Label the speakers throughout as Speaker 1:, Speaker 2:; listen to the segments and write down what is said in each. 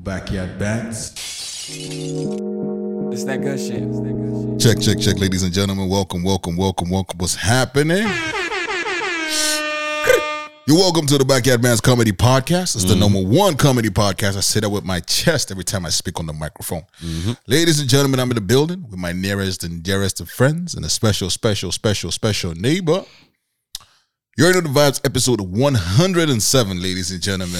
Speaker 1: Backyard bands.
Speaker 2: It's that good shit. It's that good shit.
Speaker 3: Check, check, check, ladies and gentlemen. Welcome, welcome, welcome, welcome. What's happening? You're welcome to the Backyard Man's Comedy Podcast. It's the number one comedy podcast. I say that with my chest every time I speak on the microphone. Ladies and gentlemen, I'm in the building with my nearest and dearest of friends and a special, special, special, special neighbor. You already know the vibes, episode 107, ladies and gentlemen.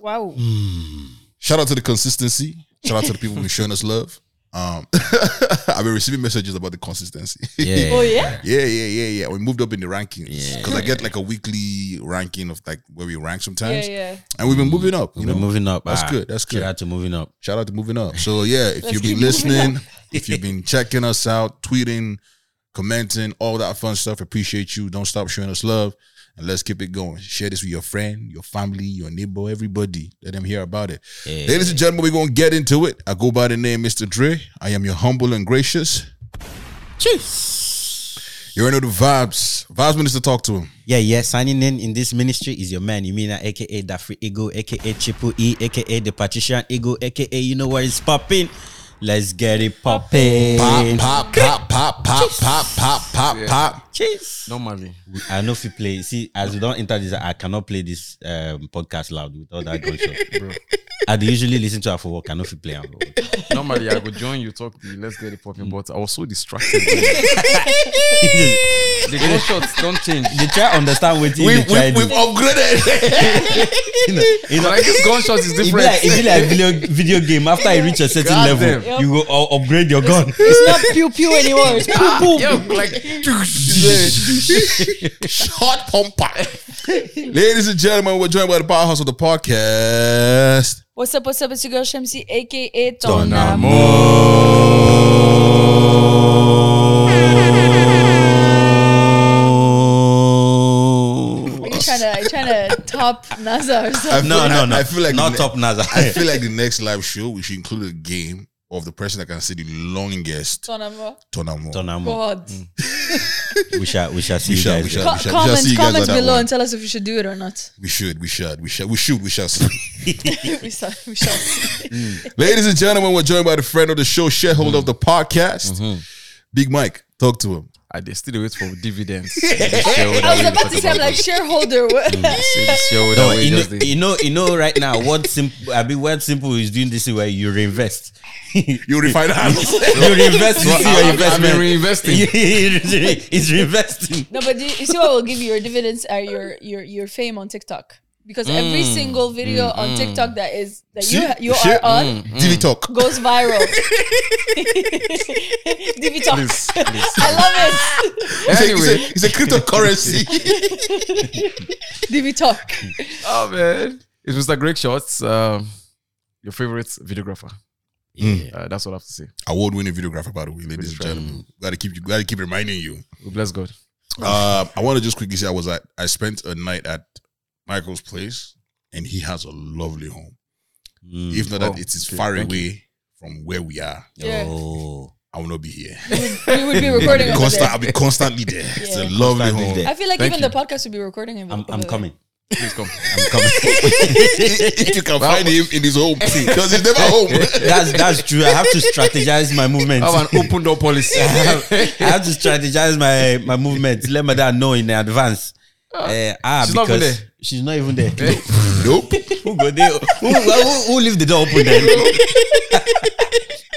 Speaker 4: Wow.
Speaker 3: Mm-hmm. Shout out to the consistency. Shout out to the people who've been showing us love. Um, I've been receiving messages about the consistency.
Speaker 5: Yeah.
Speaker 4: Oh yeah.
Speaker 3: yeah, yeah, yeah, yeah. We moved up in the rankings
Speaker 5: Yeah.
Speaker 3: because I get like a weekly ranking of like where we rank
Speaker 4: Yeah,
Speaker 3: sometimes,
Speaker 4: yeah.
Speaker 3: and we've been moving up. You
Speaker 5: We've
Speaker 3: know,
Speaker 5: been moving up.
Speaker 3: That's
Speaker 5: Ah,
Speaker 3: good, that's good.
Speaker 5: Shout out to moving up.
Speaker 3: Shout out to moving up. So yeah, if
Speaker 4: Let's
Speaker 3: you've been
Speaker 4: keep moving
Speaker 3: listening, if you've been checking us out, tweeting, commenting, all that fun stuff, appreciate you. Don't stop showing us love, and let's keep it going. Share this with your friend, your family, your neighbor, everybody. Let them hear about it.
Speaker 5: Yeah.
Speaker 3: Ladies and gentlemen, we're gonna get into it. I go by the name Mr. Dre. I am your humble and gracious. Cheers. You already know the vibes. Vibes needs to talk to him.
Speaker 5: Yeah, yeah. Signing in in this ministry is your man, uh, Yumina, aka Da Free Ego, aka Triple E, aka The Partition Ego, aka you know what is popping. Let's get it popping.
Speaker 3: Pop, pop, pop, pop, pop, pop, pop, pop.
Speaker 5: Cheers.
Speaker 2: Normally.
Speaker 5: I know if you play. See, as we don't enter this, I cannot play this um, podcast loud with all that gunshot. I dey usually listen to her for work. I know if you play. am.
Speaker 2: Normally, I go join you, talk to you, let's get it popping, but I was so distracted. the gunshots don't change.
Speaker 5: they try understand what
Speaker 3: We,
Speaker 5: they
Speaker 3: we,
Speaker 5: try
Speaker 3: we've
Speaker 5: do.
Speaker 3: upgraded.
Speaker 5: You know, you know,
Speaker 2: Like, this gunshots is
Speaker 5: It be
Speaker 2: different.
Speaker 5: like it be like video video game. After you reach a certain
Speaker 2: God
Speaker 5: level,
Speaker 2: damn.
Speaker 5: you will uh, upgrade your gun.
Speaker 4: It's not pew pew anymore. It's pew boom.
Speaker 2: Yo, like,
Speaker 3: Shot pumper. Ladies and gentlemen, we're joined by the powerhouse of the podcast.
Speaker 4: What's up? What's up? It's your girl Shamsi, aka Tonamo. Are you trying to? Are you trying to top NASA or something?
Speaker 3: I feel-
Speaker 5: No,
Speaker 3: I-
Speaker 5: no, no.
Speaker 3: I feel like
Speaker 5: not
Speaker 3: the-
Speaker 5: top NASA.
Speaker 3: I feel like the next live show, we should include a game of the person that can say the longest
Speaker 4: Tonamo.
Speaker 3: tournament.
Speaker 5: Tonamo.
Speaker 4: God.
Speaker 5: We shall we shall see
Speaker 3: We
Speaker 5: you
Speaker 3: shall- Mm-hmm.
Speaker 5: guys.
Speaker 3: we shall-
Speaker 5: there.
Speaker 4: Co-
Speaker 3: shall see
Speaker 4: comment.
Speaker 3: you guys
Speaker 4: Comment
Speaker 3: on that
Speaker 4: below
Speaker 3: one.
Speaker 4: and tell us if you should do it or not.
Speaker 3: We should, we should, we should, we should, we shall see.
Speaker 4: we saw. We shall. see.
Speaker 3: Ladies and gentlemen, we're joined by the friend of the show, shareholder of the podcast, Big Mike. Talk to him.
Speaker 2: I dey still dey wait for dividends.
Speaker 4: I was about to say, I'm like shareholder. What?
Speaker 3: Mm-hmm.
Speaker 5: No, you, know, you know, you know, right now, what simple, I mean, what simple is doing this where you reinvest, you
Speaker 3: You refinance.
Speaker 5: reinvest
Speaker 2: So
Speaker 5: into your
Speaker 2: I, have been
Speaker 5: investment.
Speaker 2: reinvesting.
Speaker 5: It's reinvesting.
Speaker 4: No, but you, you see what will give you your dividends are your your your fame on TikTok because every single video on TikTok that is that you
Speaker 3: Mm. Mm-hmm. See? Mm.
Speaker 4: you
Speaker 3: Shit.
Speaker 4: are on
Speaker 3: Dilly talk.
Speaker 4: goes viral. Divi talk.
Speaker 2: Please, please.
Speaker 4: I love
Speaker 3: It's a, it's a-
Speaker 2: Anyway,
Speaker 3: it's a cryptocurrency.
Speaker 4: it. Divi talk.
Speaker 2: oh man, it's Mr. Greg Shots, um, your favorite videographer.
Speaker 3: Mm.
Speaker 2: Uh, that's all I have to say.
Speaker 3: Award winning videographer, by the way, ladies and
Speaker 2: right.
Speaker 3: gentlemen. Gotta keep you gotta keep reminding you.
Speaker 2: We Oh, bless God.
Speaker 3: Um, I want to just quickly say I was at I spent a night at Michael's place and he has a lovely home.
Speaker 5: Mm.
Speaker 3: If not that
Speaker 2: Oh,
Speaker 3: it is
Speaker 2: okay.
Speaker 3: far
Speaker 2: Thank
Speaker 3: away from where we are.
Speaker 4: Yeah.
Speaker 5: Oh.
Speaker 3: I will not be here.
Speaker 4: We would be recording over
Speaker 3: Constant,
Speaker 4: there.
Speaker 3: I'll be constantly there. It's a
Speaker 4: Yeah.
Speaker 3: lovely
Speaker 5: Constantly
Speaker 3: home.
Speaker 5: there.
Speaker 4: I feel like
Speaker 2: Thank
Speaker 4: even
Speaker 2: you.
Speaker 4: the podcast would be recording. over-
Speaker 5: I'm,
Speaker 4: over
Speaker 5: I'm
Speaker 4: there.
Speaker 5: coming.
Speaker 2: Please come.
Speaker 5: I'm coming.
Speaker 3: if you can find him in his home, because he's never home.
Speaker 5: that's that's true. I have to strategize my movement.
Speaker 2: I have an open door policy.
Speaker 5: I have, I have to strategize my my movement. Let my dad know in advance. Eh, ah,
Speaker 2: She's not
Speaker 5: because
Speaker 2: even Eh?
Speaker 5: she's not even there.
Speaker 3: nope.
Speaker 5: who go there? Who, who, who leave the door open then?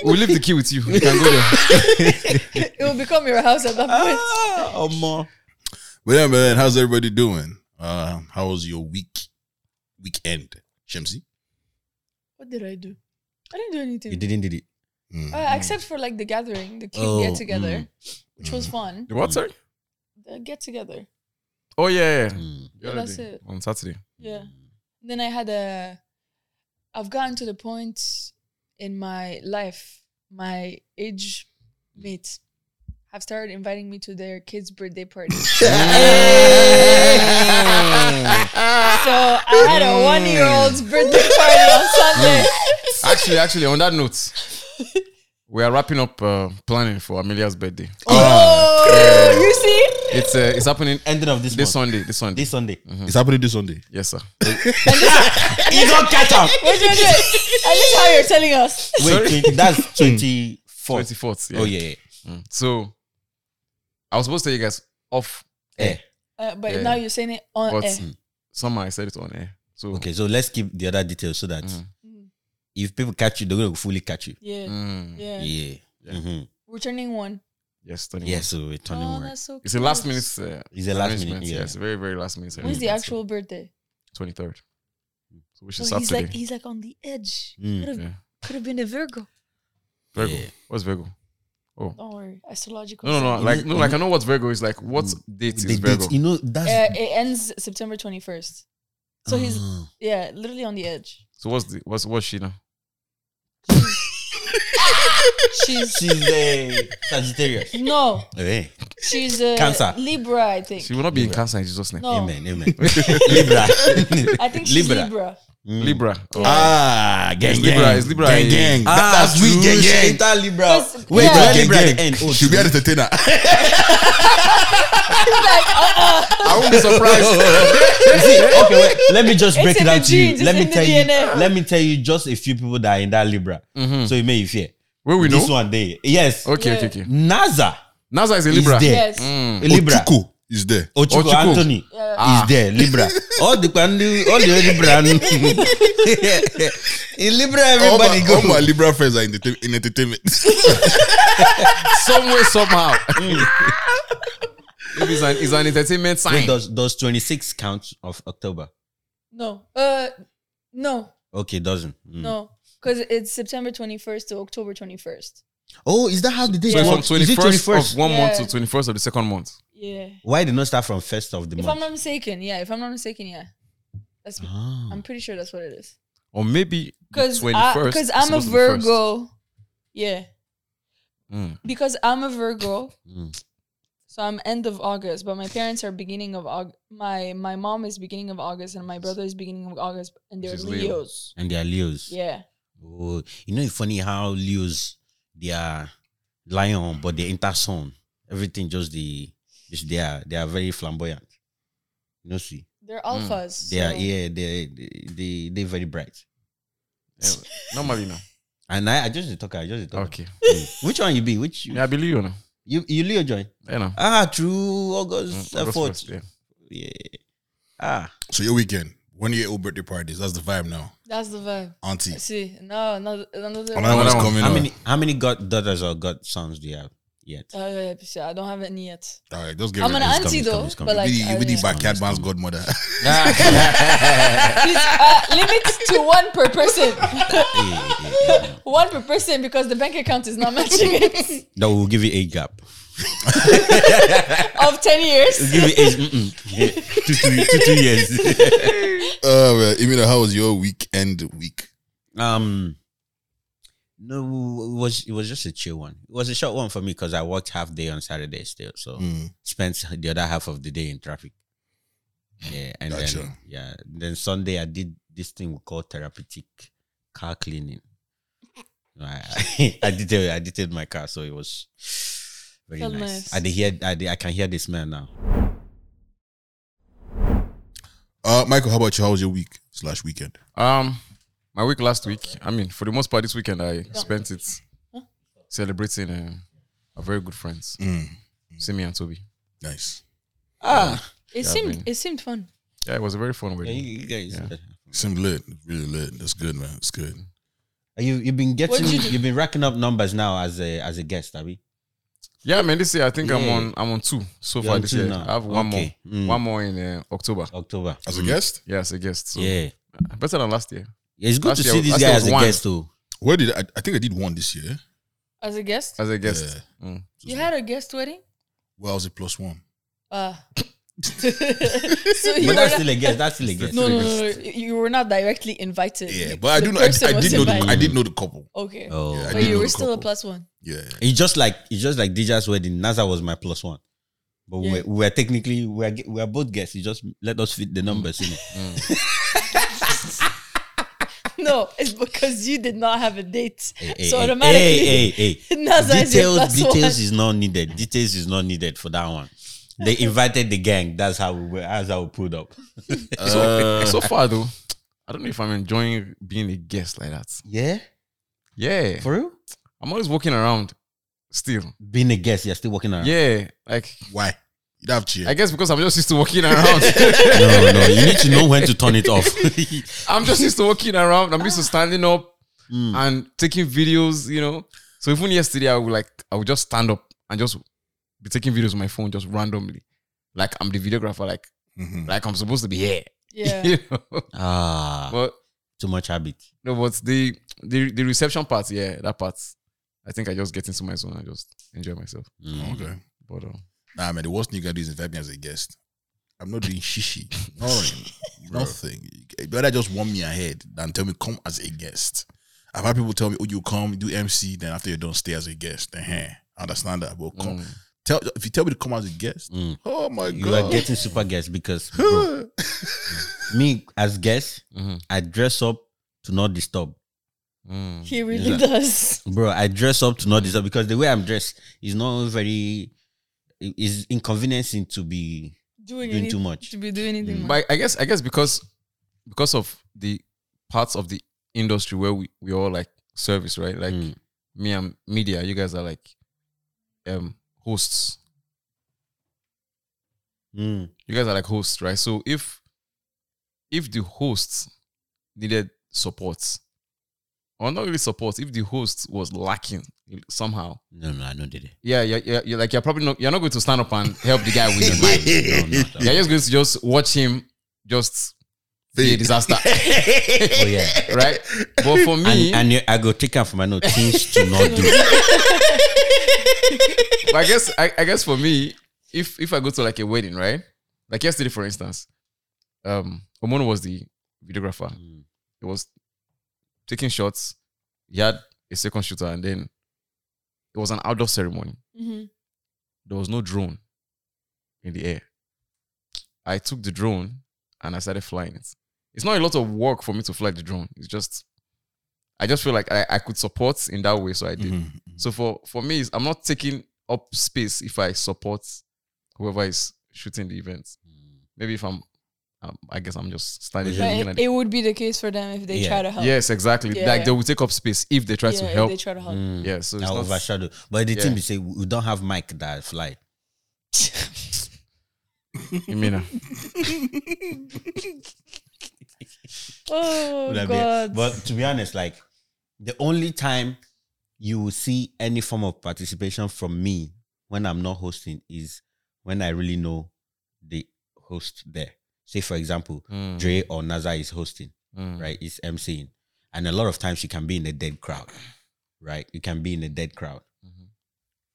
Speaker 2: we'll leave the key with you. You can go there.
Speaker 4: It will become your house at that point.
Speaker 5: ah, omo.
Speaker 3: But yeah, man, how's everybody doing? Uh, how was your week weekend, Shamsi?
Speaker 4: What did I do? I didn't do anything.
Speaker 5: You didn't did it. Mm.
Speaker 3: Uh-huh.
Speaker 4: Uh, except for like the gathering, the kid
Speaker 5: Oh, Mm.
Speaker 4: get together, which was fun.
Speaker 2: The what, sorry?
Speaker 4: The get together.
Speaker 2: Oh, yeah, yeah. The
Speaker 5: Mm.
Speaker 4: Yeah,
Speaker 2: other
Speaker 4: that's
Speaker 2: day,
Speaker 4: it.
Speaker 2: On Saturday.
Speaker 4: Yeah. Then I had a. I've gotten to the point in my life, my age mates have started inviting me to their kids' birthday party. so
Speaker 5: Eh,
Speaker 4: I had a one year old's birthday party on Sunday.
Speaker 2: Actually, actually, on that note,
Speaker 5: Oh,
Speaker 2: we are wrapping up uh, planning for Amelia's birthday.
Speaker 4: Oh, you see?
Speaker 2: It's uh, it's happening
Speaker 5: Ah, Ending of eh, this
Speaker 2: this
Speaker 5: month.
Speaker 2: Sunday. This Sunday.
Speaker 5: This Sunday.
Speaker 3: It's happening this Sunday.
Speaker 2: yes, sir.
Speaker 5: You don't catch up.
Speaker 4: Wait, wait, wait. I just how you're telling us.
Speaker 5: Wait, 20, that's twenty four.
Speaker 2: Hmm. Twenty fourth.
Speaker 5: Oh yeah. yeah.
Speaker 2: Mm. So I was supposed to tell you guys off,
Speaker 5: Eh.
Speaker 4: Uh, but
Speaker 2: Yeah.
Speaker 4: now you're saying it on
Speaker 2: but
Speaker 4: air.
Speaker 2: somehow I said it on air. So
Speaker 5: Mm. Okay, so let's keep the other details so that
Speaker 2: Mm.
Speaker 4: Mm.
Speaker 5: if people catch you, they're gonna fully catch you.
Speaker 4: Yeah.
Speaker 2: mm,
Speaker 4: yeah,
Speaker 5: Yeah.
Speaker 2: Yeah.
Speaker 5: Mhm.
Speaker 4: We're turning one.
Speaker 2: yes, turning
Speaker 5: Yeah.
Speaker 2: one.
Speaker 5: So we're turning
Speaker 4: Oh,
Speaker 5: more.
Speaker 4: that's so.
Speaker 2: It's a last minute. Uh,
Speaker 5: It's a last
Speaker 2: arrangement,
Speaker 5: minute. Yeah.
Speaker 2: Yes, very very last minute.
Speaker 4: When's the actual birthday?
Speaker 2: Twenty third. So which
Speaker 4: So
Speaker 2: is
Speaker 4: he's
Speaker 2: Saturday.
Speaker 4: like he's like on the edge.
Speaker 5: Mm.
Speaker 4: Could have
Speaker 2: yeah.
Speaker 4: could have been a Virgo.
Speaker 2: Virgo.
Speaker 5: Yeah.
Speaker 2: What's Virgo?
Speaker 4: Don't worry, astrological.
Speaker 2: No, no,
Speaker 4: sign.
Speaker 2: no. Like,
Speaker 5: it- Mm.
Speaker 2: no, like I know what Virgo is. Like, what
Speaker 5: The
Speaker 2: date is
Speaker 5: date,
Speaker 2: Virgo?
Speaker 5: you know, that's
Speaker 4: Uh, it ends September twenty first. So he's
Speaker 5: Ah.
Speaker 4: yeah, literally on the edge.
Speaker 2: So what's the what's what's she now?
Speaker 4: She's
Speaker 5: she's
Speaker 2: eh,
Speaker 5: a Sagittarius.
Speaker 4: no,
Speaker 5: Hey.
Speaker 4: she's a
Speaker 5: Cancer.
Speaker 4: Libra. I think.
Speaker 2: She will not be in Cancer in Jesus' name.
Speaker 4: no,
Speaker 5: Amen. Amen.
Speaker 4: Oh.
Speaker 5: Libra.
Speaker 4: I think she's Libra.
Speaker 5: Mm.
Speaker 2: Libra. Oh,
Speaker 3: Ah, gang,
Speaker 2: It's Libra,
Speaker 3: gang.
Speaker 2: it's Libra, eh. Ah,
Speaker 3: gang,
Speaker 2: yeah.
Speaker 3: gang. That- that's
Speaker 5: true,
Speaker 3: me, gang,
Speaker 5: she
Speaker 3: gang.
Speaker 5: enter Libra.
Speaker 4: That's-
Speaker 5: Wait,
Speaker 4: Yeah.
Speaker 5: where
Speaker 4: Gang,
Speaker 5: Libra
Speaker 3: gang.
Speaker 5: at the end. Oh,
Speaker 3: Should be
Speaker 5: true.
Speaker 3: an entertainer. I won't be surprised.
Speaker 5: You see, okay, wait, let me just
Speaker 4: It's
Speaker 5: break
Speaker 4: in
Speaker 5: it
Speaker 4: the
Speaker 5: down to you.
Speaker 4: genes,
Speaker 5: Let
Speaker 4: it's
Speaker 5: me
Speaker 4: in the
Speaker 5: tell you.
Speaker 4: DNA.
Speaker 5: Let me tell you just a few people that are in that Libra. So you may fear.
Speaker 2: Where Mm-hmm. we know?
Speaker 5: This one day, yes.
Speaker 2: Okay,
Speaker 4: Yeah.
Speaker 2: okay, okay.
Speaker 5: NASA
Speaker 2: NASA is a
Speaker 5: is
Speaker 2: Libra.
Speaker 5: there.
Speaker 4: Yes.
Speaker 2: Mm. Ah,
Speaker 5: Libra.
Speaker 3: Ochuku is there.
Speaker 5: Ochuko,
Speaker 2: Ochuko.
Speaker 5: Anthony
Speaker 4: Yeah.
Speaker 5: is there. Libra. Ah. all the Pandu, all the Libra. in Libra,
Speaker 3: All my,
Speaker 5: everybody
Speaker 3: all
Speaker 5: go.
Speaker 3: my Libra friends are in, the in entertainment.
Speaker 2: Some way, somehow.
Speaker 5: Mm.
Speaker 2: If it's an, it's an entertainment sign.
Speaker 5: Wait, does does twenty six count of October?
Speaker 4: No, uh, no,
Speaker 5: Okay, doesn't. Mm.
Speaker 4: no, because it's September twenty first to October twenty first.
Speaker 5: Oh, is that how the day?
Speaker 2: so from
Speaker 5: works? Is it
Speaker 2: 21st of one month
Speaker 4: Yeah.
Speaker 2: to 21st of the second month.
Speaker 4: Yeah,
Speaker 5: Why did not start from first of the
Speaker 4: if I'm
Speaker 5: month?
Speaker 4: not mistaken, yeah, if I'm not mistaken, yeah, that's
Speaker 5: Ah.
Speaker 4: I'm pretty sure that's what it is.
Speaker 2: Or maybe
Speaker 4: Because uh,
Speaker 2: twenty-first.
Speaker 4: because I'm a Virgo, yeah,
Speaker 2: Mm.
Speaker 4: because I'm a Virgo,
Speaker 5: Mm.
Speaker 4: so I'm end of August. But my parents are beginning of August. My my mom is beginning of August, and my brother is beginning of August, and they're
Speaker 2: Which is Leo.
Speaker 4: Leos.
Speaker 5: And they are Leos.
Speaker 4: Yeah,
Speaker 5: Oh, you know, it's funny how Leos they are lion, but they enter sun. Everything just the just they are they are very flamboyant. You know, see,
Speaker 4: they're alphas.
Speaker 5: they are
Speaker 4: so-
Speaker 5: yeah, they they they they very bright.
Speaker 2: Yeah, normally now.
Speaker 5: And I, I just dey talk, I just dey talk.
Speaker 2: Okay.
Speaker 5: Mm. Which one you be? Which
Speaker 2: Yeah, I believe you now.
Speaker 5: you you Leo join?
Speaker 2: Yeah, now.
Speaker 5: Ah, true August
Speaker 2: Mm,
Speaker 5: uh,
Speaker 2: August
Speaker 5: fourth.
Speaker 2: 1st, yeah.
Speaker 5: Yeah. Ah,
Speaker 3: so your weekend, one year old birthday parties. That's the vibe now,
Speaker 4: that's the vibe.
Speaker 3: auntie.
Speaker 4: See, no, another another.
Speaker 3: Another one's
Speaker 2: one.
Speaker 3: coming
Speaker 5: how
Speaker 3: up.
Speaker 5: many how many god daughters or god sons do you have yet?
Speaker 4: Uh, see, I don't have any yet.
Speaker 3: All right, just get
Speaker 4: I'm
Speaker 3: ready.
Speaker 4: an
Speaker 5: it's
Speaker 4: auntie
Speaker 5: coming, it's
Speaker 4: though,
Speaker 5: coming, it's coming.
Speaker 4: but like,
Speaker 3: With the,
Speaker 4: I
Speaker 3: with the
Speaker 4: don't know.
Speaker 3: backyard man's godmother.
Speaker 4: Please, uh, limit to one per person.
Speaker 5: Yeah, yeah, yeah.
Speaker 4: one per person because the bank account is not matching it
Speaker 5: That will give you age gap.
Speaker 4: of 10 years.
Speaker 5: Give you age. Mm-mm. Yeah. two, two, two, two years.
Speaker 3: uh, well, Emina, how was your weekend week?
Speaker 5: Um, no, it was it was just a chill one. It was a short one for me because I worked half day on Saturday still, so
Speaker 3: Mm.
Speaker 5: spent the other half of the day in traffic. Yeah, and then
Speaker 3: Gotcha.
Speaker 5: yeah, then Sunday I did this thing we call therapeutic car cleaning. I, I did I did my car, so it was very
Speaker 4: Felt
Speaker 5: nice.
Speaker 4: nice.
Speaker 5: I did hear I, did, I can hear this man now.
Speaker 3: Uh, Michael, how about you? How was your week slash weekend?
Speaker 2: Um, my week last week. I mean, for the most part, this weekend I spent it celebrating uh, our very good friends,
Speaker 3: Mm.
Speaker 2: Simi and Toby.
Speaker 3: Nice.
Speaker 5: Ah,
Speaker 4: It
Speaker 2: Yeah,
Speaker 4: seemed
Speaker 2: man.
Speaker 4: it seemed fun.
Speaker 2: Yeah, it was a very fun
Speaker 5: yeah,
Speaker 2: wedding.
Speaker 5: you, you guys.
Speaker 3: Seemed lit, really lit. That's good, man. That's good.
Speaker 5: You you've been getting
Speaker 4: you
Speaker 5: you
Speaker 4: do?
Speaker 5: have been racking up numbers now as a as a guest, have you?
Speaker 2: Yeah, man. This year I think I'm
Speaker 5: Yeah.
Speaker 2: on I'm on two so
Speaker 5: You're
Speaker 2: far
Speaker 5: on
Speaker 2: this
Speaker 5: two
Speaker 2: year.
Speaker 5: now.
Speaker 2: I have one
Speaker 5: Okay.
Speaker 2: more,
Speaker 5: Mm.
Speaker 2: one more in uh, October.
Speaker 5: October.
Speaker 3: As a guest,
Speaker 2: Yeah, as a guest. So
Speaker 5: Yeah.
Speaker 2: better than last year.
Speaker 5: Yeah, it's good
Speaker 2: Last
Speaker 5: to
Speaker 2: year-
Speaker 5: see this
Speaker 2: last
Speaker 5: guy
Speaker 2: year
Speaker 5: as
Speaker 2: was
Speaker 5: a
Speaker 2: one.
Speaker 5: guest too.
Speaker 3: where did I, I think I did one this year?
Speaker 4: As a guest,
Speaker 2: As a guest. Mm.
Speaker 4: you had a guest wedding.
Speaker 3: Well, I was a plus one.
Speaker 4: Uh, so you
Speaker 5: But
Speaker 4: were
Speaker 5: that's
Speaker 4: not,
Speaker 5: still a guest. That's still a guest.
Speaker 4: no, no, no, no, you were not directly invited.
Speaker 3: Yeah,
Speaker 4: The-
Speaker 3: but I
Speaker 4: the
Speaker 3: do know. I,
Speaker 4: person
Speaker 3: I
Speaker 4: was
Speaker 3: did know. The,
Speaker 4: invited.
Speaker 3: I did know the couple.
Speaker 4: Okay,
Speaker 5: Oh.
Speaker 3: Yeah, I
Speaker 4: but
Speaker 3: did
Speaker 4: you
Speaker 3: know
Speaker 4: were
Speaker 3: the
Speaker 4: still a
Speaker 3: couple.
Speaker 4: plus one.
Speaker 3: Yeah,
Speaker 5: It's just like it's just like DJ's wedding. NASA was my plus one. But
Speaker 4: Yeah.
Speaker 5: we're, we're technically we're ge- we're both guests. You just let us fit the numbers in.
Speaker 4: No, it's because you did not have a date,
Speaker 5: Hey, hey,
Speaker 4: so
Speaker 5: hey,
Speaker 4: automatically
Speaker 5: hey, hey, hey.
Speaker 4: NASA is your
Speaker 5: Details
Speaker 4: plus
Speaker 5: details
Speaker 4: one.
Speaker 5: is not needed. Details is not needed for that one. They invited the gang. That's how we were. That's how we pulled up. Uh,
Speaker 2: So, so far though, I don't know if I'm enjoying being a guest like that.
Speaker 5: Yeah,
Speaker 2: Yeah,
Speaker 5: for real.
Speaker 2: I'm always walking around. Still,
Speaker 5: Being a guest, you're still working around.
Speaker 2: yeah, like
Speaker 3: Why? You don't have to.
Speaker 2: I guess because I'm just used to walking around.
Speaker 5: No, no, you need to know when to turn it off.
Speaker 2: I'm just used to walking around. I'm used to standing up
Speaker 5: Mm.
Speaker 2: and taking videos. You know, so even yesterday I would like I would just stand up and just be taking videos on my phone just randomly, like I'm the videographer, like
Speaker 3: Mhm.
Speaker 2: like I'm supposed to be here.
Speaker 6: Yeah.
Speaker 2: you know?
Speaker 5: Ah,
Speaker 2: But
Speaker 5: too much habit.
Speaker 2: no, but the the the reception part, yeah, that part. I think I just get into my zone and just enjoy myself.
Speaker 5: Mm.
Speaker 3: Okay.
Speaker 2: But um,
Speaker 3: Nah, man, the worst thing you can do is invite me as a guest. I'm not doing shishi. Nothing. nothing. You better just warm me ahead than tell me come as a guest. I've had people tell me, oh, you come, do MC, then after you don't stay as a guest. Uh-huh. I understand that, but come.
Speaker 2: mm.
Speaker 3: Tell, if you tell me to come as a guest,
Speaker 5: Mm.
Speaker 3: oh my
Speaker 5: You are
Speaker 3: God.
Speaker 5: getting super guests because bro, me as guest,
Speaker 2: Mhm.
Speaker 5: I dress up to not disturb.
Speaker 2: Mm.
Speaker 6: He really does.
Speaker 5: Bro, I dress up to not disturb because the way I'm dressed is not very i- is inconveniencing to be
Speaker 6: Doing,
Speaker 5: Doing
Speaker 6: any-
Speaker 5: too much.
Speaker 6: To be doing anything.
Speaker 5: Mm.
Speaker 6: much.
Speaker 2: But I guess I guess because because of the parts of the industry where we we all like service, right? Like
Speaker 5: Mm.
Speaker 2: me and media, you guys are like um hosts.
Speaker 5: Mm.
Speaker 2: You guys are like hosts, right? So if if the hosts needed support, or not really support, if the host was lacking somehow,
Speaker 5: No, no, I don't did it.
Speaker 2: yeah, yeah, yeah, you're like you're probably not you're not going to stand up and help the guy with the mic.
Speaker 5: No, no, no.
Speaker 2: You're just going to just watch him just be a disaster,
Speaker 5: Oh yeah.
Speaker 2: right? But for me,
Speaker 5: And, and you- I go take out for my note things to not do.
Speaker 2: but I guess I, I guess for me, if if I go to like a wedding, right? Like yesterday, for instance, um, Omono was the videographer.
Speaker 5: Mm.
Speaker 2: He was taking shots. He had a second shooter, and then it was an outdoor ceremony.
Speaker 6: Mhm.
Speaker 2: There was no drone in the air. I took the drone and I started flying it. It's not a lot of work for me to fly the drone. It's just I just feel like I, I could support in that way, so I did.
Speaker 3: Mhm.
Speaker 2: So for for me, it's- I'm not taking up space if I support whoever is shooting the event. Maybe if I'm, um, I guess I'm just standing
Speaker 5: Yeah.
Speaker 2: there
Speaker 6: But
Speaker 2: looking at
Speaker 6: it, it would be the case for them if they
Speaker 5: Yeah.
Speaker 6: try to help.
Speaker 2: Yes, exactly.
Speaker 6: Yeah,
Speaker 2: like
Speaker 6: yeah.
Speaker 2: they will take up space if they try
Speaker 6: Yeah,
Speaker 2: to
Speaker 6: if
Speaker 2: help.
Speaker 6: They try to help.
Speaker 5: Mm.
Speaker 2: Yeah, so it's
Speaker 5: I'll
Speaker 2: not.
Speaker 5: overshadow. But the thing
Speaker 2: Yeah.
Speaker 5: we say we we don't have mic that fly.
Speaker 2: You mean, uh,
Speaker 6: oh
Speaker 5: Would I be-
Speaker 6: God!
Speaker 5: But to be honest, like the only time you will see any form of participation from me when I'm not hosting is when I really know the host there. Say for example,
Speaker 2: mm,
Speaker 5: Dre or Naza is hosting,
Speaker 2: mm,
Speaker 5: right? Is emceeing, and a lot of times you can be in a dead crowd, right? You can be in a dead crowd.
Speaker 2: mhm.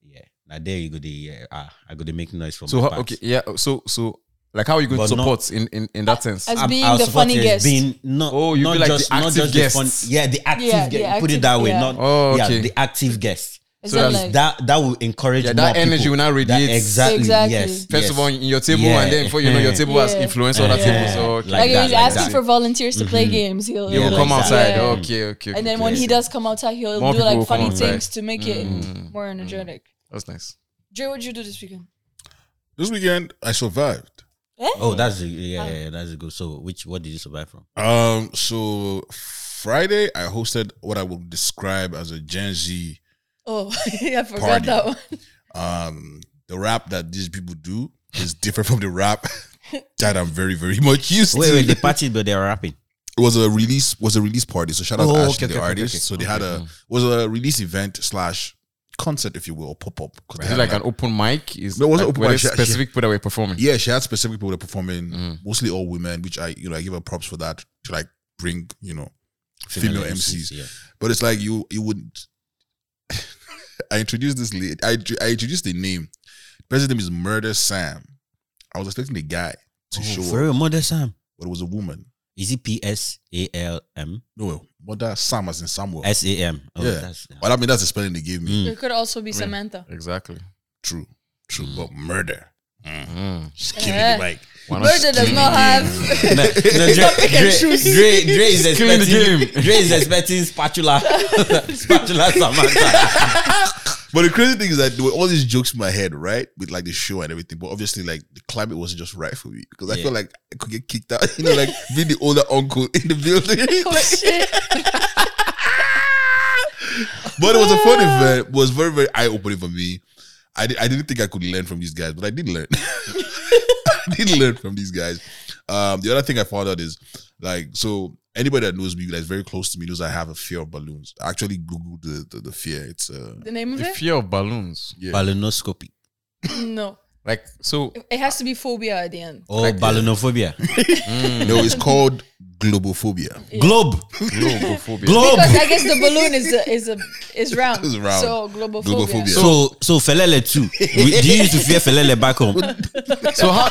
Speaker 5: Yeah. Now there you go. The uh, ah, I go to make noise from
Speaker 2: So
Speaker 5: my
Speaker 2: how,
Speaker 5: part.
Speaker 2: okay, yeah. So so like how are you going
Speaker 5: But
Speaker 2: to
Speaker 5: not-
Speaker 2: support in, in in that sense?
Speaker 6: As
Speaker 5: I'm-
Speaker 6: being
Speaker 5: I'll
Speaker 6: the
Speaker 5: support
Speaker 6: funny
Speaker 5: you
Speaker 6: guest.
Speaker 5: as Being, no,
Speaker 2: Oh, you'll
Speaker 5: not
Speaker 2: be like
Speaker 5: just,
Speaker 2: the
Speaker 5: not
Speaker 2: active
Speaker 5: just the fun-
Speaker 2: guests.
Speaker 5: yeah, the active
Speaker 6: Yeah,
Speaker 5: guest.
Speaker 6: the
Speaker 5: put it
Speaker 6: active-
Speaker 5: that way.
Speaker 6: yeah.
Speaker 5: Not
Speaker 2: Oh,
Speaker 5: yeah,
Speaker 2: okay.
Speaker 5: the active guest.
Speaker 6: Is
Speaker 2: so
Speaker 6: that
Speaker 2: that's
Speaker 6: like-
Speaker 5: that that will encourage
Speaker 2: Yeah,
Speaker 5: more
Speaker 2: that energy
Speaker 5: people.
Speaker 2: will now
Speaker 5: That-
Speaker 2: radiate.
Speaker 5: exactly.
Speaker 6: Exactly.
Speaker 5: Yes.
Speaker 2: First
Speaker 5: yes.
Speaker 2: of all, in your table,
Speaker 5: Yeah.
Speaker 2: and then before you know, your table has
Speaker 6: Yeah.
Speaker 2: influenced other
Speaker 6: Yeah.
Speaker 2: tables. So okay.
Speaker 5: Like
Speaker 6: like,
Speaker 5: that,
Speaker 6: he's
Speaker 5: like
Speaker 6: asking
Speaker 5: that.
Speaker 6: for volunteers to play
Speaker 5: Mhm.
Speaker 6: games. He'll,
Speaker 2: you
Speaker 5: Yeah,
Speaker 2: will
Speaker 6: he'll-
Speaker 5: like
Speaker 2: come
Speaker 5: that.
Speaker 2: outside.
Speaker 6: Yeah.
Speaker 2: Okay, okay.
Speaker 6: And
Speaker 2: okay,
Speaker 6: then when
Speaker 2: okay.
Speaker 6: he does come outside, he'll
Speaker 2: More
Speaker 6: do
Speaker 2: people will
Speaker 6: like
Speaker 2: come
Speaker 6: funny
Speaker 2: outside.
Speaker 6: things to make it
Speaker 2: Mm.
Speaker 6: more energetic.
Speaker 2: that's nice.
Speaker 6: Jay, what'd you do this weekend?
Speaker 3: This weekend, I survived.
Speaker 5: Oh, that's a, yeah, yeah, yeah, that's a good. So, which what did you survive from?
Speaker 3: Um, so Friday, I hosted what I would describe as a Gen Z.
Speaker 6: Oh, yeah, I forgot
Speaker 3: Party.
Speaker 6: that one.
Speaker 3: Um, the rap that these people do is different from the rap that I'm very, very much used
Speaker 5: Wait,
Speaker 3: to.
Speaker 5: wait, they party, but they're rapping.
Speaker 3: It was a release was a release party. So shout out
Speaker 5: Oh,
Speaker 3: to Ashley,
Speaker 5: okay,
Speaker 3: the
Speaker 5: okay, okay,
Speaker 3: artist.
Speaker 5: okay.
Speaker 3: So they had a was a release event slash concert, if you will, or pop up.
Speaker 2: Is it like an open mic? Is
Speaker 3: No, it wasn't
Speaker 2: like,
Speaker 3: open
Speaker 2: were
Speaker 3: mic,
Speaker 2: there
Speaker 3: she-
Speaker 2: Specific people that were performing.
Speaker 3: yeah, she had specific people that were performing,
Speaker 5: Mm.
Speaker 3: mostly all women, which I you know I give her props for that to like bring you know female, MCs.
Speaker 5: yeah.
Speaker 3: But it's like you you would. I introduced this lady. I intro- I introduced the name. The person's name is Murder Sam. I was expecting a guy to
Speaker 5: Oh,
Speaker 3: show
Speaker 5: for
Speaker 3: up,
Speaker 5: real, Mother Sam.
Speaker 3: but it was a woman.
Speaker 5: Is it P S A L M
Speaker 3: No, Mother Sam as in Samuel.
Speaker 5: S A M? Oh,
Speaker 3: Yeah.
Speaker 5: that's
Speaker 3: well, I mean that's the spelling they gave me.
Speaker 5: Mm.
Speaker 6: It could also be Samantha.
Speaker 2: Exactly.
Speaker 3: True, true, but murder.
Speaker 2: Mm.
Speaker 3: She's killing
Speaker 6: Yeah.
Speaker 3: the mic.
Speaker 2: Why not
Speaker 6: Murder does not have.
Speaker 5: no, no, Dre, Dre, Dre, Dre is
Speaker 2: killing the
Speaker 5: expecting Dre is expecting spatula, spatula Samantha.
Speaker 3: But the crazy thing is that there were all these jokes in my head, right? With like the show and everything. But obviously, like the climate wasn't just right for me because I
Speaker 5: Yeah.
Speaker 3: felt like I could get kicked out. You know, like being the older uncle in the building.
Speaker 6: Oh,
Speaker 3: Like,
Speaker 6: shit.
Speaker 3: but it was a fun event. It was very, very eye opening for me. I, di- I didn't think I could learn from these guys, but I did learn. I did learn from these guys. Um, the other thing I found out is like, so anybody that knows me, that's very close to me, knows I have a fear of balloons. I actually Googled the, the, the fear. It's uh,
Speaker 6: The name of
Speaker 2: The
Speaker 6: it?
Speaker 2: fear of balloons.
Speaker 3: yeah.
Speaker 5: Balloonoscopy
Speaker 6: No.
Speaker 2: Like so
Speaker 6: It has to be phobia at the end.
Speaker 5: or balloonophobia.
Speaker 3: no, it's called globophobia.
Speaker 5: Globe.
Speaker 2: globophobia.
Speaker 5: Globe.
Speaker 6: Because I guess the balloon is a, is a is round.
Speaker 3: Oh. It's round.
Speaker 6: So globophobia.
Speaker 3: Globophobia.
Speaker 5: So so Felele too. We, do you used to fear Felele back home?
Speaker 2: so how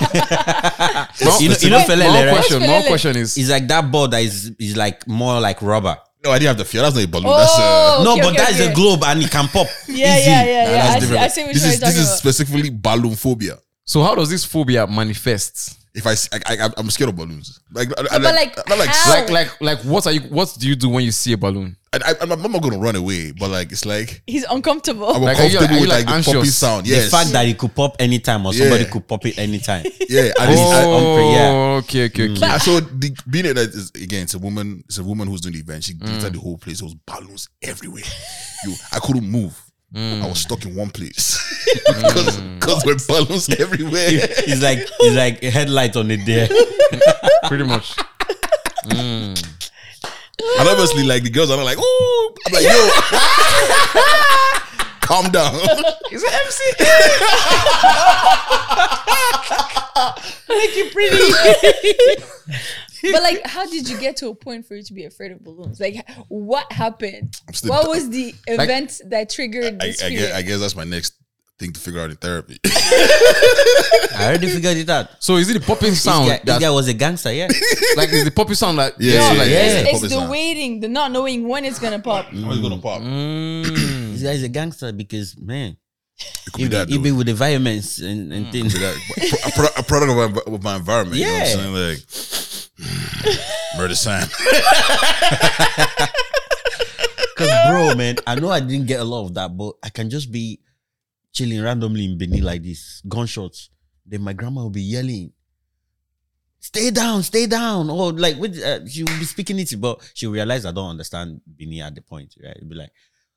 Speaker 2: More-
Speaker 5: You know- you know Felele,
Speaker 2: more
Speaker 5: right?
Speaker 2: question, more
Speaker 6: Felele?
Speaker 2: question is
Speaker 5: It's like that ball that is is like more like rubber.
Speaker 3: No, I didn't have the fear. That's not a balloon.
Speaker 6: Oh,
Speaker 3: That's uh,
Speaker 5: no,
Speaker 6: okay,
Speaker 5: but
Speaker 6: okay,
Speaker 5: that is
Speaker 6: okay.
Speaker 5: a globe and it can pop.
Speaker 6: Yeah,
Speaker 5: easy.
Speaker 6: yeah, yeah, yeah.
Speaker 3: that's
Speaker 6: I see,
Speaker 3: different.
Speaker 6: I see which
Speaker 3: this
Speaker 6: one
Speaker 3: is
Speaker 6: you're talking
Speaker 3: this is
Speaker 6: about.
Speaker 3: specifically balloon phobia.
Speaker 2: so how does this phobia manifest?
Speaker 3: If I, see- I, I I'm scared of balloons. Like, I, I,
Speaker 6: but like,
Speaker 3: not like
Speaker 6: how?
Speaker 2: Like like like what are you what do you do when you see a balloon?
Speaker 3: I, I, I'm not gonna run away, but like it's like
Speaker 6: He's uncomfortable.
Speaker 3: I'm
Speaker 2: Like, are you-
Speaker 3: uncomfortable
Speaker 2: are you,
Speaker 3: with like,
Speaker 2: like,
Speaker 3: the poppy
Speaker 2: anxious?
Speaker 3: sound.
Speaker 5: The
Speaker 3: Yes,
Speaker 5: fact that it could pop anytime or
Speaker 3: Yeah.
Speaker 5: somebody could pop it anytime.
Speaker 3: yeah. And it's- I-
Speaker 5: unfair, yeah.
Speaker 2: Oh, okay, okay, okay.
Speaker 3: I saw the being that is again, it's a woman. It's a woman who's doing the event.
Speaker 2: Mm.
Speaker 3: She glittered the whole place. There was balloons everywhere. You, I couldn't move.
Speaker 2: Mm.
Speaker 3: I was stuck in one place because there were balloons everywhere.
Speaker 5: it's like it's like a headlight on a deer. Mm.
Speaker 2: Pretty much.
Speaker 3: And obviously, like the girls are not like, ooh, I'm like, yo, calm down.
Speaker 2: Is it MC?
Speaker 6: Thank you, pretty. but like, how did you get to a point for you to be afraid of balloons? Like, what happened?
Speaker 3: still
Speaker 6: What
Speaker 3: dumb.
Speaker 6: was the
Speaker 2: Like-
Speaker 6: event that triggered
Speaker 3: I,
Speaker 6: this
Speaker 3: I,
Speaker 6: fear?
Speaker 3: guess, I guess that's my next thing to figure out in therapy.
Speaker 2: Mm.
Speaker 5: I already figured it out.
Speaker 2: So is it the popping sound
Speaker 5: this, guy, this
Speaker 2: that
Speaker 5: guy was a gangster, yeah.
Speaker 2: like is the popping sound that
Speaker 3: Yeah,
Speaker 2: yeah,
Speaker 3: yeah,
Speaker 2: like,
Speaker 5: yeah.
Speaker 6: it's
Speaker 3: Pop is
Speaker 6: the
Speaker 3: on.
Speaker 6: waiting, the not knowing when it's gonna pop.
Speaker 3: How is it gonna pop?
Speaker 2: Mm.
Speaker 5: this guy is a gangster because man,
Speaker 3: It could
Speaker 5: he
Speaker 3: be
Speaker 5: be,
Speaker 3: that.
Speaker 5: he
Speaker 3: though.
Speaker 5: be with the violence and,
Speaker 6: Mm.
Speaker 5: and things.
Speaker 3: Be that. A, pro- a product of my, env- of my environment. You know what I'm saying? Like, murder sign.
Speaker 5: Because bro, man, I know I didn't get a lot of that, but I can just be chilling randomly in Benin like this, gunshots. Then my grandma will be yelling, "Stay down, stay down!" Or like, with, uh, she will be speaking it, but she will realize I don't understand Benin at the point. Right? It'll be like,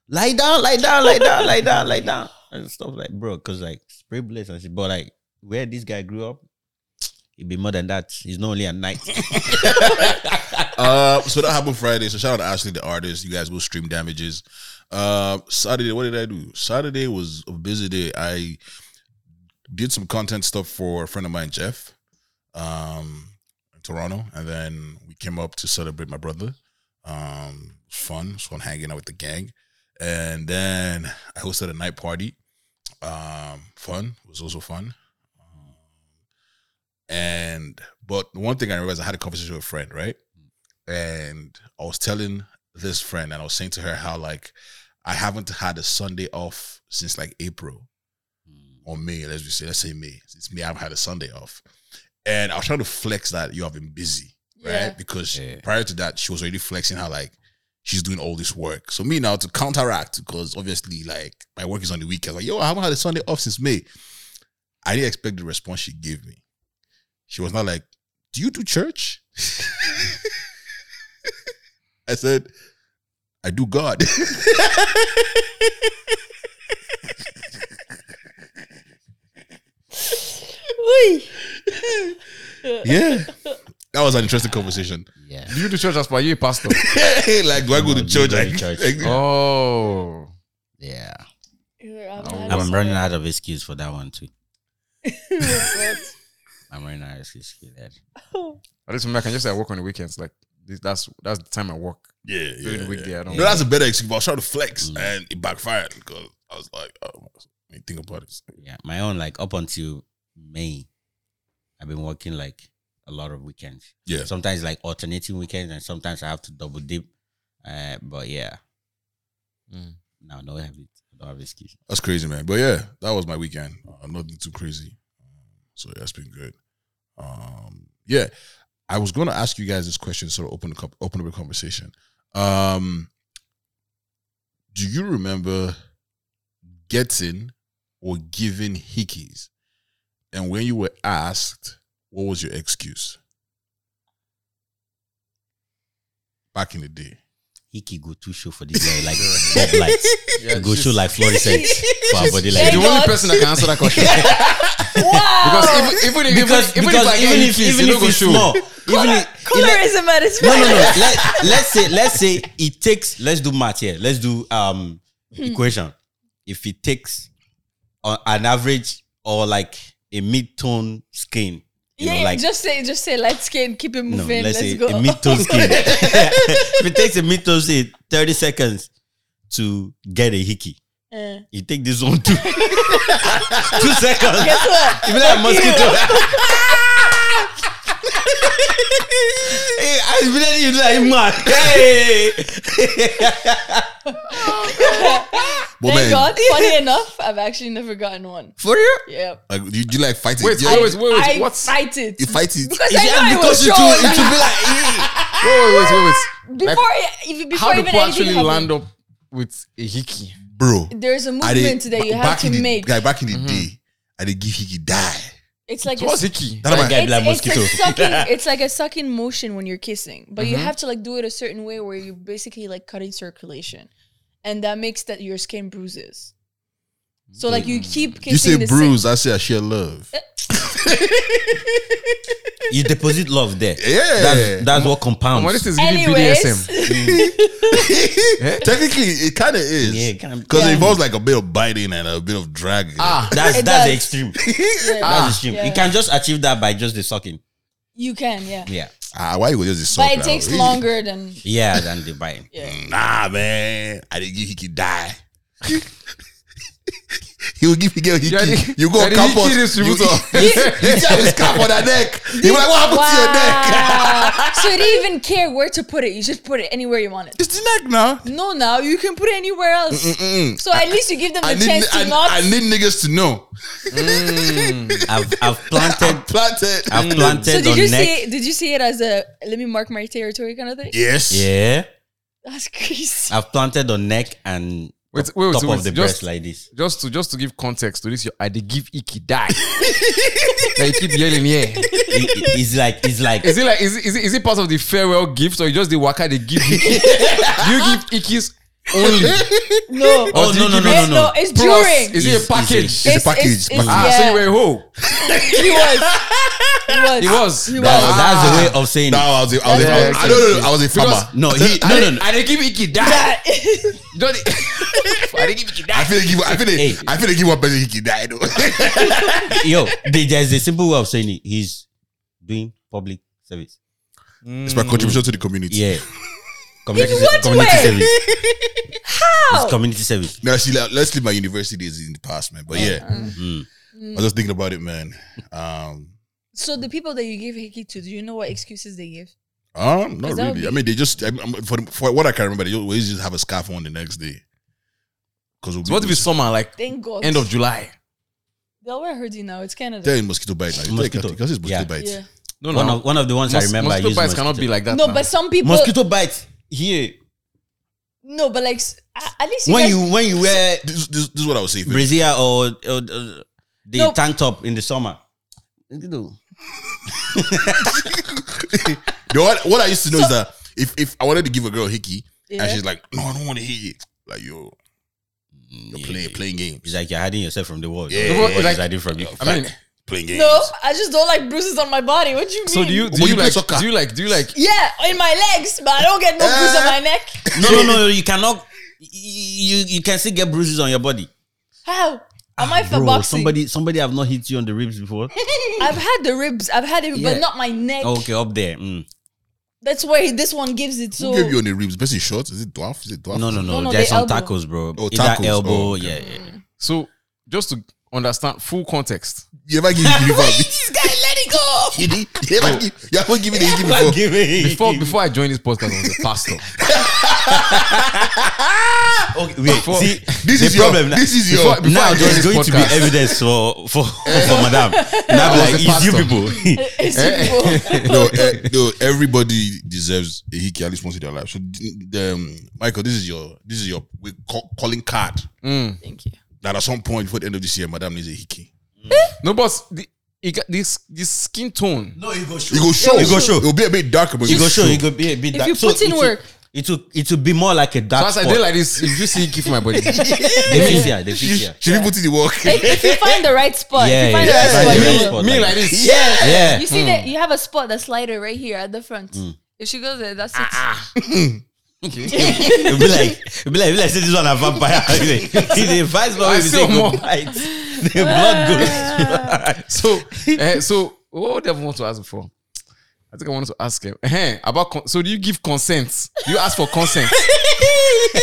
Speaker 5: "Lie down, lie down, lie down, lie down, lie down," and stuff like, bro, because like spray bullets and shit. But like, where this guy grew up, it'd be more than that. It's not only at night.
Speaker 3: Uh, so that happened Friday. So shout out to Ashley, the artist. You guys go stream damages. Uh, Saturday, what did I do? Saturday was a busy day. I did some content stuff for a friend of mine, Jeff, um, in Toronto, and then we came up to celebrate my brother. Um, it was fun, it was fun hanging out with the gang, and then I hosted a night party. Um, fun it was also fun. Um, and but the one thing I realized I had a conversation with a friend, right? and I was telling this friend and I was saying to her how like I haven't had a Sunday off since like April
Speaker 5: Mm,
Speaker 3: or May, let's just say let's say May. Since May, I haven't had a Sunday off. And I was trying to flex that you have been busy,
Speaker 6: Yeah.
Speaker 3: right? Because
Speaker 5: Yeah.
Speaker 3: prior to that, she was already flexing how like she's doing all this work. So me now to counteract, because obviously like my work is on the weekend. Like, yo, I haven't had a Sunday off since May. I didn't expect the response she gave me. She was not like, Do you do church? I said, I do God.
Speaker 6: Oy.
Speaker 3: yeah. That was an interesting conversation.
Speaker 5: Yeah.
Speaker 2: You do church as per you, a pastor.
Speaker 3: like, do I go
Speaker 5: No,
Speaker 3: to
Speaker 5: you
Speaker 3: church?
Speaker 5: go to
Speaker 3: Like-
Speaker 5: church.
Speaker 3: like-
Speaker 2: Oh.
Speaker 5: Yeah,
Speaker 6: Yeah, I've had
Speaker 5: I'm
Speaker 6: a-
Speaker 5: running out of excuse for that one too.
Speaker 6: What?
Speaker 5: I'm running out of excuse for that.
Speaker 2: At least for me, I can just say I work on the weekends. Like this- that's that's the time I work.
Speaker 3: yeah, yeah,
Speaker 2: During the
Speaker 3: yeah.
Speaker 2: weekday, I don't
Speaker 3: No, that's a better excuse. but I was trying to flex
Speaker 5: Mm.
Speaker 3: and it backfired because I was like, oh, let me think about it.
Speaker 5: Yeah, my own like up until May, I've been working like a lot of weekends.
Speaker 3: Yeah.
Speaker 5: Sometimes like alternating weekends, and sometimes I have to double dip. Uh, but yeah,
Speaker 2: Mm.
Speaker 5: now don't have it. I don't have excuse.
Speaker 3: That's crazy, man. But yeah, that was my weekend. Uh, nothing too crazy. So that's been good. Um, yeah, I was going to ask you guys this question, sort of open up, open up a conversation. Um, do you remember getting or giving hickeys? And when you were asked, what was your excuse? Back in the day.
Speaker 5: Hiki go to show for this guy like Bob lights.
Speaker 2: Yeah,
Speaker 5: go
Speaker 2: she's-
Speaker 5: show like fluorescent for our body
Speaker 2: She's
Speaker 5: like
Speaker 2: the
Speaker 4: Thank
Speaker 2: only
Speaker 4: God.
Speaker 2: person that can answer that question. because even, even, if-
Speaker 5: because
Speaker 2: even,
Speaker 5: because
Speaker 2: if I get
Speaker 5: even
Speaker 2: any
Speaker 5: if
Speaker 2: keys,
Speaker 5: even if
Speaker 2: you don't go
Speaker 5: it's
Speaker 2: show.
Speaker 5: small, even
Speaker 4: Color-
Speaker 5: if
Speaker 4: colorism at its
Speaker 5: no no no let let's say let's say it takes let's do math here let's do um
Speaker 4: Hmm.
Speaker 5: equation if it takes on an average or like a mid tone skin you
Speaker 4: Yeah,
Speaker 5: know like
Speaker 4: just say just say light skin, keep it
Speaker 5: no,
Speaker 4: moving,
Speaker 5: let's
Speaker 4: let's,
Speaker 5: say
Speaker 4: go.
Speaker 5: a mid tone skin if it takes a mid tone skin thirty seconds to get a hickey
Speaker 4: Eh.
Speaker 5: you take this one too two seconds
Speaker 4: Guess what?
Speaker 5: even like a mosquito. Hey, I really you like man. Hey,
Speaker 3: But
Speaker 4: Thank
Speaker 3: man,
Speaker 4: God. Funny enough, I've actually never gotten one.
Speaker 5: for real?
Speaker 4: Yep.
Speaker 3: like, you, you like fighting.
Speaker 2: Wait,
Speaker 3: you,
Speaker 2: wait, wait, wait,
Speaker 4: I
Speaker 2: what's-
Speaker 4: fight it.
Speaker 3: you fight it.
Speaker 4: Because I
Speaker 5: If you have
Speaker 4: know it was
Speaker 5: because it
Speaker 4: shown.
Speaker 5: will, it will be like. eh.
Speaker 2: Wait, wait, wait, wait.
Speaker 4: before,
Speaker 2: Like,
Speaker 4: it- even, before
Speaker 2: how do
Speaker 4: even
Speaker 2: people
Speaker 4: anything
Speaker 2: actually
Speaker 4: happened,
Speaker 2: land up with a hickey?
Speaker 3: Bro.
Speaker 4: there's a
Speaker 3: I
Speaker 4: movement
Speaker 3: did,
Speaker 4: that you have
Speaker 3: back
Speaker 4: to
Speaker 3: in the,
Speaker 4: make.
Speaker 3: Guy, back in the
Speaker 5: Mm-hmm.
Speaker 3: day, I did give hickey die.
Speaker 4: It's like
Speaker 2: So
Speaker 4: a
Speaker 2: what's hickey?
Speaker 3: That
Speaker 5: That
Speaker 3: man-
Speaker 5: guy be like
Speaker 4: it's, it's
Speaker 5: mosquito.
Speaker 4: a sucking, it's like a sucking motion when you're kissing, but you have to like do it a certain way where you're basically like cutting circulation, and that makes that your skin bruises. So like you keep kissing
Speaker 3: You say
Speaker 4: the
Speaker 3: bruise, I say I share love.
Speaker 5: You deposit love there.
Speaker 3: Yeah.
Speaker 5: That's, that's what compounds.
Speaker 2: What is this?
Speaker 4: Same.
Speaker 2: even
Speaker 4: Anyways,
Speaker 2: BDSM.
Speaker 3: Technically, it kind of is.
Speaker 5: Yeah, it kinda-
Speaker 3: Because it
Speaker 5: Yeah.
Speaker 3: involves like a bit of biting and a bit of dragging.
Speaker 2: Ah,
Speaker 5: That's
Speaker 4: It
Speaker 5: that's the
Speaker 4: does.
Speaker 5: extreme.
Speaker 4: yeah,
Speaker 5: That's extreme. You
Speaker 4: Yeah.
Speaker 5: can just achieve that by just the sucking.
Speaker 4: you can, yeah,
Speaker 5: Yeah,
Speaker 3: Ah, why you go just this?
Speaker 4: but it takes longer than
Speaker 5: yeah, than the buying.
Speaker 4: yeah.
Speaker 3: Nah, man. I didn't give Hiki die. he will give Hiki
Speaker 2: You're
Speaker 3: Hiki.
Speaker 2: the-
Speaker 3: You go
Speaker 2: you're
Speaker 3: on
Speaker 2: the
Speaker 3: campus.
Speaker 2: hickey
Speaker 3: You,
Speaker 2: distributor.
Speaker 3: you, you jam his cap on her neck. He was like, what happened to your neck?
Speaker 4: Wow. so you didn't even care where to put it. You just put it anywhere you want it.
Speaker 3: It's the neck now.
Speaker 4: No, now you can put it anywhere else.
Speaker 3: Mm-mm.
Speaker 4: So at least you give them the
Speaker 3: I need,
Speaker 4: chance to
Speaker 3: I,
Speaker 4: not.
Speaker 3: I need niggas to know.
Speaker 5: I've I've planted
Speaker 3: Planted.
Speaker 5: I've
Speaker 4: so
Speaker 5: planted
Speaker 4: did
Speaker 5: on
Speaker 4: you
Speaker 5: neck.
Speaker 4: see? Did you see it as a let me mark my territory kind of thing?
Speaker 3: Yes.
Speaker 5: Yeah,
Speaker 4: That's crazy.
Speaker 5: I've planted on neck and
Speaker 2: Wait, wait,
Speaker 5: top
Speaker 2: wait,
Speaker 5: of the
Speaker 2: wait.
Speaker 5: breast
Speaker 2: Oh, Just,
Speaker 5: like this.
Speaker 2: just to just to give context to this, you I they give Iki die. like you keep yelling, yeah.
Speaker 5: It- it- it's like it's like
Speaker 2: Is it like is it, is it, is it part of the farewell gift or you just the waka they give Iki? Do you give Ikis only?
Speaker 4: No.
Speaker 5: Oh
Speaker 2: do
Speaker 5: no
Speaker 2: you
Speaker 5: no no no
Speaker 2: give it-
Speaker 4: Yes,
Speaker 5: no!
Speaker 4: it's
Speaker 2: Plus,
Speaker 4: during.
Speaker 2: is it
Speaker 5: It's-
Speaker 2: a package?
Speaker 3: it's a package,
Speaker 4: It's, it's,
Speaker 3: but-
Speaker 2: ah, so you were a hoe.
Speaker 4: he was. He was.
Speaker 2: He was.
Speaker 4: He
Speaker 5: That's,
Speaker 4: was.
Speaker 5: that's the way of saying
Speaker 3: No,
Speaker 5: it.
Speaker 3: I was a, I was a,
Speaker 2: Yeah,
Speaker 3: I don't know. I was a farmer.
Speaker 2: Because-
Speaker 5: No, he
Speaker 2: I
Speaker 5: no no
Speaker 2: didn't-
Speaker 5: no.
Speaker 2: I didn't give Iki die. Don't- I didn't give Iki
Speaker 3: I
Speaker 2: die.
Speaker 3: feel like give. I feel like,
Speaker 5: Hey.
Speaker 3: I feel like give one person he can die though.
Speaker 5: Yo, there- there's a simple way of saying it. He's doing public service.
Speaker 3: it's my contribution to the community.
Speaker 5: Yeah. Community,
Speaker 4: In
Speaker 5: se-
Speaker 4: what
Speaker 5: community
Speaker 4: way?
Speaker 5: service. How? It's community service.
Speaker 3: Now, see, like, let's leave my university days in the past, man. But yeah, I was just thinking about it, man. Um,
Speaker 4: So the people that you gave Hickey to, do you know what excuses they give?
Speaker 3: um, not
Speaker 4: Is that
Speaker 3: really.
Speaker 4: okay?
Speaker 3: I mean, they just I mean, for for what I can remember, they always just have a scarf on the next day. Because
Speaker 2: So what if it's summer, like
Speaker 4: Thank God.
Speaker 2: end of July?
Speaker 4: They'll wear hoodie now. It's Canada.
Speaker 3: They're in mosquito bite. Like,
Speaker 5: Mosquito.
Speaker 3: Because it's mosquito
Speaker 5: Yeah.
Speaker 3: bite.
Speaker 4: Yeah.
Speaker 2: No,
Speaker 5: One of one of the ones I
Speaker 2: Mos-
Speaker 5: remember. I
Speaker 2: Mosquito
Speaker 5: used
Speaker 2: bites cannot be like that.
Speaker 4: No,
Speaker 2: now.
Speaker 4: but some people.
Speaker 5: mosquito bites here.
Speaker 4: No, but like s- a- at least you
Speaker 5: When
Speaker 4: guys-
Speaker 5: you when you wear
Speaker 3: This, this, this is what I was saying.
Speaker 5: brazier or, or, uh, the
Speaker 4: No.
Speaker 5: tank top in the summer. Mosquito.
Speaker 3: The one- what I used to know is that if if I wanted to give a girl hickey and
Speaker 4: Yeah.
Speaker 3: she's like, no, I don't want to hit it. Like yo, you're playing playing games.
Speaker 5: It's like you're hiding yourself from the world.
Speaker 3: Yeah.
Speaker 5: The
Speaker 3: Yeah.
Speaker 5: world is
Speaker 2: Like-
Speaker 5: hiding from you.
Speaker 2: I mean,
Speaker 3: Playing games.
Speaker 4: No, I just don't like bruises on my body. What do you mean?
Speaker 2: so do you
Speaker 3: But
Speaker 2: do you,
Speaker 3: you play
Speaker 2: like
Speaker 3: soccer.
Speaker 2: do you like do you like
Speaker 4: Yeah, in my legs, but I don't get no bruise on
Speaker 3: Eh?
Speaker 4: my neck.
Speaker 5: No, no, no, no. You cannot. You you can still get bruises on your body.
Speaker 4: How? Am I for
Speaker 5: Ah, Bro,
Speaker 4: boxing?
Speaker 5: somebody somebody have not hit you on the ribs before.
Speaker 4: I've had the ribs. I've had it,
Speaker 5: Yeah.
Speaker 4: but not my neck.
Speaker 5: okay, up there. Mm.
Speaker 4: That's why this one gives it so.
Speaker 3: Who gave you on the ribs? Person short? Is it dwarf? Is it dwarf?
Speaker 5: No, no,
Speaker 4: No,
Speaker 5: no.
Speaker 4: no,
Speaker 5: There's
Speaker 4: the
Speaker 5: some
Speaker 4: elbow.
Speaker 5: tackles, bro.
Speaker 3: Oh,
Speaker 5: Either
Speaker 3: tackles.
Speaker 5: elbow.
Speaker 3: Oh,
Speaker 5: Yeah, yeah. yeah.
Speaker 2: so just to understand full context?
Speaker 3: You never give hickey before.
Speaker 4: this guy, let it go.
Speaker 3: You did- you never give. You haven't given a hickey before.
Speaker 2: Before before I joined this podcast, I was a pastor.
Speaker 5: okay, wait.
Speaker 2: Before-
Speaker 5: see,
Speaker 3: This
Speaker 5: the
Speaker 3: is your.
Speaker 5: problem. now-
Speaker 3: This is
Speaker 2: Before-
Speaker 3: your.
Speaker 2: before
Speaker 5: now
Speaker 2: I joined
Speaker 5: there's
Speaker 2: this
Speaker 5: going to
Speaker 2: podcast.
Speaker 5: be evidence for for for madam. Now
Speaker 2: I was
Speaker 5: like
Speaker 2: a
Speaker 5: it's you
Speaker 2: pastor.
Speaker 5: people. Eh.
Speaker 4: It's simple.
Speaker 3: no, eh, no, everybody deserves a hickey at least once in their life. So, the, um, Michael, this is your this is your we call, calling card.
Speaker 2: Mm.
Speaker 4: Thank you.
Speaker 3: that at some point before the end of this year, Madame needs a hickey.
Speaker 2: No, but the, it, got- this this skin tone.
Speaker 5: No, it go show.
Speaker 3: It go show.
Speaker 5: It go show.
Speaker 3: It'll be a bit darker, but
Speaker 5: It go
Speaker 3: will
Speaker 5: show. It go be a bit
Speaker 6: If
Speaker 5: dark.
Speaker 6: you put in
Speaker 5: it will-
Speaker 6: work.
Speaker 5: it will it will be more like a
Speaker 2: So
Speaker 5: dark
Speaker 2: as I
Speaker 5: spot.
Speaker 2: did like this, if you see it, give my body.
Speaker 5: the physia, the physia.
Speaker 3: Should we put it in the work?
Speaker 4: If, if you find the right spot, if
Speaker 5: Yeah,
Speaker 4: you find
Speaker 5: yeah,
Speaker 4: the right
Speaker 5: yeah,
Speaker 4: spot,
Speaker 5: yeah.
Speaker 4: you
Speaker 5: Yeah.
Speaker 4: will.
Speaker 5: spot,
Speaker 2: Me
Speaker 5: like-
Speaker 2: like this.
Speaker 5: Yeah. Hmm.
Speaker 4: You see that you have a spot that's lighter right here at the front. If she goes there, that's it.
Speaker 5: It'll be like it'll be like, it'll be like say this one a vampire. See the vice
Speaker 2: I
Speaker 5: versa.
Speaker 2: see more.
Speaker 5: The blood goes.
Speaker 2: so eh, so what would I want to ask before? I think I wanted to ask him eh, about con- so do you give consent? Do you ask for consent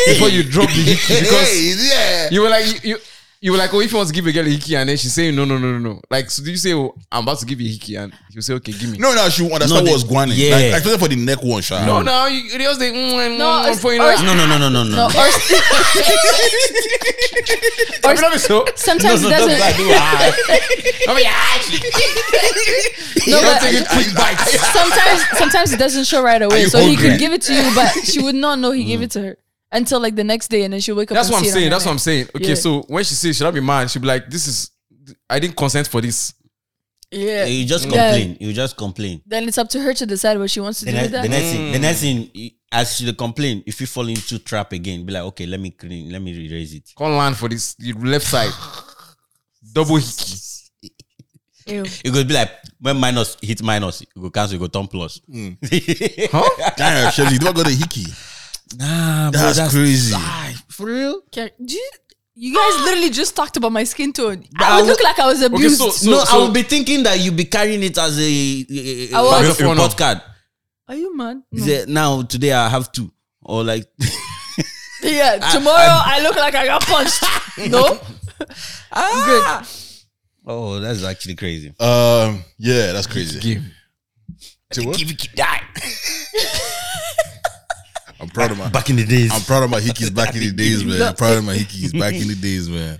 Speaker 2: before you drop the hickey? Because
Speaker 3: Hey, yeah.
Speaker 2: you were like you, you you were like, oh, if you want to give a girl a hickey, and then she's saying no, no, no, no, no. Like, so do you say, oh, I'm about to give you a hickey, and you say, okay, give me.
Speaker 3: No, no, she understand
Speaker 5: No,
Speaker 3: what's
Speaker 5: the-
Speaker 3: going on. Like,
Speaker 5: yeah.
Speaker 3: especially for the neck one, sha.
Speaker 2: no, no, you, you just say, mm, mm,
Speaker 4: No,
Speaker 2: mm,
Speaker 4: it's-
Speaker 2: for, you
Speaker 4: or-
Speaker 2: know,
Speaker 5: No, no, no, no, no,
Speaker 4: No,
Speaker 5: no.
Speaker 4: or
Speaker 2: I mean, so,
Speaker 4: sometimes
Speaker 5: no,
Speaker 4: it
Speaker 5: that's what I
Speaker 4: doesn't.
Speaker 5: do. Ah,
Speaker 2: I mean, ah,
Speaker 4: No,
Speaker 2: you don't
Speaker 4: but
Speaker 2: take it quick bites.
Speaker 4: sometimes sometimes it doesn't show right away.
Speaker 3: you
Speaker 4: So he
Speaker 3: hungry?
Speaker 4: could give it to you, but she would not know he gave it to her until like the next day, and then she'll wake up.
Speaker 2: That's
Speaker 4: and
Speaker 2: what I'm
Speaker 4: see it on
Speaker 2: saying.
Speaker 4: her neck.
Speaker 2: That's what I'm saying. Okay,
Speaker 4: Yeah.
Speaker 2: so when she says, should I be mad? She'll be like, this is, I didn't consent for this.
Speaker 4: Yeah.
Speaker 5: You just
Speaker 4: Yeah.
Speaker 5: complain. You just complain.
Speaker 4: Then it's up to her to decide what she wants to
Speaker 5: the
Speaker 4: do
Speaker 5: next,
Speaker 4: with
Speaker 5: the
Speaker 4: that.
Speaker 5: next thing, the next thing, you- as you complain, if you fall into trap again, be like, okay, let me clean, let me erase it.
Speaker 2: Can't land for this the left side. Double hickey.
Speaker 4: Ew.
Speaker 5: It could be like when minus hit minus, you go cancel, you go turn plus.
Speaker 2: Huh?
Speaker 3: Damn, Shelly, you don't got a hickey.
Speaker 5: Nah, bro,
Speaker 3: That's, crazy.
Speaker 5: for real.
Speaker 4: Can- do you, you guys literally just talked about my skin tone.
Speaker 5: I
Speaker 4: I would
Speaker 5: will-
Speaker 4: look like I was abused.
Speaker 2: so- so-
Speaker 5: no, I will be thinking that you be carrying it as a, a,
Speaker 4: I
Speaker 5: a,
Speaker 4: was-
Speaker 5: a report card.
Speaker 4: Are you mad?
Speaker 5: Is
Speaker 4: No.
Speaker 5: it now today I have two or like
Speaker 4: Yeah, tomorrow I, look like I got punched. no?
Speaker 5: ah. Oh, that's actually crazy.
Speaker 3: Um, yeah, that's crazy.
Speaker 2: Game.
Speaker 3: Say what?
Speaker 5: die.
Speaker 3: I'm proud of my.
Speaker 5: Back in the days,
Speaker 3: I'm proud of my hickeys back in the days, man. I'm proud of my hickeys back in the days, man.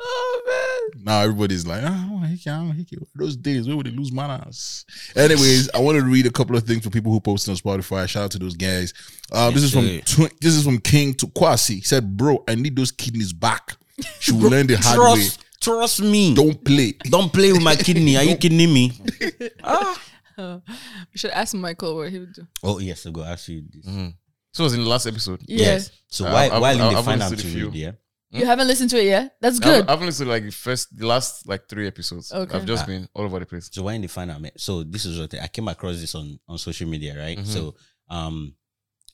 Speaker 3: Now everybody's like, ah, I want a hickey, I want a hickey. Those days, where would they lose manners? Anyways, I want to read a couple of things for people who posted on Spotify. Shout out to those guys. Uh, this is from tw- this is from King to Kwasi. He said, "Bro, I need those kidneys back. She will learn the hard way.
Speaker 5: trust, trust me. Don't,
Speaker 3: Don't play."
Speaker 5: play with my kidney. Are you kidding me?
Speaker 4: Uh, We should ask Michael what he would do.
Speaker 5: Oh yes, I go ask you this.
Speaker 2: So it was in the last episode.
Speaker 5: Yes. So why
Speaker 2: I've-
Speaker 5: while
Speaker 2: I've-
Speaker 5: in the
Speaker 2: I've
Speaker 5: final
Speaker 2: understood a
Speaker 5: to read,
Speaker 2: few.
Speaker 5: yeah.
Speaker 4: Yeah. You haven't listened to it yet? That's good.
Speaker 2: I've, I've only seen like the first, the last like three episodes.
Speaker 4: Okay.
Speaker 2: I've just been all over the place.
Speaker 5: So why in the final? man? So this is what I I came across this on on social media, right? So um,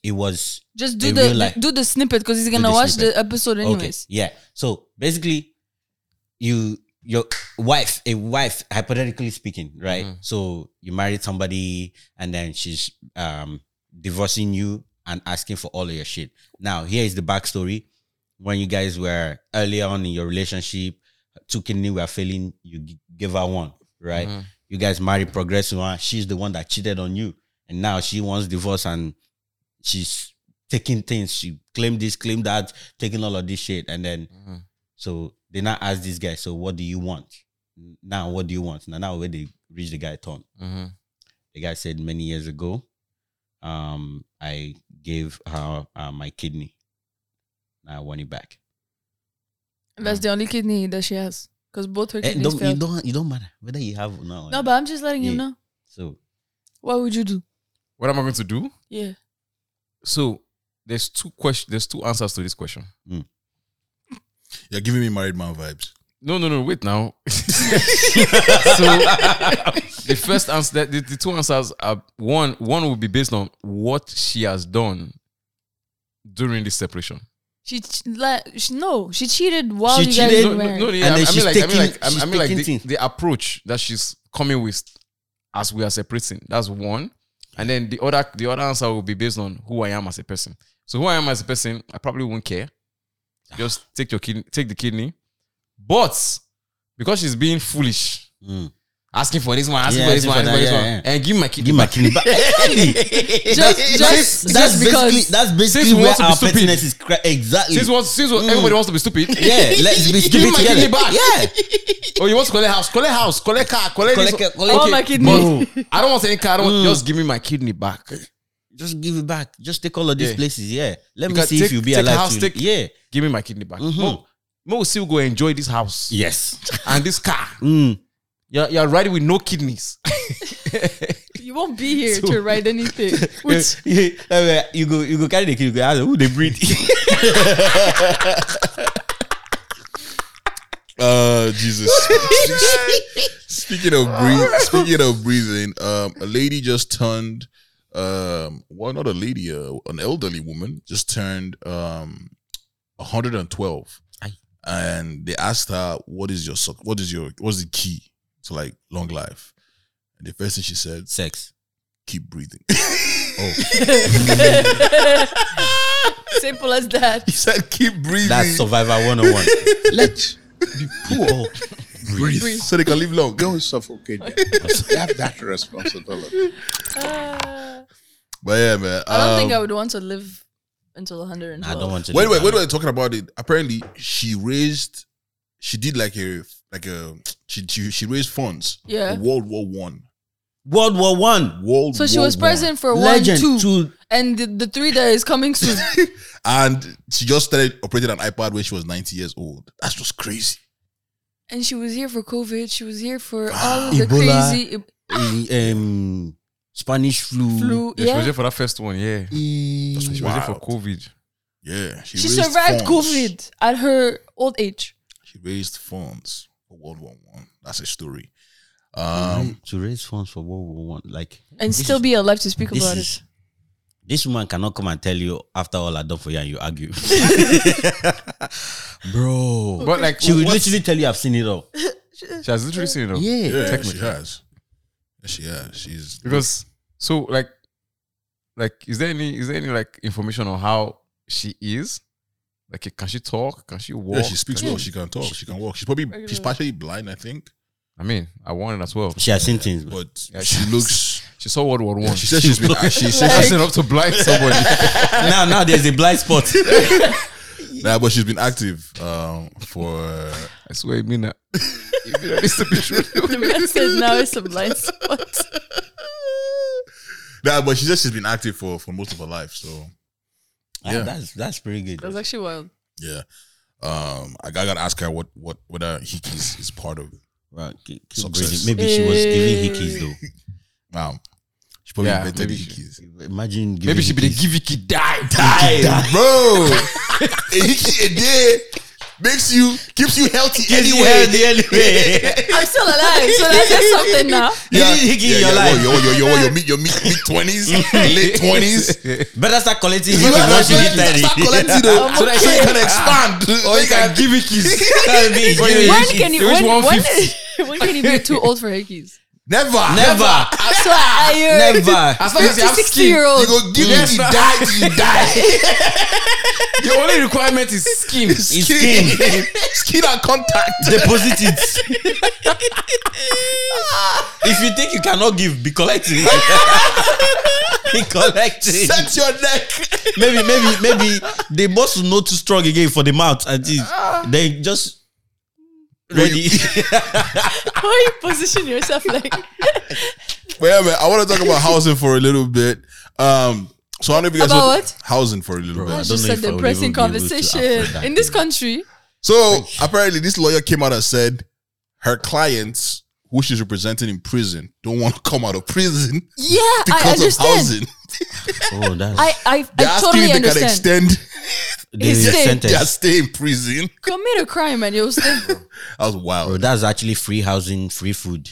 Speaker 5: it was
Speaker 4: just do
Speaker 5: in
Speaker 4: the
Speaker 5: real life.
Speaker 4: do the snippet because he's gonna
Speaker 5: the
Speaker 4: watch
Speaker 5: snippet.
Speaker 4: the episode anyways.
Speaker 5: Okay. Yeah. So basically, you your wife, a wife, hypothetically speaking, right? So you married somebody and then she's um divorcing you and asking for all of your shit. Now, here is the backstory. When you guys were earlier on in your relationship, two kidney were failing, you g- gave her one, right?
Speaker 2: Mm-hmm.
Speaker 5: You guys married progressive one. She's the one that cheated on you. And now she wants divorce and she's taking things. She claimed this, claimed that, taking all of this shit. And then
Speaker 2: Mm-hmm.
Speaker 5: so they now ask this guy, so what do you want? Now what do you want? Now now where they reach the guy turn.
Speaker 2: Mm-hmm.
Speaker 5: The guy said many years ago, um, I gave her uh, my kidney. Now I want it back.
Speaker 4: That's the only kidney that she has because both her
Speaker 5: Eh,
Speaker 4: kidneys
Speaker 5: don't, you
Speaker 4: failed.
Speaker 5: don't you don't matter whether you have or not.
Speaker 4: no, but I'm just letting you
Speaker 5: Yeah.
Speaker 4: know.
Speaker 5: so
Speaker 4: What would you do?
Speaker 2: What am I going to do?
Speaker 4: Yeah.
Speaker 2: So there's two questions. There's two answers to this question.
Speaker 3: You're giving me married man vibes.
Speaker 2: No, no, no. Wait now. so the first answer, the, the two answers are one. One will be based on what she has done during this separation.
Speaker 4: She, ch- like she no, she cheated while
Speaker 5: She
Speaker 4: you
Speaker 5: cheated?
Speaker 4: guys
Speaker 2: No,
Speaker 4: were
Speaker 2: no,
Speaker 4: married.
Speaker 2: no, yeah,
Speaker 5: And then
Speaker 2: I, mean
Speaker 5: she's
Speaker 2: like,
Speaker 5: taking-
Speaker 2: I mean like, I
Speaker 5: she's
Speaker 2: mean, I mean like
Speaker 5: taking
Speaker 2: the,
Speaker 5: things.
Speaker 2: the approach that she's coming with as we are separating. That's one, and then the other, the other answer will be based on who I am as a person. So who I am as a person, I probably won't care. Just take your kidney, take the kidney, but because she's being foolish.
Speaker 5: mm.
Speaker 2: Asking for this one, asking
Speaker 5: Yeah,
Speaker 2: for this
Speaker 5: asking
Speaker 2: one,
Speaker 5: for that,
Speaker 2: asking for this
Speaker 5: yeah,
Speaker 2: one,
Speaker 5: yeah.
Speaker 2: and give my kidney.
Speaker 5: give my kidney back.
Speaker 4: Just,
Speaker 5: that's,
Speaker 4: just, just
Speaker 5: that's
Speaker 4: because.
Speaker 5: basically that's
Speaker 2: Since
Speaker 5: basically
Speaker 2: we
Speaker 5: where
Speaker 2: want to be
Speaker 5: our
Speaker 2: stupid.
Speaker 5: pettiness is cra- exactly.
Speaker 2: Since what, since what, everybody wants to be stupid.
Speaker 5: Hmm. yeah, let's be
Speaker 2: Give
Speaker 5: stupid
Speaker 2: my
Speaker 5: together.
Speaker 2: kidney back.
Speaker 5: Yeah,
Speaker 2: Oh, you want to collect house, collect house, collect car, collect, this
Speaker 5: Collect-
Speaker 2: one.
Speaker 5: collect
Speaker 4: All
Speaker 5: it.
Speaker 4: my kidney.
Speaker 5: No.
Speaker 2: I don't want any car. I don't want,
Speaker 5: Mm.
Speaker 2: just give me my kidney back.
Speaker 5: just give it back. Just take all of these
Speaker 2: Yeah.
Speaker 5: places. Yeah. Let me
Speaker 2: You can
Speaker 5: see
Speaker 2: take-
Speaker 5: if you'll be
Speaker 2: take
Speaker 5: alive.
Speaker 2: house,
Speaker 5: to-
Speaker 2: take-
Speaker 5: yeah.
Speaker 2: Give me my kidney back.
Speaker 5: Mhm.
Speaker 2: No, May we still go enjoy this house
Speaker 5: Yes.
Speaker 2: and this car.
Speaker 5: Mm.
Speaker 2: You're, you're riding with no kidneys.
Speaker 4: You won't be here to write anything. Which
Speaker 5: you go, you go carry the kid. You go ask them, who they breed.
Speaker 3: Uh, Jesus. speaking of breathing, speaking of breathing, um, a lady just turned, um, well, not a lady, uh, an elderly woman just turned um, 112,
Speaker 5: Aye.
Speaker 3: and they asked her, "What is your suc- what is your what's the key to like long life?" And the first thing she said,
Speaker 5: Sex.
Speaker 3: "Keep breathing."
Speaker 4: simple as that.
Speaker 3: He said, "Keep breathing."
Speaker 5: That's Survivor 101.
Speaker 7: Let
Speaker 5: Cool.
Speaker 7: breathe.
Speaker 3: so they can live long.
Speaker 7: Don't suffocate them. you have that responsibility.
Speaker 4: Uh,
Speaker 3: But yeah, man.
Speaker 4: I don't
Speaker 3: um,
Speaker 4: think I would want to live until 100.
Speaker 5: I don't want to.
Speaker 3: Wait,
Speaker 5: do
Speaker 3: wait, wait,
Speaker 5: that.
Speaker 3: wait. Talking about it, apparently she raised, she did like a like a she she, she raised funds.
Speaker 4: Yeah.
Speaker 3: for World War One.
Speaker 5: World War One.
Speaker 3: World.
Speaker 4: So she
Speaker 3: War
Speaker 4: was president for
Speaker 5: Legend.
Speaker 4: one, two,
Speaker 5: Two.
Speaker 4: and the, the three that is coming soon.
Speaker 3: One. and she just started operating an iPad when she was ninety years old. That's just crazy.
Speaker 4: and she was here for COVID. She was here for all of the
Speaker 5: Ebola.
Speaker 4: crazy e-
Speaker 5: Um, Spanish flu.
Speaker 4: flu.
Speaker 2: Mm, Yeah, she was
Speaker 4: Yeah.
Speaker 2: here for that first one. Yeah,
Speaker 5: Eh,
Speaker 2: she was here for COVID.
Speaker 3: Yeah, she,
Speaker 4: She
Speaker 3: raised
Speaker 4: survived
Speaker 3: funds.
Speaker 4: COVID at her old age.
Speaker 3: She raised funds for World War One. That's a story. Um,
Speaker 2: Mm-hmm.
Speaker 5: to raise funds for World War One, like
Speaker 4: And
Speaker 5: this
Speaker 4: still
Speaker 5: is-
Speaker 4: be alive to speak
Speaker 5: this
Speaker 4: about
Speaker 5: is-
Speaker 4: it.
Speaker 5: This woman cannot come and tell you after all I done for you and you argue, bro.
Speaker 2: But like,
Speaker 5: She will
Speaker 2: what's-
Speaker 5: literally tell you I've seen it all.
Speaker 2: she has literally seen it. all.
Speaker 5: Yeah.
Speaker 3: yeah, she
Speaker 2: technically.
Speaker 3: has. Yeah, She has. She's
Speaker 2: because so like like is there any is there any like information on how she is like can she talk can she walk
Speaker 3: yeah. She speaks
Speaker 2: Can-
Speaker 3: well. She can talk. She can walk. She's probably she's partially blind. I think.
Speaker 2: i mean i wanted as well
Speaker 5: She has seen things, bro.
Speaker 3: but
Speaker 2: Yeah,
Speaker 3: she
Speaker 2: she-
Speaker 3: looks.
Speaker 2: she saw world war one
Speaker 3: She says she's been. She says
Speaker 2: she's enough to blind somebody
Speaker 5: now, now there's a blind spot.
Speaker 3: nah, but she's been active um, for.
Speaker 2: i swear it mean that It mean that it's the truth.
Speaker 4: The man said now it's a blind spot.
Speaker 3: Nah, but she says she's been active for for most of her life. So
Speaker 5: Ah,
Speaker 3: Yeah.
Speaker 5: that's that's pretty good.
Speaker 4: That's actually wild.
Speaker 3: yeah, um, I, I gotta ask her what what whether Hickey's is part of.
Speaker 5: Right, keep- keep
Speaker 3: Success.
Speaker 5: breathing. Maybe she was giving hickeys though.
Speaker 3: Um, she probably
Speaker 2: Yeah,
Speaker 3: invented
Speaker 2: maybe
Speaker 3: Hickey's.
Speaker 5: Imagine giving
Speaker 2: maybe she be the
Speaker 5: hickeys.
Speaker 2: give you kid die
Speaker 3: Hey, bro, a Hickey a day makes you keeps you healthy anywhere.
Speaker 5: anywhere, anywhere.
Speaker 4: I'm still alive, so that's just something now.
Speaker 5: You need Hickey in your
Speaker 3: yeah,
Speaker 5: life.
Speaker 3: Your, your, your, your mid your mid mid twenties, late twenties.
Speaker 5: Better start collecting
Speaker 3: You
Speaker 5: hickeys
Speaker 3: have
Speaker 5: once
Speaker 3: to
Speaker 5: you
Speaker 3: start
Speaker 5: hit thirty.
Speaker 3: collecting though, so that so you can expand.
Speaker 5: Ah.
Speaker 2: or you
Speaker 3: They
Speaker 2: can give you kids
Speaker 5: When
Speaker 4: When can you
Speaker 2: It was
Speaker 4: when, when,
Speaker 2: 150.
Speaker 4: when can you be too old for hickeys?
Speaker 3: Never,
Speaker 5: Never,
Speaker 4: So I I-
Speaker 5: never.
Speaker 2: as long as you have
Speaker 4: 50, 60
Speaker 2: skin
Speaker 3: You
Speaker 4: year old.
Speaker 3: go give it, you die, till you die.
Speaker 2: the only requirement is skin
Speaker 5: It's skin.
Speaker 3: Skin and contact.
Speaker 5: Deposit it. if you think you cannot give, be collecting. be collecting.
Speaker 3: Set your neck.
Speaker 5: Maybe, maybe, maybe the boss will not too strong again for the mouth. At least they just ready.
Speaker 4: How you position yourself like
Speaker 3: Wait a minute. I want to talk about housing for a little bit. Um, so I don't know if you guys
Speaker 4: About
Speaker 3: know
Speaker 4: what?
Speaker 3: housing for a little bit.
Speaker 4: that's just
Speaker 5: know
Speaker 4: a
Speaker 5: if I would
Speaker 4: depressing
Speaker 5: even be able to
Speaker 4: conversation
Speaker 5: afford that
Speaker 4: in this
Speaker 5: thing.
Speaker 4: country.
Speaker 3: So apparently, this lawyer came out and said her clients, who she's representing in prison, don't want to come out of prison
Speaker 4: Yeah, I
Speaker 3: because of
Speaker 4: understand.
Speaker 3: housing.
Speaker 5: Oh, that's
Speaker 4: I I,
Speaker 3: They're
Speaker 4: I
Speaker 3: asking
Speaker 4: totally
Speaker 3: if they can
Speaker 4: understand.
Speaker 3: extend
Speaker 5: the
Speaker 4: His thing.
Speaker 5: sentence.
Speaker 3: their stay in prison.
Speaker 4: Commit a crime and you'll still
Speaker 3: That was
Speaker 2: Oh,
Speaker 5: Bro,
Speaker 3: wild.
Speaker 5: that's actually free housing, free food.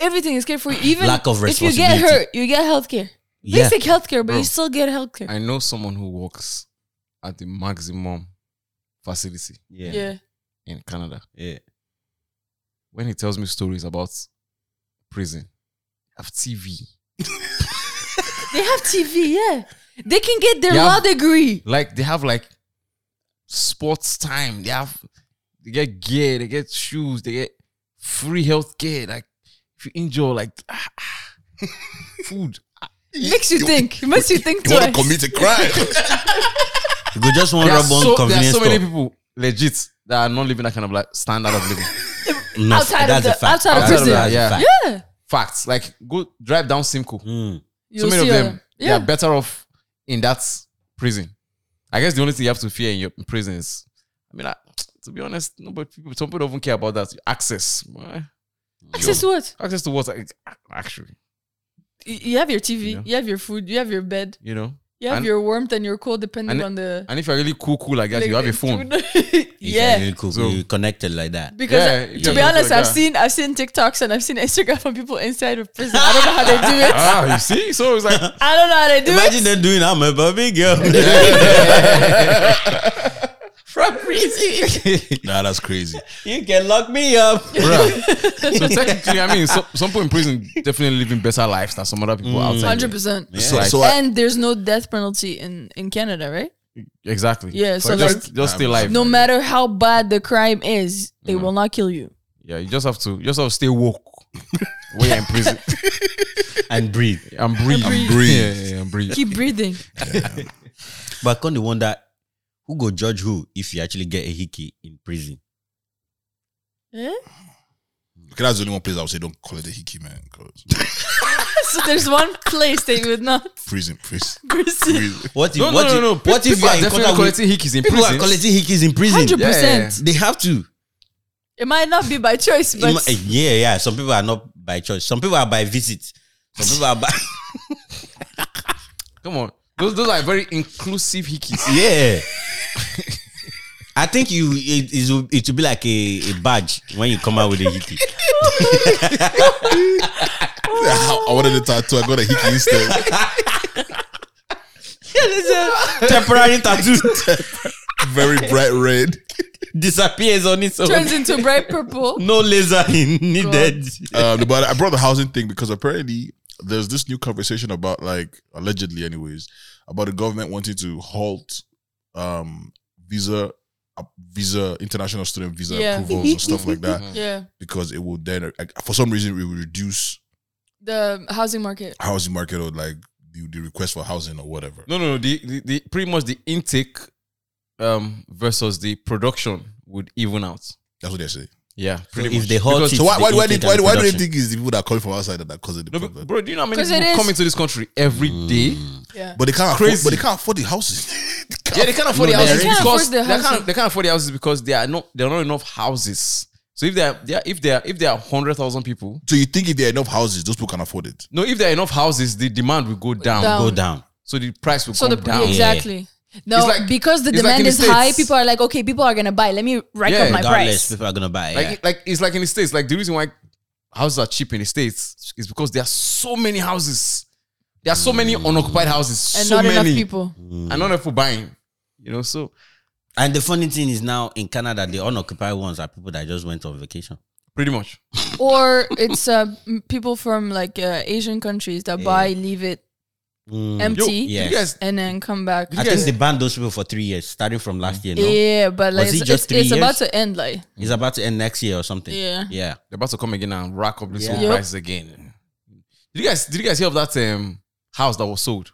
Speaker 4: everything is careful. Even
Speaker 5: Lack of
Speaker 4: if you get
Speaker 5: responsibility.
Speaker 4: hurt, you get healthcare.
Speaker 5: Yeah.
Speaker 4: Basic healthcare, but
Speaker 2: Bro.
Speaker 4: you still get healthcare.
Speaker 2: I know someone who works at the maximum facility
Speaker 5: Yeah.
Speaker 4: yeah.
Speaker 2: in Canada.
Speaker 5: Yeah.
Speaker 2: When he tells me stories about prison, have TV,
Speaker 4: They have TV, yeah. They can get their
Speaker 2: Yeah.
Speaker 4: law degree.
Speaker 2: like they have like sports time. They have they get gear, they get shoes, they get free health care. Like if you injure, like ah, ah. food.
Speaker 4: Makes you think. It makes you think
Speaker 3: You want to
Speaker 4: twice.
Speaker 3: commit a crime?
Speaker 5: You go just one
Speaker 2: There are,
Speaker 5: rub on
Speaker 2: so, there are
Speaker 5: convenience
Speaker 2: so
Speaker 5: store.
Speaker 2: many people legit that are not living that kind of like standard of living.
Speaker 5: No,
Speaker 4: Outside of
Speaker 5: that's
Speaker 4: the-
Speaker 5: a fact.
Speaker 4: outside of
Speaker 5: That's a
Speaker 4: prison.
Speaker 5: fact.
Speaker 2: Yeah.
Speaker 5: That's a fact.
Speaker 4: Yeah.
Speaker 2: Facts. Like go drive down Simcoe.
Speaker 4: Hmm.
Speaker 5: Mm.
Speaker 2: so
Speaker 4: You'll
Speaker 2: many of
Speaker 4: see all
Speaker 2: them they
Speaker 4: Yeah.
Speaker 2: are better off in that prison. I guess the only thing you have to fear in your in prison is I mean, I, to be honest, nobody, people, some people don't even care about that. Access. eh,
Speaker 4: Access to what?
Speaker 2: Access to what's like, actually,
Speaker 4: Y- You have your TV,
Speaker 2: You know?
Speaker 4: you have your food, you have your bed,
Speaker 2: you know?
Speaker 4: you have
Speaker 2: And-
Speaker 4: your warmth and your cold, depending
Speaker 2: and-
Speaker 4: on the.
Speaker 2: And if you're really cool, cool like that, you have a phone.
Speaker 5: yeah,
Speaker 4: yeah,
Speaker 5: could
Speaker 2: So-
Speaker 5: be connected like that.
Speaker 4: because
Speaker 2: Yeah,
Speaker 4: I-
Speaker 2: if
Speaker 4: to
Speaker 2: you
Speaker 4: be
Speaker 2: have
Speaker 4: honest,
Speaker 2: like
Speaker 4: I've
Speaker 2: that.
Speaker 4: seen I've seen TikToks and I've seen Instagram from people inside of prison. I don't know how they do it.
Speaker 2: ah, you see? So it's like,
Speaker 4: I don't know how they do
Speaker 5: Imagine
Speaker 4: it.
Speaker 5: them doing I'm a baby girl. From prison.
Speaker 3: Nah, that's crazy.
Speaker 5: you can lock me up.
Speaker 2: so technically, I mean, so, some people in prison definitely living better lives than some other people outside.
Speaker 4: Hundred percent.
Speaker 3: So,
Speaker 2: like-
Speaker 3: so I,
Speaker 4: And there's no death penalty in in Canada, right?
Speaker 2: Exactly.
Speaker 4: Yeah, so
Speaker 2: just just stay alive.
Speaker 4: No matter how bad the crime is, they
Speaker 2: Mm.
Speaker 4: will not kill you.
Speaker 2: Yeah, you just have to you just have to stay woke when you're in prison
Speaker 5: And breathe.
Speaker 2: and
Speaker 4: breathe.
Speaker 2: breathe. Yeah, yeah, Oh, yeah, and breathe.
Speaker 4: Keep breathing.
Speaker 5: But I can wonder who go judge who if you actually get a hickey in prison.
Speaker 4: Eh?
Speaker 3: okay, that's the only one place I would say don't call it a hickey, man. 'cause
Speaker 4: so there's one place that you would not
Speaker 3: prison, prison,
Speaker 4: pursue.
Speaker 3: prison.
Speaker 5: What if
Speaker 2: No,
Speaker 5: what
Speaker 2: no, no,
Speaker 5: if,
Speaker 2: no.
Speaker 5: What if
Speaker 2: people
Speaker 5: you are
Speaker 2: are
Speaker 5: in
Speaker 2: definitely
Speaker 5: contact with
Speaker 2: collecting hickeys in
Speaker 5: people
Speaker 2: prison?
Speaker 5: are collecting hickeys in prison?
Speaker 4: Hundred percent.
Speaker 5: They have to.
Speaker 4: It might not be by choice, but
Speaker 5: Ima- eh, yeah, yeah. Some people are not by choice. Some people are by visit. Some people are by
Speaker 2: Come on, those those are very inclusive hickeys.
Speaker 5: yeah. I think you it it will, it will be like a, a badge when you come out with a hickey.
Speaker 3: I wanted a tattoo. I got a hickey instead.
Speaker 5: Temporary tattoo
Speaker 3: Very bright red.
Speaker 5: disappears on its own.
Speaker 4: turns into bright
Speaker 2: Mm.
Speaker 4: purple.
Speaker 5: no laser in- needed.
Speaker 3: um, but I brought the housing thing because apparently there's this new conversation about like allegedly, anyways, about the government wanting to halt um, visa uh, visa international student visa
Speaker 4: Yeah.
Speaker 3: approvals and stuff like that
Speaker 4: Yeah,
Speaker 3: because it will then like, for some reason it will reduce
Speaker 4: the housing market.
Speaker 3: housing market or like the, the request for housing or whatever.
Speaker 2: No, no, no. The, the, the pretty much the intake um versus the production would even out.
Speaker 3: That's what they're saying.
Speaker 2: Yeah, pretty
Speaker 5: if
Speaker 2: much.
Speaker 5: they halt
Speaker 2: Because-
Speaker 5: it-
Speaker 3: So why
Speaker 5: the
Speaker 3: why, why,
Speaker 5: intake
Speaker 3: did, why,
Speaker 5: and
Speaker 3: why do they
Speaker 5: production.
Speaker 3: think it's the people that are calling from outside that are causing the
Speaker 2: No,
Speaker 3: problem?
Speaker 2: but-
Speaker 3: But,
Speaker 2: bro, do you know how many
Speaker 4: 'Cause it
Speaker 2: people
Speaker 4: is-
Speaker 2: come into this country every day?
Speaker 4: Yeah,
Speaker 3: they can't afford,
Speaker 2: Crazy.
Speaker 3: but they can't afford the houses. They can't
Speaker 2: Yeah, they can't afford
Speaker 5: No,
Speaker 2: the
Speaker 5: they
Speaker 2: houses
Speaker 4: can't
Speaker 2: because
Speaker 4: afford the
Speaker 2: they can't,
Speaker 4: housing.
Speaker 2: they can't afford the houses because there are not there are not enough houses. So if there are, there are- if there are, if there are hundred thousand people,
Speaker 3: So you think if there are enough houses, those people can afford it?
Speaker 2: no, if there are enough houses, the demand will go down.
Speaker 4: Down.
Speaker 5: Go down.
Speaker 2: So the price will
Speaker 4: So
Speaker 2: come
Speaker 4: the
Speaker 2: down.
Speaker 4: exactly. No,
Speaker 2: It's like-
Speaker 4: because the
Speaker 2: it's like
Speaker 4: demand
Speaker 2: in the
Speaker 4: is high,
Speaker 2: States.
Speaker 4: people are like, okay, people are gonna buy. Let me rack
Speaker 2: Yeah,
Speaker 4: up my
Speaker 5: Regardless,
Speaker 4: price.
Speaker 5: people are gonna buy.
Speaker 2: Like
Speaker 5: Yeah.
Speaker 2: it- like it's like in the states. Like the reason why houses are cheap in the states is because there are so many houses. There are so many
Speaker 5: Mm.
Speaker 2: unoccupied houses.
Speaker 4: And
Speaker 2: so
Speaker 4: not
Speaker 2: many
Speaker 4: enough people.
Speaker 2: and not enough people buying. You know, so
Speaker 5: and the funny thing is now in Canada, the unoccupied ones are people that just went on vacation.
Speaker 2: pretty much.
Speaker 4: Or it's uh, m- people from like uh, Asian countries that buy, leave it empty,
Speaker 5: Yeah.
Speaker 2: You guys,
Speaker 4: and then come back.
Speaker 5: I think they banned those people for three years, starting from last year. No,
Speaker 4: Yeah, but like
Speaker 5: Was
Speaker 4: it's,
Speaker 5: it just
Speaker 4: it's, it's
Speaker 5: three
Speaker 4: about
Speaker 5: years?
Speaker 4: to end. Like
Speaker 5: it's about to end next year or something.
Speaker 4: Yeah.
Speaker 5: yeah.
Speaker 2: they're about to come again and rack up this
Speaker 5: Yeah.
Speaker 2: whole
Speaker 4: Yep.
Speaker 2: price again. Did you guys did you guys hear of that um house that was sold?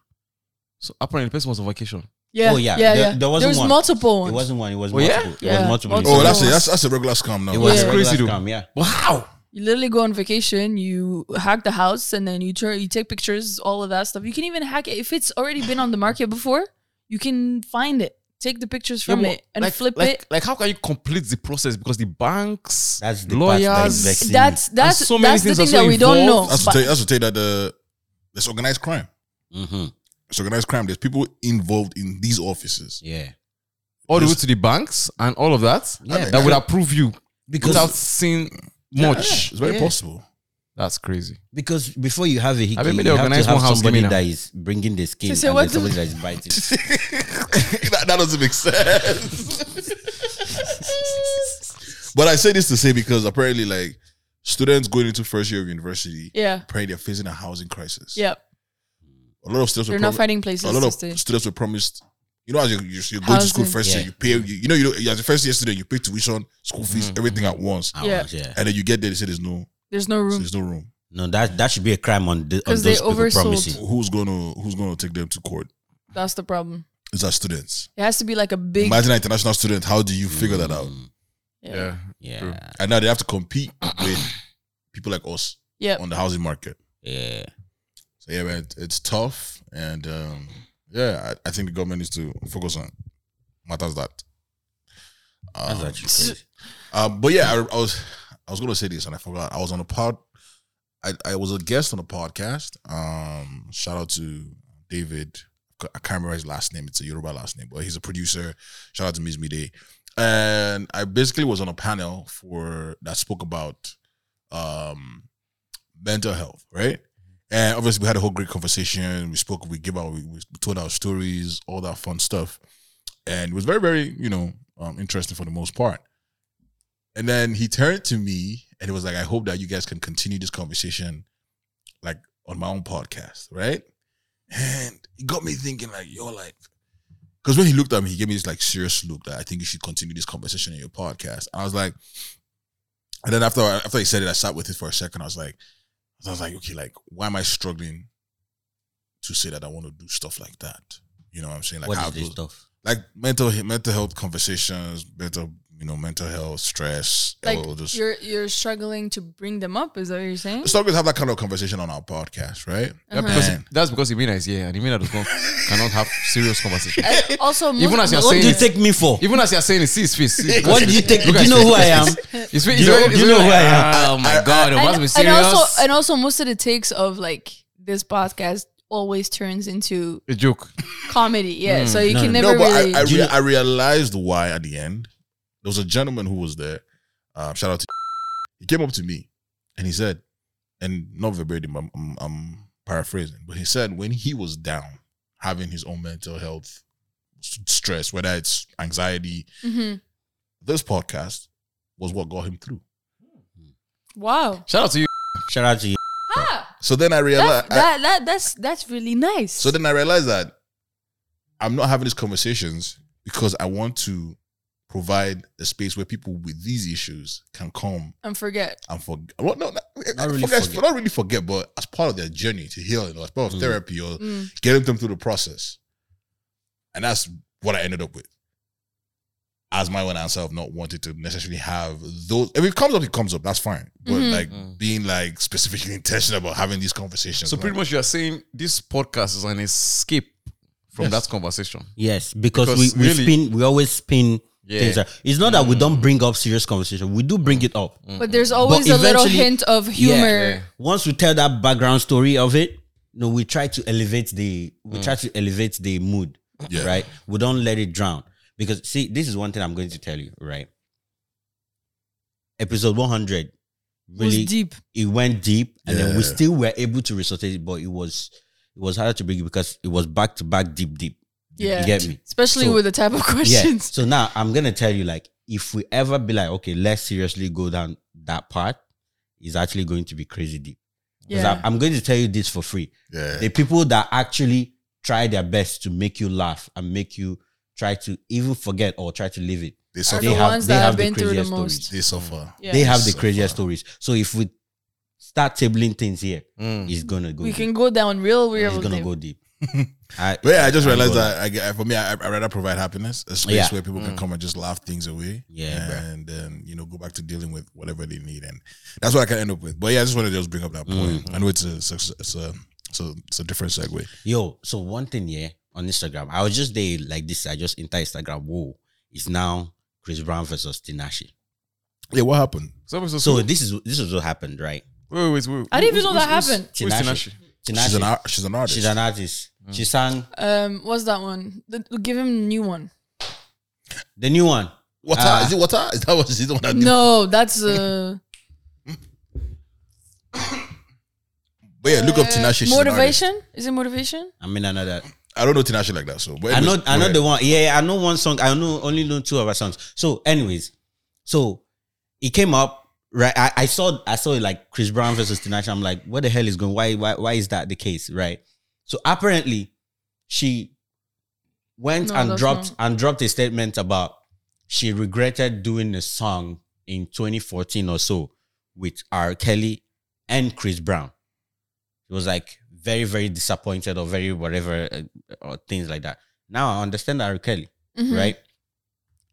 Speaker 2: So apparently the person was on vacation.
Speaker 4: yeah,
Speaker 5: Oh,
Speaker 4: yeah,
Speaker 5: yeah. There-
Speaker 4: yeah.
Speaker 5: there wasn't
Speaker 4: was
Speaker 5: one.
Speaker 4: multiple ones.
Speaker 5: It wasn't one. It was
Speaker 2: Oh, yeah?
Speaker 5: multiple. It
Speaker 4: Yeah.
Speaker 5: was multiple.
Speaker 4: Multiple.
Speaker 3: Oh, that's
Speaker 5: incidents.
Speaker 3: a, that's, that's a regular scam now.
Speaker 5: it was
Speaker 4: Yeah.
Speaker 5: a regular
Speaker 2: Crazy though.
Speaker 5: scam, Yeah.
Speaker 2: But how?
Speaker 4: You literally go on vacation, you hack the house, and then you try, you take pictures, all of that stuff. You can even hack it if it's already been on the market before. You can find it, take the pictures from
Speaker 2: Yeah,
Speaker 4: it, and
Speaker 2: like,
Speaker 4: flip
Speaker 2: like,
Speaker 4: it.
Speaker 2: Like how can you complete the process? Because the banks,
Speaker 5: That's the part that
Speaker 2: lawyers,
Speaker 5: is vexing.
Speaker 4: That's that's
Speaker 2: so many
Speaker 4: that's the
Speaker 2: things are
Speaker 4: thing
Speaker 2: so
Speaker 4: that we don't know.
Speaker 2: involved.
Speaker 3: That's to
Speaker 4: But
Speaker 3: tell you, that's to tell you that the it's organized crime.
Speaker 5: Mm-hmm.
Speaker 3: It's organized crime. There's people involved in these offices.
Speaker 5: Yeah.
Speaker 2: all the way to the banks and all of that,
Speaker 5: Yeah.
Speaker 2: that would approve you
Speaker 5: Because
Speaker 2: without seeing much.
Speaker 3: It's very
Speaker 5: Yeah.
Speaker 3: possible.
Speaker 2: That's crazy.
Speaker 5: because before you have a hickey,
Speaker 2: I mean,
Speaker 5: you
Speaker 2: they
Speaker 5: have to
Speaker 2: organize
Speaker 5: have
Speaker 2: one house
Speaker 5: somebody
Speaker 2: giving
Speaker 5: that is bringing the
Speaker 4: So-
Speaker 5: skin
Speaker 4: so
Speaker 5: and
Speaker 4: what
Speaker 5: then
Speaker 4: do-
Speaker 5: somebody that is biting.
Speaker 3: that, that doesn't make sense. but I say this to say because apparently, like students going into first year of university,
Speaker 4: yeah,
Speaker 3: apparently they're facing a housing crisis.
Speaker 4: yeah,
Speaker 3: a lot of students
Speaker 4: they're
Speaker 3: were
Speaker 4: not
Speaker 3: promi-
Speaker 4: finding
Speaker 3: a
Speaker 4: places
Speaker 3: lot
Speaker 4: to
Speaker 3: of
Speaker 4: stay.
Speaker 3: students were promised. You know, as you, you, you're going to school
Speaker 4: Housing.
Speaker 3: first
Speaker 5: Yeah.
Speaker 3: year, you pay. You, you know, you know, as a first year student, you pay tuition, school fees,
Speaker 5: Mm-hmm.
Speaker 3: everything at once,
Speaker 5: I
Speaker 4: Yeah.
Speaker 5: was, yeah.
Speaker 3: and then you get there, they say there's no,
Speaker 4: There's no room.
Speaker 3: there's no room.
Speaker 5: No, that that should be a crime on, the, on
Speaker 4: 'Cause they
Speaker 5: those people
Speaker 4: oversold.
Speaker 5: promising.
Speaker 3: who's gonna who's gonna take them to court?
Speaker 4: That's the problem.
Speaker 3: It's our students.
Speaker 4: It has to be like a big.
Speaker 3: Imagine an international student. How do you figure that out?
Speaker 4: Yeah,
Speaker 5: Mm-hmm. Yeah.
Speaker 3: And now they have to compete with people like us
Speaker 4: yeah.
Speaker 3: on the housing market.
Speaker 5: Yeah.
Speaker 3: So yeah, man, it's tough, and um, yeah, I, I think the government needs to focus on matters that
Speaker 5: That's actually crazy.
Speaker 3: Um, but yeah, I, I was I was gonna say this and I forgot. I was on a pod. I, I was a guest on a podcast. Um, shout out to David. I can't remember his last name. It's a Yoruba last name, but he's a producer. Shout out to Miss Day. And I basically was on a panel for that spoke about um, mental health, right? And obviously, we had a whole great conversation. We spoke, we gave out, we, we told our stories, all that fun stuff, and it was very, very, you know, um, interesting for the most part. And then he turned to me and it was like, I hope that you guys can continue this conversation like on my own podcast, right? And it got me thinking, like, you're like, because when he looked at me, he gave me this like serious look that I think you should continue this conversation in your podcast. I was like, and then after after he said it, I sat with it for a second. I was like, I was like, okay, like, why am I struggling to say that I want to do stuff like that? You know what I'm saying? Like,
Speaker 5: What
Speaker 3: have
Speaker 5: is this
Speaker 3: those-
Speaker 5: stuff?
Speaker 3: like mental mental health conversations, mental you know mental health stress,
Speaker 4: Like
Speaker 3: all those.
Speaker 4: you're you're struggling to bring them up. Is that what you're saying?
Speaker 3: It's not good to have that kind of conversation on our podcast, right?
Speaker 2: Yeah,
Speaker 4: Uh-huh.
Speaker 2: because
Speaker 3: Man.
Speaker 2: that's because Imina is here, and Imina does not cannot have serious conversation.
Speaker 4: And also, most,
Speaker 2: Even as you're
Speaker 5: What do
Speaker 2: saying,
Speaker 5: you take me for?
Speaker 2: even as you're saying, it, see his face. see his
Speaker 5: What
Speaker 2: face.
Speaker 5: do you take?
Speaker 2: Look
Speaker 5: Do
Speaker 2: at
Speaker 5: you
Speaker 2: his
Speaker 5: know who I
Speaker 2: face.
Speaker 5: am?
Speaker 2: His face
Speaker 5: Do
Speaker 2: is
Speaker 5: you know-
Speaker 2: already-
Speaker 5: do you
Speaker 2: it's
Speaker 5: know
Speaker 2: already
Speaker 5: who I
Speaker 2: like, Oh my god! It must be
Speaker 4: and, and
Speaker 2: serious.
Speaker 4: also, and also, most of the takes of like this podcast always turns into
Speaker 2: a joke.
Speaker 4: comedy. Yeah, so you
Speaker 5: Mm. No,
Speaker 4: can
Speaker 5: no,
Speaker 3: no,
Speaker 4: never
Speaker 3: but
Speaker 4: really.
Speaker 3: I I,
Speaker 5: Do
Speaker 3: rea-
Speaker 5: you-
Speaker 3: I realized why at the end. There was a gentleman who was there. Uh, shout out to he came up to me and he said, and not verbatim, I'm, I'm, I'm paraphrasing, but he said when he was down, having his own mental health s- stress, whether it's anxiety,
Speaker 4: Mhm.
Speaker 3: this podcast was what got him through.
Speaker 4: Wow,
Speaker 2: Shout out to you.
Speaker 5: Shout out to you.
Speaker 4: ah,
Speaker 3: So then I realized,
Speaker 4: that, that, that that's that's really nice.
Speaker 3: So then I realized that I'm not having these conversations because I want to provide a space where people with these issues can come
Speaker 4: and forget.
Speaker 3: and forget. Well, no, not, eh,
Speaker 5: Not really
Speaker 3: forget,
Speaker 5: forget.
Speaker 3: not really forget, but as part of their journey to healing or as part of
Speaker 5: Mm.
Speaker 3: therapy or
Speaker 4: Mm.
Speaker 3: getting them through the process. And that's what I ended up with. As my own answer of not wanting to necessarily have those. If it comes up, it comes up. That's fine. But
Speaker 4: Mhm.
Speaker 3: like
Speaker 2: Mm.
Speaker 3: being like specifically intentional about having these conversations.
Speaker 2: So pretty
Speaker 3: like,
Speaker 2: much you are saying this podcast is an escape from
Speaker 3: Yes.
Speaker 2: that conversation.
Speaker 5: Yes, because,
Speaker 2: Because
Speaker 5: we, we
Speaker 2: really-
Speaker 5: spin, we always spin
Speaker 2: Yeah.
Speaker 5: things. Out. It's not that we don't bring up serious conversation. We do bring it up.
Speaker 4: But there's always a little
Speaker 5: Mm-hmm. eventually-
Speaker 4: hint of humor.
Speaker 2: Yeah.
Speaker 5: Once we tell that background story of it, no, we try to elevate the we try to elevate the mood.
Speaker 3: Mm. Yeah.
Speaker 5: Right. We don't let it drown because see, this is one thing I'm going to tell you. Right. Episode 100
Speaker 4: It was
Speaker 5: really
Speaker 4: deep.
Speaker 5: it went deep and then we
Speaker 3: Yeah.
Speaker 5: still were able to resuscitate it, but it was it was harder to bring it because it was back to back deep deep.
Speaker 4: Yeah.
Speaker 5: You get me?
Speaker 4: Especially
Speaker 5: So-
Speaker 4: with the type of
Speaker 5: Yeah.
Speaker 4: questions.
Speaker 5: So now I'm gonna tell you like if we ever be like, okay, let's seriously go down that path, is actually going to be crazy deep. 'Cause
Speaker 4: Yeah.
Speaker 5: I- I'm going to tell you this for free.
Speaker 3: yeah.
Speaker 5: The people that actually try their best to make you laugh and make you try to even forget or try to leave it.
Speaker 3: they
Speaker 4: Are
Speaker 3: suffer.
Speaker 4: the
Speaker 5: have-
Speaker 4: ones
Speaker 5: they
Speaker 4: that
Speaker 5: have
Speaker 4: have
Speaker 5: the
Speaker 4: been through the
Speaker 5: craziest
Speaker 4: most.
Speaker 3: They
Speaker 5: Mm.
Speaker 3: suffer.
Speaker 4: Yeah.
Speaker 5: They have the
Speaker 3: So
Speaker 5: craziest
Speaker 3: far.
Speaker 5: stories. So if we start tabling things here,
Speaker 3: Hmm.
Speaker 2: Mm.
Speaker 5: it's gonna go
Speaker 4: we
Speaker 5: deep.
Speaker 4: can go down real weird.
Speaker 5: it's
Speaker 4: with
Speaker 5: gonna
Speaker 4: them.
Speaker 5: go deep. I,
Speaker 3: But yeah, I just
Speaker 5: I'm
Speaker 3: realized
Speaker 5: gonna-
Speaker 3: that I, get- for me, I, I rather provide happiness, a space
Speaker 5: Yeah.
Speaker 3: where people can
Speaker 2: Mm.
Speaker 3: come and just laugh things away.
Speaker 5: Yeah, bruh.
Speaker 3: and then you know go back to dealing with whatever they need, and that's what I can end up with. But yeah, I just wanted to just bring up that point.
Speaker 5: Mm-hmm.
Speaker 3: I know it's a it's a, it's a it's a, it's a different segue.
Speaker 5: Yo, so one thing, yeah, on Instagram, I was just there like this. I just enter Instagram. Whoa, it's now Chris Brown versus Tinashe.
Speaker 3: Yeah, what happened?
Speaker 2: So, so,
Speaker 5: So
Speaker 2: wait,
Speaker 5: this is this is what happened, right?
Speaker 2: wait, wait, wait.
Speaker 4: I didn't even know that
Speaker 2: Who's- who's-
Speaker 4: happened.
Speaker 2: who's Tinashe?
Speaker 5: Tinashe.
Speaker 3: She's an art, she's an artist.
Speaker 5: she's an artist. She sang
Speaker 4: Um, what's that one? The, give him a new one.
Speaker 5: the new one.
Speaker 3: water
Speaker 5: Ah.
Speaker 3: is it water? Is that what she's the one that did?
Speaker 4: No, that's uh,
Speaker 3: But yeah, look up Tinashe. she's an artist.
Speaker 4: motivation. Is it motivation?
Speaker 5: I mean, I know that.
Speaker 3: I don't know Tinashe like that. So but
Speaker 5: I know,
Speaker 3: anyways,
Speaker 5: I
Speaker 3: go
Speaker 5: know
Speaker 3: ahead.
Speaker 5: the one. Yeah, I know one song. I know only know two of her songs. So, anyways, so it came up right. I, I saw, I saw it like Chris Brown versus Tinashe. I'm like, what the hell is going? Why, why, why is that the case? Right. So apparently, she went
Speaker 4: No,
Speaker 5: and
Speaker 4: that's
Speaker 5: dropped
Speaker 4: not-
Speaker 5: and dropped a statement about she regretted doing a song in 2014 or so with R. Kelly and Chris Brown. She was like very, very disappointed or very whatever uh, or things like that. Now I understand R. Kelly,
Speaker 4: Mhm.
Speaker 5: right?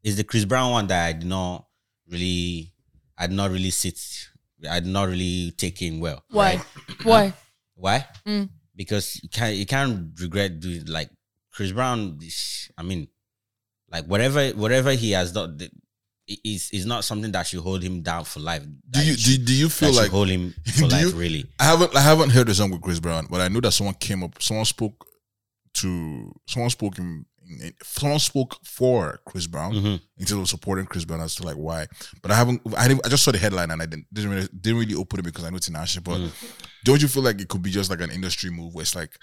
Speaker 5: It's the Chris Brown one that I did not really, I did not really sit, I did not really take in well.
Speaker 4: Why?
Speaker 5: right?
Speaker 4: Why?
Speaker 5: Why?
Speaker 4: Mm.
Speaker 5: Because you can't you can't regret doing like Chris Brown. is- I mean, like whatever whatever he has done, the- it- it's, it's not something that should hold him down for life.
Speaker 3: Do you do, do you feel like
Speaker 5: hold him
Speaker 3: do
Speaker 5: for life?
Speaker 3: you-
Speaker 5: really,
Speaker 3: I haven't I haven't heard the song with Chris Brown, but I know that someone came up, someone spoke to someone spoke in, in- someone spoke for Chris Brown
Speaker 5: Mhm.
Speaker 3: instead of supporting Chris Brown as to like why. But I haven't I didn't, I just saw the headline and I didn't didn't really, didn't really open it because I know it's Tinashe. But
Speaker 5: Mm.
Speaker 3: don't you feel like it could be just like an industry move where it's like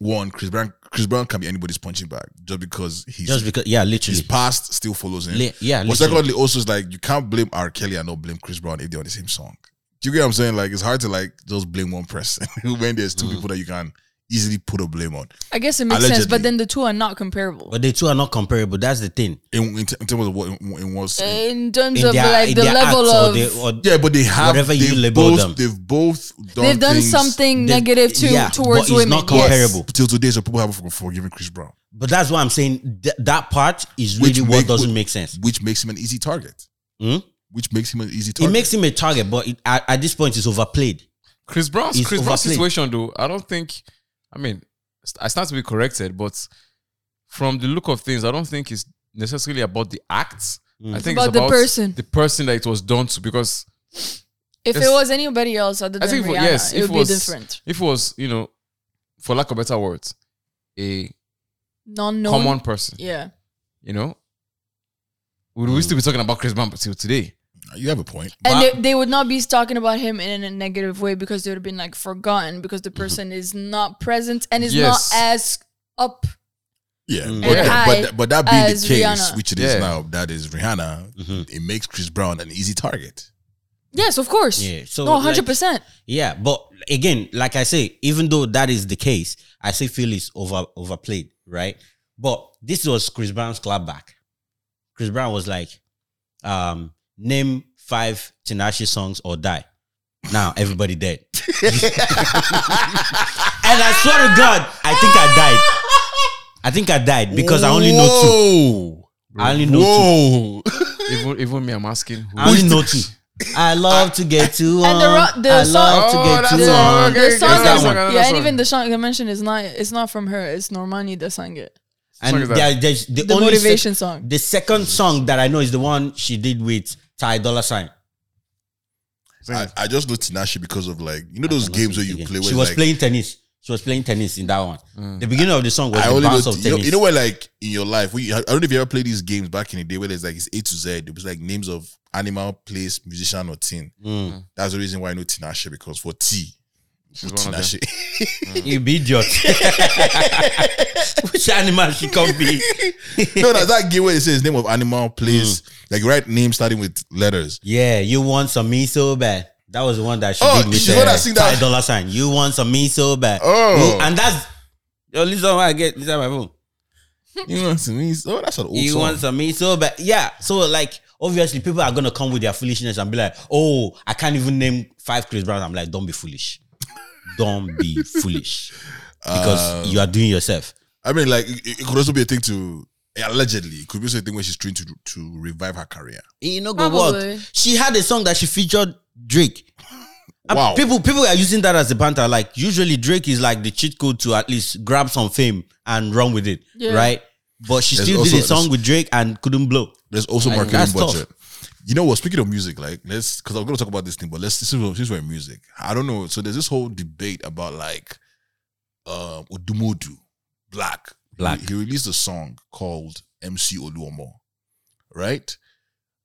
Speaker 3: one Chris Brown Chris Brown can be anybody's punching bag just because he's
Speaker 5: just because yeah,
Speaker 3: his
Speaker 5: literally,
Speaker 3: past still follows him.
Speaker 5: Li- yeah,
Speaker 3: But
Speaker 5: literally.
Speaker 3: secondly, also it's like you can't blame R. Kelly and not blame Chris Brown if they're on the same song. Do you get what I'm saying? Like it's hard to like just blame one person when there's
Speaker 5: Mm.
Speaker 3: two people that you can easily put a blame on.
Speaker 4: I guess it makes sense,
Speaker 3: Allegedly.
Speaker 4: but then the two are not comparable.
Speaker 5: but the two are not comparable. That's the thing.
Speaker 3: In, in, t- in terms of what in, in what's
Speaker 4: in terms
Speaker 5: In
Speaker 4: of
Speaker 5: their-
Speaker 4: like
Speaker 5: in
Speaker 4: the
Speaker 5: their
Speaker 4: level
Speaker 5: acts or
Speaker 4: of
Speaker 5: they- or
Speaker 3: yeah, but they have
Speaker 5: Whatever you
Speaker 3: they've
Speaker 5: label
Speaker 3: both,
Speaker 5: them.
Speaker 3: They've both done
Speaker 4: they've done
Speaker 3: things
Speaker 4: something
Speaker 5: they-
Speaker 4: negative to
Speaker 5: yeah,
Speaker 4: towards
Speaker 5: but it's
Speaker 4: women.
Speaker 5: not
Speaker 4: Yes.
Speaker 5: comparable.
Speaker 3: till today, so people haven't forgiven Chris Brown,
Speaker 5: But that's why I'm saying th- that part is
Speaker 3: Which
Speaker 5: really what
Speaker 3: make-
Speaker 5: doesn't make sense.
Speaker 3: which makes him an easy target.
Speaker 5: Hmm?
Speaker 3: Which makes him an easy
Speaker 5: It
Speaker 3: target.
Speaker 5: makes him a target, but it, at, at this point, it's overplayed.
Speaker 2: Chris Brown's
Speaker 5: He's
Speaker 2: Chris Brown's
Speaker 5: overplayed.
Speaker 2: situation though, I don't think I mean st- I start to be corrected, but from the look of things, I don't think it's necessarily about the acts.
Speaker 5: Mm.
Speaker 2: I think
Speaker 4: About
Speaker 2: it's
Speaker 4: the
Speaker 2: about
Speaker 4: person.
Speaker 2: the person that it was done to because
Speaker 4: If it
Speaker 2: Yes.
Speaker 4: was anybody else other
Speaker 2: I
Speaker 4: than
Speaker 2: think
Speaker 4: Rihanna,
Speaker 2: for, yes,
Speaker 4: it
Speaker 2: if
Speaker 4: would
Speaker 2: it was
Speaker 4: be different.
Speaker 2: If it was, you know, for lack of better words, a
Speaker 4: Non-known.
Speaker 2: common person,
Speaker 4: Yeah.
Speaker 2: you know, would we still be talking about Chris Brown till today?
Speaker 3: you have a point.
Speaker 4: And
Speaker 5: But-
Speaker 4: they, they would not be talking about him in a negative way because they would have been like forgotten because
Speaker 5: Mm-hmm.
Speaker 4: the person is not present and is
Speaker 2: Yes.
Speaker 4: not as up.
Speaker 3: Yeah,
Speaker 5: Mm.
Speaker 3: but,
Speaker 4: And
Speaker 3: that-
Speaker 4: I,
Speaker 3: but, that- but that being
Speaker 4: as
Speaker 3: the case,
Speaker 4: Rihanna.
Speaker 3: which it is
Speaker 2: Yeah.
Speaker 3: now, that is Rihanna.
Speaker 5: Mhm.
Speaker 3: It makes Chris Brown an easy target.
Speaker 4: Yes, of course.
Speaker 5: Yeah, so,
Speaker 4: no,
Speaker 5: like-
Speaker 4: 100%.
Speaker 5: Yeah, but again, like I say, even though that is the case, I still feel it's over overplayed, right? But this was Chris Brown's clapback. Chris Brown was like, um, name five Tinashe songs or die. Now everybody dead. and I swear to God, I think I died. I think I died because I only know two.
Speaker 3: know two.
Speaker 5: I only know two.
Speaker 3: Whoa.
Speaker 2: Even even me, I'm asking. Who
Speaker 5: I only know two. I love to get to one.
Speaker 4: And the ro- the
Speaker 5: I
Speaker 4: song-
Speaker 5: love to get
Speaker 2: Oh,
Speaker 5: to
Speaker 2: that's all.
Speaker 5: one.
Speaker 2: Okay,
Speaker 4: The
Speaker 2: okay,
Speaker 4: song
Speaker 5: okay,
Speaker 4: is,
Speaker 5: that one.
Speaker 4: yeah,
Speaker 2: That's
Speaker 4: and
Speaker 2: one.
Speaker 4: even the song I mentioned is not it's not from her. It's Normani that sang it.
Speaker 5: And
Speaker 2: Sorry,
Speaker 5: there- there's the,
Speaker 4: The
Speaker 5: only se-
Speaker 4: motivation song.
Speaker 5: The second song that I know is the one she did with Ty Dolla Sign.
Speaker 3: I, I just know Tinashe because of like you know those games where you play. Where
Speaker 5: She was
Speaker 3: like,
Speaker 5: playing tennis. She was playing tennis in that one.
Speaker 4: Mm.
Speaker 5: The beginning of the song was
Speaker 3: I
Speaker 5: the
Speaker 3: only know,
Speaker 5: bounce of
Speaker 3: you know
Speaker 5: tennis.
Speaker 3: you know where like in your life. Where you, I don't know if you ever played these games back in the day where there's like it's A to Z. It was like names of animal, place, musician, or team.
Speaker 5: Mm.
Speaker 3: That's the reason why I know Tinashe because for T,
Speaker 2: She's one of them.
Speaker 3: Tinashe.
Speaker 5: You be idiot. Which animal she can be?
Speaker 3: no, that's that game where it says name of animal, place,
Speaker 5: Mm.
Speaker 3: like write name starting with letters.
Speaker 5: Yeah, you want some me so bad. That was the one that she
Speaker 3: Oh,
Speaker 5: did with
Speaker 3: she's the one
Speaker 5: uh,
Speaker 3: that sing that-
Speaker 5: Ty Dolla Sign. You want some me so bad.
Speaker 3: Oh.
Speaker 5: You- and that's the only song I get inside my phone.
Speaker 3: You know what I mean? Oh, that's an old
Speaker 5: You
Speaker 3: song.
Speaker 5: want some me so bad. Yeah. So like obviously people are gonna come with their foolishness and be like, oh, I can't even name five Chris Browns. I'm like, don't be foolish. Don't be foolish.
Speaker 3: Um,
Speaker 5: Because you are doing yourself.
Speaker 3: I mean, like it, it could also be a thing to allegedly. It could be also a thing where she's trying to to revive her career.
Speaker 5: You know go
Speaker 4: Probably.
Speaker 5: work. She had a song that she featured Drake. And
Speaker 3: Wow.
Speaker 5: People people are using that as a banter. Like usually Drake is like the cheat code to at least grab some fame and run with it.
Speaker 4: Yeah.
Speaker 5: Right? But she
Speaker 3: There's
Speaker 5: still
Speaker 3: also-
Speaker 5: did a song with Drake and couldn't blow.
Speaker 3: There's also
Speaker 5: Like, that's
Speaker 3: marketing
Speaker 5: tough.
Speaker 3: budget. You know what? Speaking of music, like let's because I'm going to talk about this thing, but let's since we're, since we're in music, I don't know. So there's this whole debate about like uh Odumodu, Black,
Speaker 5: Black.
Speaker 3: He, he released a song called MC Oluomo, right?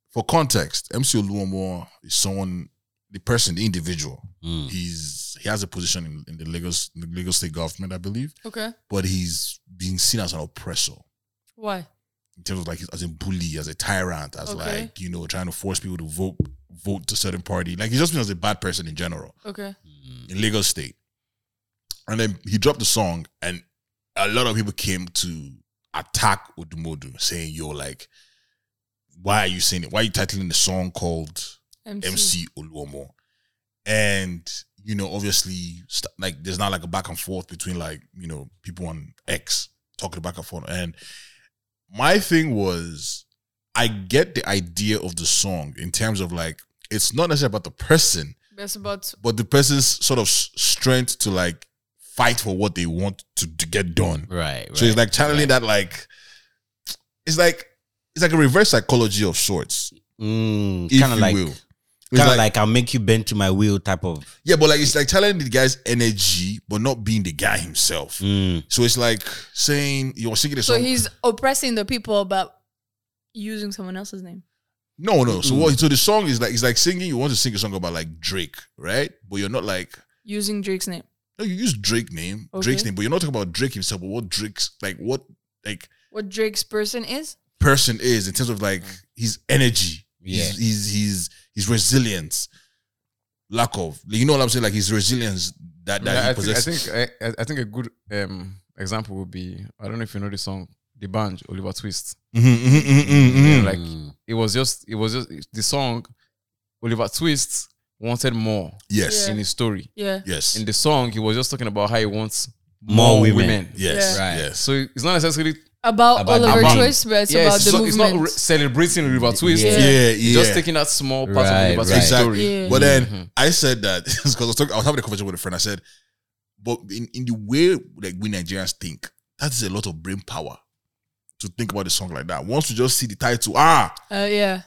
Speaker 3: For context, MC Oluomo is someone, the person, the individual.
Speaker 5: Mm.
Speaker 3: He's he has a position in, in the Lagos, in the Lagos state government, I believe,
Speaker 4: Okay.
Speaker 3: but he's being seen as an oppressor
Speaker 4: Why?
Speaker 3: in terms of like as a bully, as a tyrant, as
Speaker 4: Okay.
Speaker 3: like you know trying to force people to vote vote to certain party. Like he's just been as a bad person in general
Speaker 4: Okay.
Speaker 3: in Lagos State. And then he dropped the song, and a lot of people came to attack Odumodu, saying, "Yo, like, why are you saying it? Why are you titling the song called
Speaker 4: MC.
Speaker 3: MC Oluomo. And, you know, obviously, st- like, there's not like a back and forth between, like, you know, people on X talking back and forth. And my thing was, I get the idea of the song in terms of, like, it's not necessarily about the person,
Speaker 4: That's about
Speaker 3: but the person's sort of s- strength to, like, fight for what they want to, to get done.
Speaker 5: Right,
Speaker 3: So it's like channeling that, like, it's like, it's like a reverse psychology of sorts.
Speaker 5: Mm,
Speaker 3: If
Speaker 5: kind of
Speaker 3: you
Speaker 5: like,
Speaker 3: will.
Speaker 5: kind
Speaker 3: It's
Speaker 5: of like,
Speaker 3: like-
Speaker 5: I'll make you bend to my will type of.
Speaker 3: Yeah, but like it's like telling the guy's energy, but not being the guy himself.
Speaker 5: Mm,
Speaker 3: So it's like saying you're singing a
Speaker 4: So
Speaker 3: song.
Speaker 4: he's oppressing the people, but using someone else's name.
Speaker 3: no, no. So
Speaker 2: Mm.
Speaker 3: what? So the song is like it's like singing. You want to sing a song about like Drake, right? But you're not like
Speaker 4: Using Drake's name.
Speaker 3: no. You use Drake name, Drake's
Speaker 4: Okay.
Speaker 3: name, but you're not talking about Drake himself. But what Drake's like what like
Speaker 4: What Drake's person is?
Speaker 3: person is in terms of like
Speaker 2: Mm.
Speaker 3: his energy,
Speaker 5: Yeah.
Speaker 3: his, his his his resilience, lack of. You know what I'm saying? Like his resilience that that
Speaker 2: Yeah,
Speaker 3: he
Speaker 2: I, think, I
Speaker 3: possesses.
Speaker 2: think uh, I, I- I think a good um, example would be I don't know if you know the song The Band Oliver Twist.
Speaker 3: Mhm, mhm, mhm, mhm, mhm.
Speaker 2: Yeah, like
Speaker 5: Mm.
Speaker 2: it was just it was just the song Oliver Twist wanted more
Speaker 3: yes,
Speaker 2: in his story.
Speaker 4: Yeah.
Speaker 3: yes,
Speaker 2: In the song, he was just talking about how he wants
Speaker 5: More women.
Speaker 3: yes,
Speaker 5: Yeah. Right.
Speaker 3: yes.
Speaker 2: So it's not necessarily
Speaker 4: About,
Speaker 5: About
Speaker 4: Oliver
Speaker 2: about-
Speaker 4: Twist, but it's
Speaker 2: yeah,
Speaker 4: about
Speaker 2: it's,
Speaker 4: the
Speaker 2: not, it's not
Speaker 4: movement.
Speaker 2: re- celebrating Oliver Twist.
Speaker 5: Yeah.
Speaker 3: Yeah, yeah.
Speaker 2: Just taking that small part
Speaker 5: Right,
Speaker 2: of Oliver
Speaker 5: right.
Speaker 2: Twist's
Speaker 3: Exactly.
Speaker 2: story.
Speaker 4: Yeah.
Speaker 3: But then
Speaker 2: Mhm.
Speaker 3: I said that because I was talking, I was having a conversation with a friend. I said, but in, in the way like we Nigerians think, that is a lot of brain power to think about a song like that. Once you just see the title, ah,
Speaker 4: uh, yeah.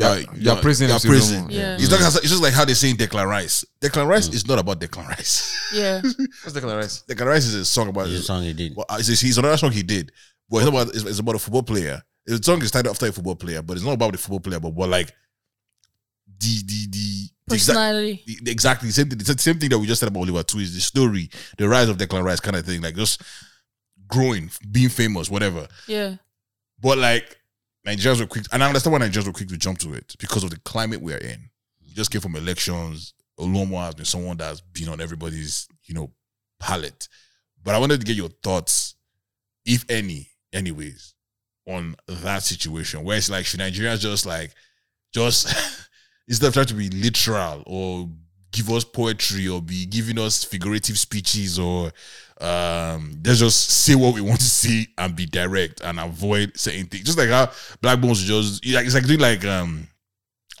Speaker 2: Yeah,
Speaker 3: you're,
Speaker 2: you're praising him, so you don't
Speaker 3: praising.
Speaker 2: want- Mm.
Speaker 4: Yeah.
Speaker 3: It's, not, it's just like how they say in Declan Rice. Declan Rice is not about Declan Rice.
Speaker 4: Yeah.
Speaker 2: What's the color rice?
Speaker 3: Declan Rice is a song about.
Speaker 5: It's a song he did.
Speaker 3: Well, uh, it's, it's, it's another song he did, but it's about it's, it's about a football player. The song is titled after a football player, but it's not about the football player, but, but like the the the, the exact
Speaker 4: Personality.
Speaker 3: the- the- exactly the same thing. It's the same thing that we just said about Oliver Twist, the story, the rise of Declan Rice kind of thing, like just growing, being famous, whatever.
Speaker 4: Yeah.
Speaker 3: But like Nigerians were quick, and I understand why Nigerians were quick to jump to it because of the climate we're in. We just came from elections. Olomwa has been someone that's been on everybody's, you know, palate. But I wanted to get your thoughts, if any, anyways, on that situation where it's like should Nigerians just like just instead of trying to be literal or give us poetry or be giving us figurative speeches or um let's just say what we want to see and be direct and avoid certain things. Just like how Black Bones just it's like it's like doing like um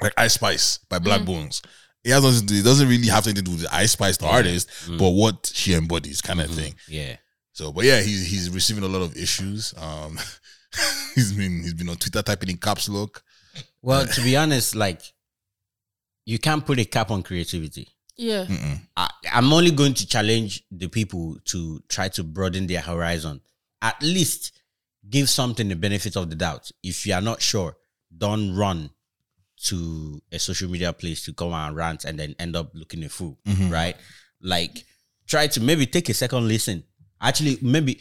Speaker 3: like Ice Spice by Black Bones. It has nothing to do, it doesn't really have anything to do with the Ice Spice, the artist,
Speaker 5: Mm.
Speaker 2: Mm.
Speaker 3: but what she embodies kind of thing.
Speaker 5: Yeah.
Speaker 3: So, but yeah, he's he's receiving a lot of issues. Um, he's been he's been on Twitter typing in caps lock.
Speaker 5: Well, to be honest, like you can't put a cap on creativity.
Speaker 4: Yeah.
Speaker 3: Mm-mm.
Speaker 5: I, I'm only going to challenge the people to try to broaden their horizon. At least give something the benefit of the doubt. If you are not sure, don't run to a social media place to come and rant and then end up looking a fool, right? Like, try to maybe take a second listen. Actually, maybe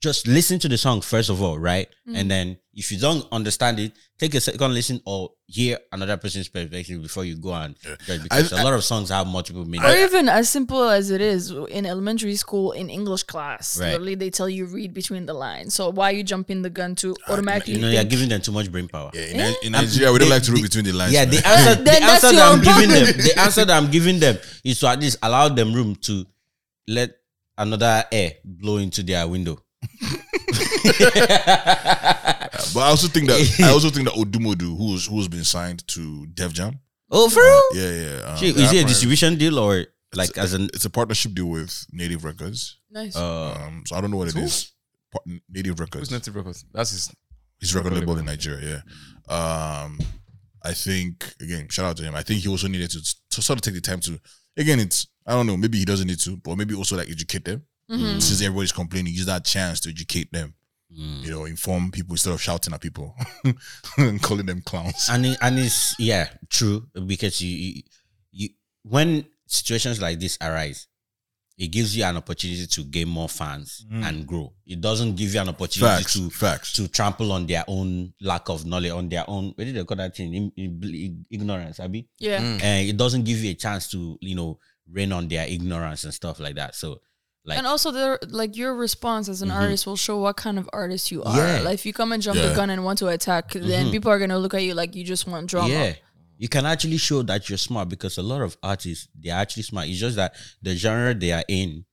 Speaker 5: just listen to the song first of all, right? And then if you don't understand it, take a second listen or hear another person's perspective before you go and judge. Because a lot of songs have multiple
Speaker 4: Or
Speaker 5: meanings.
Speaker 4: even as simple as it is in elementary school in English class,
Speaker 5: Right.
Speaker 4: literally they tell you read between the lines. So why are you jumping the gun to automatically?
Speaker 5: Ah, You know, you're
Speaker 4: think-
Speaker 5: giving them too much brain power.
Speaker 3: Yeah, in, Ni- in Nigeria, we don't like to read between the lines.
Speaker 5: Yeah,
Speaker 3: man.
Speaker 5: the answer, the
Speaker 4: Then that's
Speaker 5: answer
Speaker 4: your
Speaker 5: that I'm
Speaker 4: own
Speaker 5: giving
Speaker 4: problem.
Speaker 5: them, the answer that I'm giving them is to at least allow them room to let another air blow into their window.
Speaker 3: but I also think that I also think that Odumodu, who's who's been signed to Def Jam,
Speaker 5: Oh, for real?
Speaker 3: yeah, yeah, um,
Speaker 5: Gee,
Speaker 3: that
Speaker 5: Is it a
Speaker 3: part-
Speaker 5: distribution deal or like as an?
Speaker 3: It's a partnership deal with Native Records.
Speaker 4: nice.
Speaker 5: Uh,
Speaker 3: Um, so I don't know what it
Speaker 2: Who?
Speaker 3: is. Par- Native Records.
Speaker 2: Who's Native Records? That's his.
Speaker 3: He's record
Speaker 2: Record
Speaker 3: label in Nigeria, yeah.
Speaker 5: Mm.
Speaker 3: Um, I think again, shout out to him. I think he also needed to, to sort of take the time to again. It's I don't know. Maybe he doesn't need to, but maybe also like educate them
Speaker 2: Mm-hmm.
Speaker 4: Mhm.
Speaker 3: since everybody's complaining. Use that chance to educate them.
Speaker 5: Mm.
Speaker 3: You know, inform people instead of shouting at people and calling them clowns.
Speaker 5: and it, and it's yeah true because you, you you when situations like this arise it gives you an opportunity to gain more fans and grow it doesn't give you an opportunity
Speaker 3: Mm. Facts,
Speaker 5: to
Speaker 3: facts.
Speaker 5: to trample on their own lack of knowledge on their own what did they call that thing In- in- ignorance abi
Speaker 4: Yeah.
Speaker 5: and it doesn't give you a chance to you know rain on their ignorance and stuff like that so like Mm-hmm.
Speaker 4: and also, there like your response as an artist will show what kind of artist you are.
Speaker 5: Yeah. Mm-hmm.
Speaker 4: Like if you come and jump
Speaker 3: Yeah.
Speaker 4: the gun and want to attack, then people are gonna look at you like you just want drama.
Speaker 5: Yeah. You can actually show that you're smart because a lot of artists they're actually smart. It's just that the genre they are in,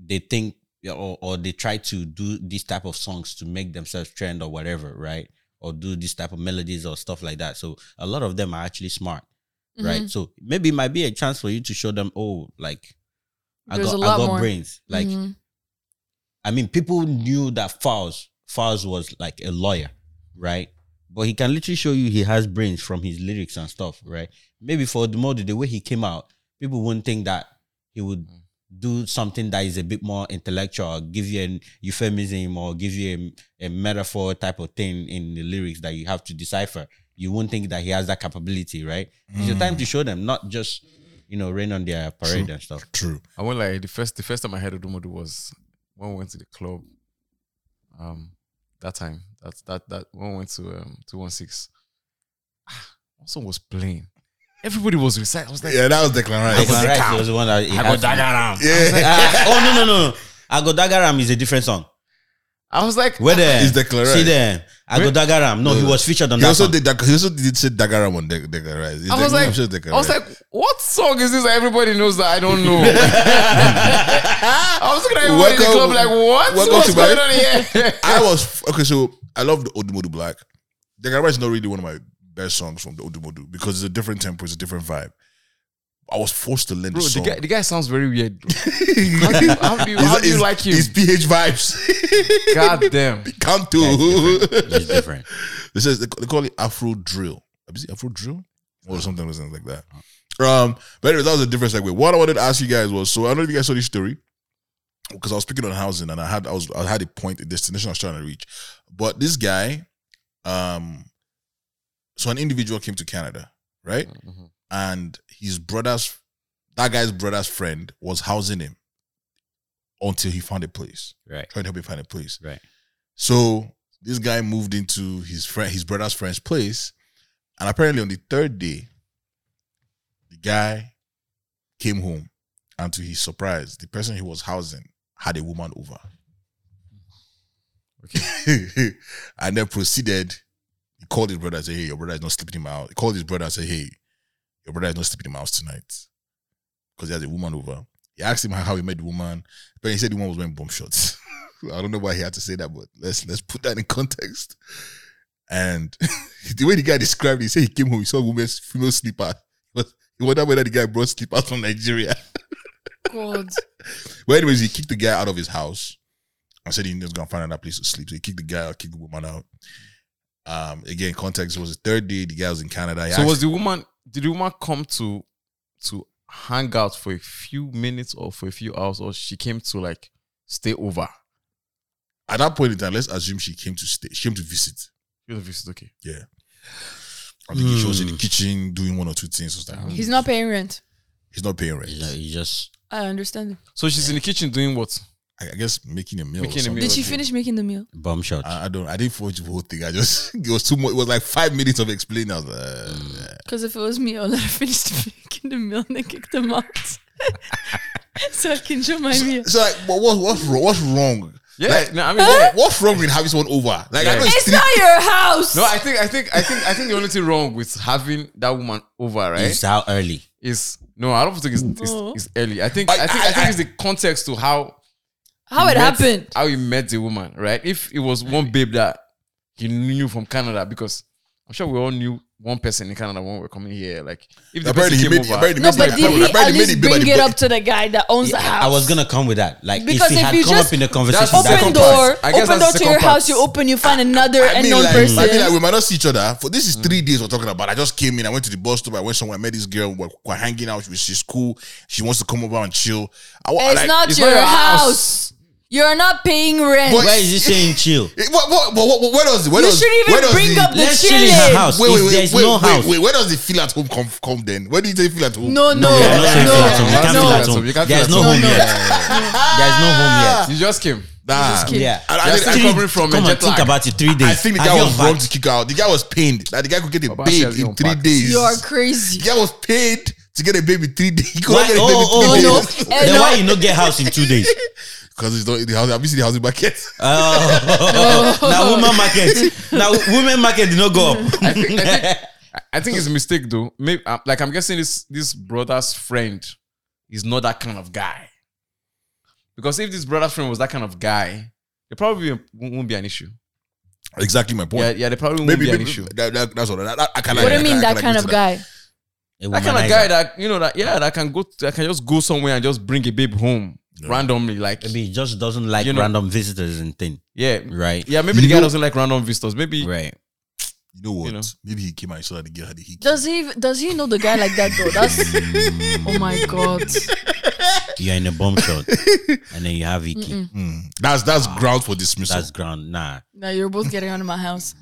Speaker 5: they think or, or they try to do these type of songs to make themselves trend or whatever, right? Or do this type of melodies or stuff like that. So a lot of them are actually smart,
Speaker 4: Mm-hmm.
Speaker 5: right? So maybe it might be a chance for you to show them, oh, like I
Speaker 4: There's
Speaker 5: got,
Speaker 4: a lot
Speaker 5: I got
Speaker 4: more.
Speaker 5: brains. Like
Speaker 4: Mhm.
Speaker 5: I mean, people knew that Fowles Fowles was like a lawyer, right? But he can literally show you he has brains from his lyrics and stuff, right? Maybe for the the way he came out, people wouldn't think that he would do something that is a bit more intellectual, give you an euphemism or give you a, a metaphor type of thing in the lyrics that you have to decipher. You won't think that he has that capability, right? It's your time to show them, not just you know rain on their parade and stuff.
Speaker 3: True.
Speaker 2: I went like the first the first time I heard Odomodu was when we went to the club. Um, that time that that that when we went to um two one six. Ah, One song was playing. Everybody was reciting. I was like,
Speaker 3: Yeah, that was Declan Rice.
Speaker 5: Because Rice was the one that he had-
Speaker 3: Yeah,
Speaker 5: Ah, oh no no no no! Agodagaram is a different song.
Speaker 2: I was like,
Speaker 5: Where there?
Speaker 3: It's Declan
Speaker 5: See
Speaker 3: Rice.
Speaker 5: there. Agodagaram. No, he was featured on
Speaker 3: he
Speaker 5: that
Speaker 3: also
Speaker 5: song.
Speaker 3: did that. He also did say Dagara one. Dag- Declan Rice. It's
Speaker 2: I was
Speaker 3: Declan-
Speaker 2: like,
Speaker 3: I'm sure Declan
Speaker 2: I was
Speaker 3: Rice.
Speaker 2: like, what song is this? that Everybody knows that I don't know. I was looking at everybody in the
Speaker 3: Welcome-
Speaker 2: club like, what?
Speaker 3: welcome
Speaker 2: What's
Speaker 3: to
Speaker 2: going
Speaker 3: my-
Speaker 2: on here?
Speaker 3: I was okay. So I love the Odumodu Black. Dagara Rice is not really one of my best songs from the Odumodu because it's a different tempo, it's a different vibe. I was forced to learn
Speaker 2: Bro,
Speaker 3: the
Speaker 2: the
Speaker 3: song.
Speaker 2: guy, the guy sounds very weird. bro. How do you, how do you, how do you like him?
Speaker 3: It's PH vibes.
Speaker 2: God damn.
Speaker 3: Come to.
Speaker 5: It's different.
Speaker 3: This is they call it Afro drill. Is it Afro drill or something, or something like that? Um, but anyway, that was a different segue. What I wanted to ask you guys was so I don't know if you guys saw this story because I was speaking on housing and I had I was I had a point, a destination I was trying to reach, but this guy, um, so an individual came to Canada, right?
Speaker 2: Mhm.
Speaker 3: And his brother's that guy's brother's friend was housing him until he found a place
Speaker 5: Right.
Speaker 3: trying to help him find a place.
Speaker 5: Right.
Speaker 3: So this guy moved into his friend, his brother's friend's place, and apparently on the third day, the guy came home, and to his surprise, the person he was housing had a woman over. Okay. and then proceeded. He called his brother and said, "Hey, your brother is not sleeping in my house." He called his brother and said, "Hey, your brother is not sleeping in my house tonight because he has a woman over." He asked him how he met the woman, but he said the woman was wearing bomb shots. I don't know why he had to say that, but let's let's put that in context. And the way the guy described it, he said he came home, he saw a woman's female slipper. But he wondered whether the guy brought slippers from Nigeria.
Speaker 4: God.
Speaker 3: But anyways, he kicked the guy out of his house and said he was gonna find another place to sleep. So he kicked the guy out, kicked the woman out. Um, again, context it was the third day, the guy was in Canada. He
Speaker 2: So
Speaker 3: asked-
Speaker 2: was the woman? Did the woman come to to hang out for a few minutes or for a few hours, or she came to like stay over?
Speaker 3: at that point in time, let's assume she came to stay, she came to visit.
Speaker 2: You know, this is okay.
Speaker 3: I think she was in the kitchen doing one or two things. So I was like,
Speaker 4: Hmm. He's not paying rent.
Speaker 3: he's not paying rent.
Speaker 5: You know, you just
Speaker 4: I understand.
Speaker 2: So she's in the kitchen doing what?
Speaker 3: I I guess making a meal. or
Speaker 2: Making a
Speaker 3: something.
Speaker 2: meal.
Speaker 4: Did she finish making the meal?
Speaker 5: bomb shot.
Speaker 3: I, I don't. I didn't watch the whole thing. I just it was too much. It was like five minutes of explaining. I was like, uh,
Speaker 4: Because if it was me, I would have finished making the meal and then kicked them out. so I can show my meal.
Speaker 3: so like, but what, what's wrong? What's wrong?
Speaker 2: Yeah,
Speaker 3: Like-
Speaker 2: no, I mean, yeah.
Speaker 3: What's wrong with having someone over? Like I know
Speaker 2: Yeah.
Speaker 3: it's
Speaker 4: It's
Speaker 3: three,
Speaker 4: not your house.
Speaker 2: No, I think, I think, I think, I think the only thing wrong with having that woman over, right,
Speaker 5: It's how early.
Speaker 2: is no, I don't think it's it's,
Speaker 4: No.
Speaker 2: it's early. I think,
Speaker 3: I-
Speaker 2: I, think, I,
Speaker 3: I-
Speaker 2: think it's the context to how
Speaker 4: How
Speaker 2: he
Speaker 4: it
Speaker 2: met-
Speaker 4: happened.
Speaker 2: how he met the woman, right? If it was one babe that he knew from Canada, because I'm sure we all knew one person in Canada when we were coming here. Like, if the person
Speaker 3: apparently he
Speaker 2: came
Speaker 3: made.
Speaker 2: over,
Speaker 3: Apparently
Speaker 4: No,
Speaker 3: made
Speaker 4: but
Speaker 3: the-
Speaker 4: did he
Speaker 3: apparently
Speaker 4: at
Speaker 3: made
Speaker 4: least
Speaker 3: the bill at
Speaker 4: bring
Speaker 3: the
Speaker 4: it
Speaker 3: back.
Speaker 4: up to the guy that owns the
Speaker 5: I
Speaker 4: house?
Speaker 5: was gonna come with that. Like
Speaker 4: Because
Speaker 5: if he
Speaker 4: if
Speaker 5: had
Speaker 4: you
Speaker 5: come
Speaker 4: just
Speaker 5: up in the conversation,
Speaker 2: That's the
Speaker 5: that
Speaker 4: open
Speaker 2: second
Speaker 4: door.
Speaker 2: part. I guess
Speaker 4: Open door
Speaker 2: that's the
Speaker 4: to
Speaker 2: second
Speaker 4: your
Speaker 2: part.
Speaker 4: house. You open. You find another
Speaker 3: I mean,
Speaker 4: unknown
Speaker 3: like,
Speaker 4: person. Hmm.
Speaker 3: I mean, like, we might not see each other. For this is three days we're talking about. I just came in. I went to the bus stop. I went somewhere. I met this girl. We're, we're hanging out. She- She's cool. She wants to come over and chill. I, wa- I
Speaker 4: it's
Speaker 3: like-
Speaker 4: not
Speaker 2: it's not
Speaker 4: your
Speaker 2: your
Speaker 4: house.
Speaker 2: house.
Speaker 4: You're not paying rent.
Speaker 3: But-
Speaker 5: where is he saying chill?
Speaker 3: Eh, What, what, what, what, where does where
Speaker 4: You
Speaker 3: does,
Speaker 4: shouldn't even
Speaker 3: where does
Speaker 4: bring
Speaker 3: the,
Speaker 4: up the
Speaker 5: Let's chill in her
Speaker 4: chilling.
Speaker 5: house.
Speaker 3: Wait,
Speaker 5: if
Speaker 3: wait,
Speaker 5: there's
Speaker 3: wait,
Speaker 5: no
Speaker 3: wait,
Speaker 5: house,
Speaker 3: Wait, where does the feel at home come come then? Where do you say feel at home?
Speaker 4: No, no,
Speaker 5: you're not saying feel at
Speaker 4: no.
Speaker 5: home. You can't
Speaker 2: no,
Speaker 5: feel at
Speaker 2: no, you
Speaker 5: home.
Speaker 2: can't
Speaker 5: There's
Speaker 2: feel
Speaker 5: no
Speaker 2: at
Speaker 5: home yet. There's no home yet.
Speaker 2: you just came.
Speaker 3: Nah.
Speaker 4: kidding.
Speaker 5: Yeah.
Speaker 3: And I, think- I
Speaker 2: Just kidding.
Speaker 3: think-
Speaker 2: recovering from
Speaker 5: Come on,
Speaker 2: a jet
Speaker 5: think
Speaker 2: lag.
Speaker 5: about it. Three days.
Speaker 3: I think the
Speaker 5: Have
Speaker 3: guy
Speaker 5: you
Speaker 3: was
Speaker 5: unpacked?
Speaker 3: wrong to kick out. The guy was pained. Like the guy could get a
Speaker 2: Baba, she
Speaker 3: babe
Speaker 2: has
Speaker 3: in
Speaker 2: your
Speaker 3: three
Speaker 2: back.
Speaker 3: days.
Speaker 4: You are
Speaker 3: the
Speaker 4: crazy.
Speaker 3: guy was paid to get a baby three days. He couldn't
Speaker 5: Why?
Speaker 3: get a baby
Speaker 5: Oh,
Speaker 3: three
Speaker 5: oh,
Speaker 4: no.
Speaker 5: oh.
Speaker 3: days.
Speaker 4: Eh,
Speaker 5: Then
Speaker 4: no.
Speaker 5: why you not get house in two days?
Speaker 3: Because it's not in the house. Have you seen the housing market?
Speaker 5: Oh, now woman market. Now women market did not go up.
Speaker 2: I- I think it's a mistake though. Maybe uh, like I'm guessing this this brother's friend is not that kind of guy. Because if this brother's friend was that kind of guy, it probably won't- won't be an issue.
Speaker 3: Exactly my
Speaker 2: Yeah,
Speaker 3: point.
Speaker 2: yeah, they probably won't
Speaker 3: Maybe,
Speaker 2: be an
Speaker 3: maybe
Speaker 2: issue.
Speaker 3: that, that, that's what that, that, I can
Speaker 4: What do
Speaker 3: I
Speaker 4: you
Speaker 3: can-
Speaker 4: mean
Speaker 3: I
Speaker 4: that
Speaker 3: can
Speaker 4: kind
Speaker 3: agree
Speaker 4: of
Speaker 3: to
Speaker 4: guy?
Speaker 5: A
Speaker 2: That kind
Speaker 5: womanizer.
Speaker 2: of guy that you know that yeah that can go that can just go somewhere and just bring a babe home randomly like
Speaker 5: Maybe he just doesn't like
Speaker 2: You know-
Speaker 5: random visitors and thing.
Speaker 2: yeah
Speaker 5: Right.
Speaker 2: yeah maybe
Speaker 3: You
Speaker 2: the guy
Speaker 3: know-
Speaker 2: doesn't like random visitors maybe
Speaker 5: Right.
Speaker 3: You know what?
Speaker 2: You know.
Speaker 3: Maybe he came out and saw the girl had a hickey.
Speaker 4: Does he ev- does he know the guy like that though? That's oh my god.
Speaker 5: You're in a bomb shot, and then you have Vicky.
Speaker 3: Mm. That's that's ground for dismissal.
Speaker 5: That's ground. Nah,
Speaker 4: Now you're both getting out of my house.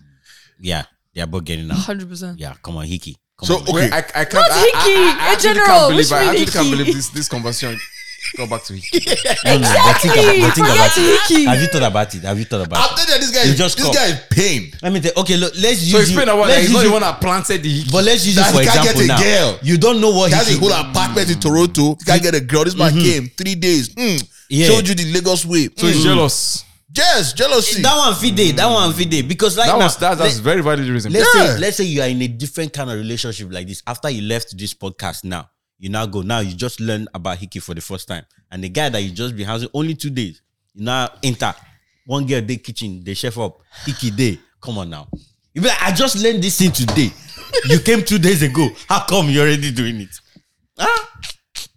Speaker 5: yeah, they're both getting out.
Speaker 4: Hundred percent.
Speaker 5: Yeah, come on, Hickey. Come
Speaker 3: So,
Speaker 5: on.
Speaker 3: okay.
Speaker 2: I, I can't.
Speaker 4: Not
Speaker 2: I, I-
Speaker 4: Hickey,
Speaker 2: I, I
Speaker 4: in
Speaker 2: actually
Speaker 4: general,
Speaker 2: can't believe. I
Speaker 4: which
Speaker 2: actually
Speaker 4: mean
Speaker 2: can't
Speaker 4: Hickey.
Speaker 2: believe this this conversation. Go back to Hickey.
Speaker 5: No, no, no, but think about- but think about it. Have you thought about it? Have you thought
Speaker 3: I'll
Speaker 5: about it?
Speaker 3: tell you, this guy,
Speaker 5: You
Speaker 3: is,
Speaker 5: just
Speaker 3: this
Speaker 5: come.
Speaker 3: guy is pained.
Speaker 5: Let me tell. Okay, look, let's use.
Speaker 2: So explain
Speaker 5: you,
Speaker 2: that one. that
Speaker 5: let's
Speaker 2: He's not
Speaker 5: use
Speaker 2: the
Speaker 5: you-
Speaker 2: one that planted the Hickey.
Speaker 5: But let's use you
Speaker 3: That
Speaker 5: for
Speaker 3: he can't
Speaker 5: example
Speaker 3: get a
Speaker 5: now.
Speaker 3: girl.
Speaker 5: You don't know what
Speaker 3: He has
Speaker 5: Hickey.
Speaker 3: a whole apartment in Toronto. He can't get a girl. This man came three days. Mm.
Speaker 5: Yeah.
Speaker 3: Showed you the Lagos way. Hmm.
Speaker 2: So he's jealous.
Speaker 3: Yes, jealousy.
Speaker 5: That one fit day. That one fit day. Because right
Speaker 2: That
Speaker 5: now,
Speaker 2: was that. That's very valid reason.
Speaker 5: Let's
Speaker 3: Yeah.
Speaker 5: say let's say you are in a different kind of relationship like this. After you left this podcast now, you now go now you just learn about Hickey for the first time. And the guy that you just been housing only two days, you now enter one girl day kitchen, they chef up, Hickey day. Come on now. You be like, I just learned this thing today. you came two days ago. How come you're already doing it? Ah,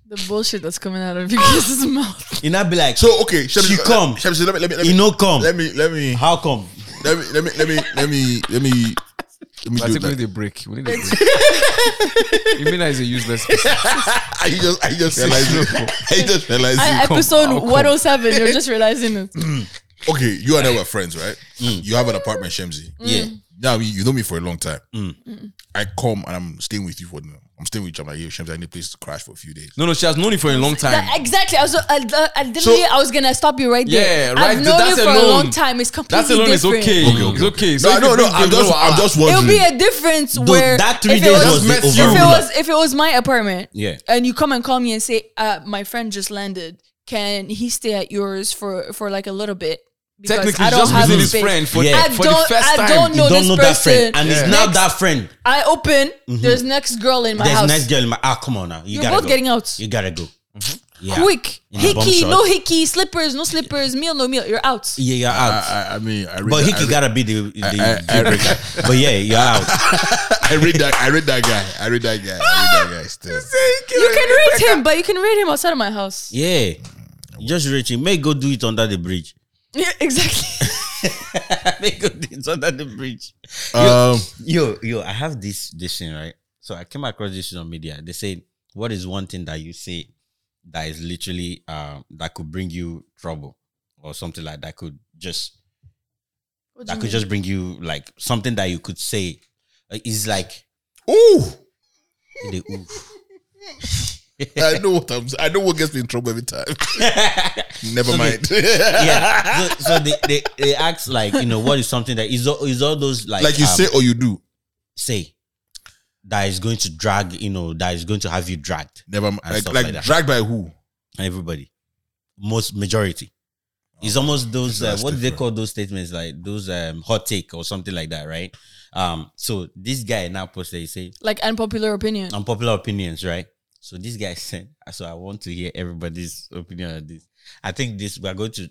Speaker 4: The bullshit that's coming out of your kids' mouth.
Speaker 5: you now be like,
Speaker 3: So okay, Shem-
Speaker 5: She
Speaker 3: let-
Speaker 5: come.
Speaker 3: Shem- let me let me let
Speaker 5: you
Speaker 3: me
Speaker 5: know come.
Speaker 3: let me let me
Speaker 5: How come?
Speaker 3: let me let me let me let me let me let me
Speaker 2: I
Speaker 3: do it
Speaker 2: think we
Speaker 3: like-
Speaker 2: need a break. We need a break. you mean that is a useless person.
Speaker 3: I just I just realized it. I just realized
Speaker 4: I,
Speaker 3: it.
Speaker 4: episode
Speaker 2: I'll come.
Speaker 4: 107, you're just realizing it.
Speaker 3: Okay, you and I were friends, right? You have an apartment,
Speaker 4: Mm.
Speaker 3: Shemzi.
Speaker 5: Yeah.
Speaker 3: Now you- you know me for a long time. I come and I'm staying with you for I'm staying with you. I'm like, yo, Shemzi, I need a place to crash for a few days.
Speaker 2: No, no, she has known you for a long time.
Speaker 4: That- exactly. I was, I, I, I literally,
Speaker 3: So-
Speaker 4: I was gonna stop you right there.
Speaker 2: Yeah, right,
Speaker 4: I've known
Speaker 2: that's
Speaker 4: you for a
Speaker 2: alone.
Speaker 4: long time. It's
Speaker 2: That's
Speaker 4: completely
Speaker 2: alone is
Speaker 4: different.
Speaker 2: okay. It's okay. So
Speaker 3: No,
Speaker 2: if
Speaker 3: no, no.
Speaker 2: you bring
Speaker 3: I'm
Speaker 2: them,
Speaker 3: just
Speaker 2: no,
Speaker 3: I'm
Speaker 2: wahala.
Speaker 3: just
Speaker 4: It'll
Speaker 3: wondering.
Speaker 4: be a difference
Speaker 5: Dude,
Speaker 4: where
Speaker 5: that three
Speaker 4: if
Speaker 5: days
Speaker 4: it
Speaker 5: was
Speaker 2: Just
Speaker 5: the
Speaker 2: mess you
Speaker 4: if it
Speaker 5: overruler.
Speaker 4: was if it was my apartment,
Speaker 5: Yeah.
Speaker 4: and you come and call me and say, uh, my friend just landed. Can he stay at yours for for like a little bit? Because
Speaker 2: Technically,
Speaker 4: I
Speaker 2: she's
Speaker 4: don't
Speaker 2: just
Speaker 4: have
Speaker 2: visiting
Speaker 4: the
Speaker 2: his
Speaker 4: space.
Speaker 2: friend for,
Speaker 5: Yeah.
Speaker 4: I
Speaker 2: for the
Speaker 4: don't-
Speaker 2: first
Speaker 4: I
Speaker 2: time.
Speaker 4: don't
Speaker 5: You
Speaker 4: know
Speaker 5: don't
Speaker 4: this
Speaker 5: know that friend.
Speaker 4: person.
Speaker 5: And
Speaker 2: Yeah.
Speaker 5: it's now
Speaker 4: Next-
Speaker 5: that friend.
Speaker 4: I open. There's next girl in my
Speaker 5: There's
Speaker 4: house.
Speaker 5: nice girl in my ah. Come on now, you
Speaker 4: You're
Speaker 5: gotta
Speaker 4: both
Speaker 5: go.
Speaker 4: getting out.
Speaker 5: You gotta go. Yeah.
Speaker 4: Quick,
Speaker 5: Yeah,
Speaker 4: hickey,
Speaker 5: bum
Speaker 4: no
Speaker 5: shot.
Speaker 4: hickey, slippers, no slippers, meal, no meal. You're out.
Speaker 5: Yeah, you're out.
Speaker 3: I, I, I mean, I read
Speaker 5: but
Speaker 3: that,
Speaker 5: Hickey
Speaker 3: I read-
Speaker 5: gotta be the, the
Speaker 3: I- I-
Speaker 5: deal breaker. But yeah, you're out.
Speaker 3: I read that. I read that guy. I read that guy. I read that guy. Still,
Speaker 4: You can rate him, but you can rate him outside of my house.
Speaker 5: Yeah. Just reaching. May go do it under the bridge.
Speaker 4: Yeah, exactly.
Speaker 5: Make go do it under the bridge.
Speaker 3: um,
Speaker 5: Yo, yo, I have this this thing, right? So I came across this on media. They say, what is one thing that you say that is literally um that could bring you trouble or something like that could just
Speaker 4: What do
Speaker 5: that
Speaker 4: you
Speaker 5: could
Speaker 4: mean?
Speaker 5: just bring you like something that you could say uh, is like
Speaker 3: ooh,
Speaker 5: the oof.
Speaker 3: I know what I'm. I know what gets me in trouble every time. Never mind.
Speaker 5: yeah. So, so they, they they ask like you know what is something that is all, is all those like
Speaker 3: like you
Speaker 5: um,
Speaker 3: say or you do.
Speaker 5: say that is going to drag you know that is going to have you dragged
Speaker 3: Never mind.
Speaker 5: and
Speaker 3: Like,
Speaker 5: stuff
Speaker 3: like,
Speaker 5: like that.
Speaker 3: dragged by who?
Speaker 5: everybody most majority. It's almost those uh,
Speaker 3: Oh, That's
Speaker 5: what do they
Speaker 3: different.
Speaker 5: call those statements like those um, hot take or something like that, right? Um, so this guy now posted he say
Speaker 4: like unpopular opinion.
Speaker 5: unpopular opinions, right? So this guy said, so I want to hear everybody's opinion on this. I think this we're going to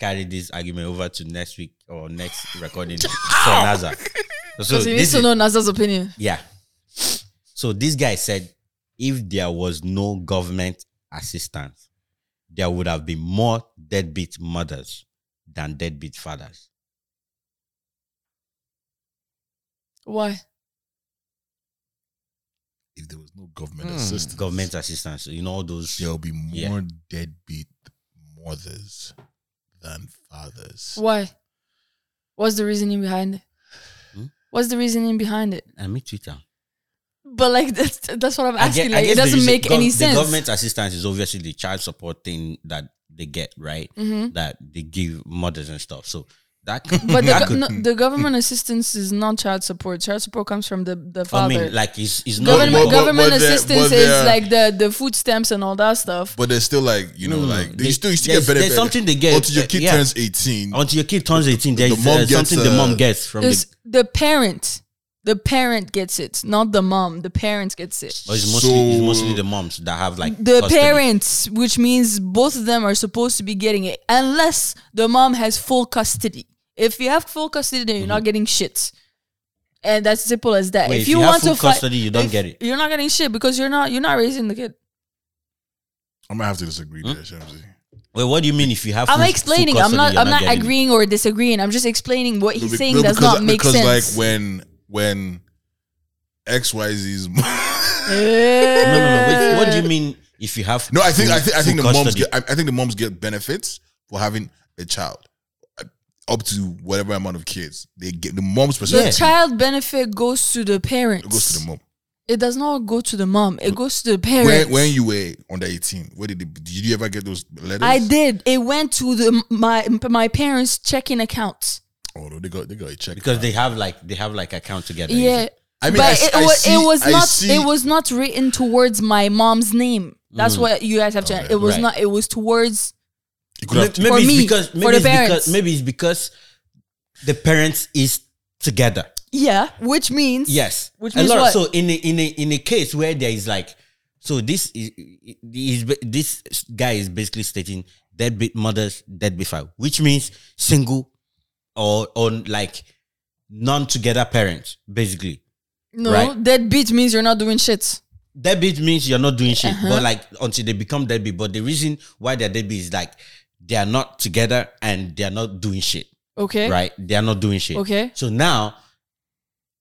Speaker 5: carry this argument over to next week or next recording for NASA. So
Speaker 4: Because he needs
Speaker 5: this
Speaker 4: to
Speaker 5: is,
Speaker 4: know Nasa's opinion.
Speaker 5: yeah. So this guy said, if there was no government assistance, there would have been more deadbeat mothers than deadbeat fathers.
Speaker 4: Why?
Speaker 3: If there was no government
Speaker 2: Hmm.
Speaker 3: assistance,
Speaker 5: Government assistance, you know, all those.
Speaker 3: there'll be
Speaker 5: Yeah.
Speaker 3: more deadbeat mothers than fathers.
Speaker 4: Why? What's the reasoning behind it?
Speaker 5: Hmm?
Speaker 4: What's the reasoning behind it?
Speaker 5: I mean, Twitter.
Speaker 4: But like that's that's what I'm
Speaker 5: I get-
Speaker 4: asking.
Speaker 5: I
Speaker 4: like
Speaker 5: guess
Speaker 4: it
Speaker 5: the
Speaker 4: doesn't
Speaker 5: reason-
Speaker 4: make
Speaker 5: gov-
Speaker 4: any sense.
Speaker 5: The government assistance is obviously the child support thing that they get, right?
Speaker 4: Mhm.
Speaker 5: That they give mothers and stuff. So that could,
Speaker 4: But the,
Speaker 5: that
Speaker 4: go-
Speaker 5: could
Speaker 4: no, the government assistance is not child support. Child support comes from the, the
Speaker 5: I
Speaker 4: father.
Speaker 5: mean, like, it's, it's not.
Speaker 4: government
Speaker 3: But- but-
Speaker 4: government
Speaker 3: but the-
Speaker 4: assistance
Speaker 3: but
Speaker 4: is
Speaker 3: the-
Speaker 4: like the, the food stamps and all that stuff.
Speaker 3: But they're still like, you know,
Speaker 5: No, no,
Speaker 3: like
Speaker 5: no.
Speaker 3: they, still you still
Speaker 5: Hmm. There's-
Speaker 3: get benefit.
Speaker 5: there's something they get,
Speaker 3: until your
Speaker 5: uh,
Speaker 3: kid
Speaker 5: yeah.
Speaker 3: turns eighteen.
Speaker 5: until your kid turns 18, there's
Speaker 3: The mom
Speaker 5: uh,
Speaker 3: gets,
Speaker 5: something the
Speaker 3: uh,
Speaker 5: mom gets from
Speaker 4: It's
Speaker 5: the.
Speaker 4: the parent. The parent gets it, not the mom. The parents gets it.
Speaker 5: Or it's mostly, it's
Speaker 3: So-
Speaker 5: mostly the moms that have like
Speaker 4: the
Speaker 5: custody.
Speaker 4: parents, which means both of them are supposed to be getting it, unless the mom has full custody. If you have full custody, then you're not getting shit, and that's simple as that.
Speaker 5: Wait,
Speaker 4: if, you, want
Speaker 5: have full
Speaker 4: to fight,
Speaker 5: custody, you don't
Speaker 4: if-
Speaker 5: get it.
Speaker 4: You're not getting shit because you're not you're not raising the kid.
Speaker 3: I'm gonna have to disagree
Speaker 5: Hmm?
Speaker 3: there, Shamsi.
Speaker 5: Wait, what do you mean if you have?
Speaker 4: I'm
Speaker 5: full- full
Speaker 4: explaining. I'm
Speaker 5: custody,
Speaker 4: not
Speaker 5: you're
Speaker 4: I'm not
Speaker 5: getting it?
Speaker 4: agreeing or disagreeing. I'm just explaining what
Speaker 3: No,
Speaker 4: he's
Speaker 3: be-
Speaker 4: saying
Speaker 3: no,
Speaker 4: does
Speaker 3: because,
Speaker 4: not make
Speaker 3: because
Speaker 4: sense.
Speaker 3: like when when XYZ's
Speaker 5: No, no, no. Wait,
Speaker 4: Eh.
Speaker 5: what do you mean if you have
Speaker 3: No, I think I think I think the
Speaker 5: full
Speaker 3: moms
Speaker 5: custody?
Speaker 3: get I, I think the moms get benefits for having a child uh, up to whatever amount of kids they get. The mom's
Speaker 4: The
Speaker 3: percentage
Speaker 4: child benefit goes to the parents.
Speaker 3: goes to the mom.
Speaker 4: It does not go to the mom. It goes to the parents.
Speaker 3: When when you were under eighteen, where did they, did you ever get those letters?
Speaker 4: I did. It went to the my my parents' checking account.
Speaker 3: Oh no, they got they got a check
Speaker 5: because they have like they have like account together. is
Speaker 4: Yeah.
Speaker 5: it?
Speaker 3: I mean,
Speaker 4: but
Speaker 3: I s-
Speaker 4: it,
Speaker 3: I
Speaker 4: wa-
Speaker 3: see-
Speaker 4: it was
Speaker 3: I
Speaker 4: not
Speaker 3: see-
Speaker 4: it was not written towards my mom's name. That's what you guys have to. it was
Speaker 5: Right.
Speaker 4: not. It was towards.
Speaker 3: You could
Speaker 5: May-
Speaker 3: have
Speaker 5: Maybe,
Speaker 4: For
Speaker 5: it's
Speaker 4: me,
Speaker 5: because
Speaker 4: for
Speaker 5: maybe
Speaker 4: the
Speaker 5: it's
Speaker 4: parents.
Speaker 5: because maybe it's because the parents is together.
Speaker 4: Yeah, which means
Speaker 5: Yes,
Speaker 4: Which
Speaker 5: a
Speaker 4: means
Speaker 5: lot.
Speaker 4: what?
Speaker 5: So in a, in a in a case where there is like, so this is, is this guy is basically stating dead be, mother's dead before, which means single or on like non together parents basically.
Speaker 4: no
Speaker 5: Right.
Speaker 4: dead beat means you're not doing shit.
Speaker 5: Deadbeat means you're not doing shit,
Speaker 4: Uh-huh.
Speaker 5: but like until they become deadbeat. But the reason why they're deadbeat is like they are not together and they are not doing shit.
Speaker 4: Okay.
Speaker 5: right? They are not doing shit.
Speaker 4: Okay.
Speaker 5: So now,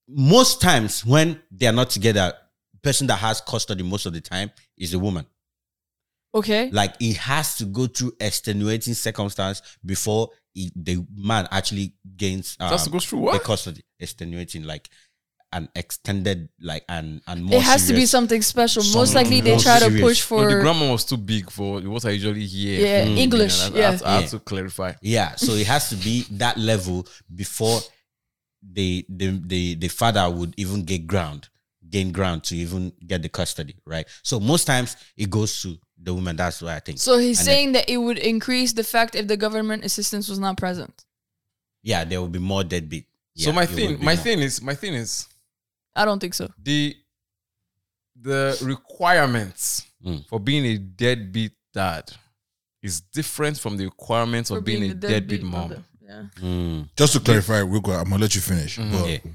Speaker 5: most times when they are not together, person that has custody most of the time is a woman.
Speaker 4: Okay.
Speaker 5: Like it has to go through extenuating circumstance before he- the man actually gains um,
Speaker 2: Just goes through
Speaker 5: the
Speaker 2: what?
Speaker 5: custody. Extenuating like an extended like an and more.
Speaker 4: It has to be
Speaker 5: serious-
Speaker 4: something special. Most
Speaker 5: Something
Speaker 4: likely they
Speaker 5: more
Speaker 4: try to
Speaker 5: serious.
Speaker 4: push
Speaker 2: No,
Speaker 4: for
Speaker 2: the grammar was too big for what I usually hear. Hmm.
Speaker 4: yeah
Speaker 5: Mm.
Speaker 4: English.
Speaker 2: I,
Speaker 4: yeah.
Speaker 2: have, to- I have
Speaker 5: Yeah.
Speaker 2: to clarify.
Speaker 5: Yeah, so it has to be that level before the the the, the father would even get ground, gain ground to even get the custody, right? So most times it goes to the woman. That's what I think.
Speaker 4: So he's
Speaker 5: And then-
Speaker 4: saying that it would increase the fact if the government assistance was not present.
Speaker 5: yeah, there will be more deadbeat.
Speaker 2: so
Speaker 5: Yeah,
Speaker 2: my
Speaker 5: it would
Speaker 2: thing,
Speaker 5: be
Speaker 2: my
Speaker 5: more.
Speaker 2: thing is, my thing is
Speaker 4: I don't think so.
Speaker 2: the the requirements
Speaker 5: Mm.
Speaker 2: for being a deadbeat dad is different from the requirements
Speaker 4: For
Speaker 2: of being, a
Speaker 4: the
Speaker 2: deadbeat, mom.
Speaker 4: mother. Yeah.
Speaker 5: Mm,
Speaker 3: just to clarify, real quick, I'm gonna let you finish. But
Speaker 5: Mm-hmm. yeah.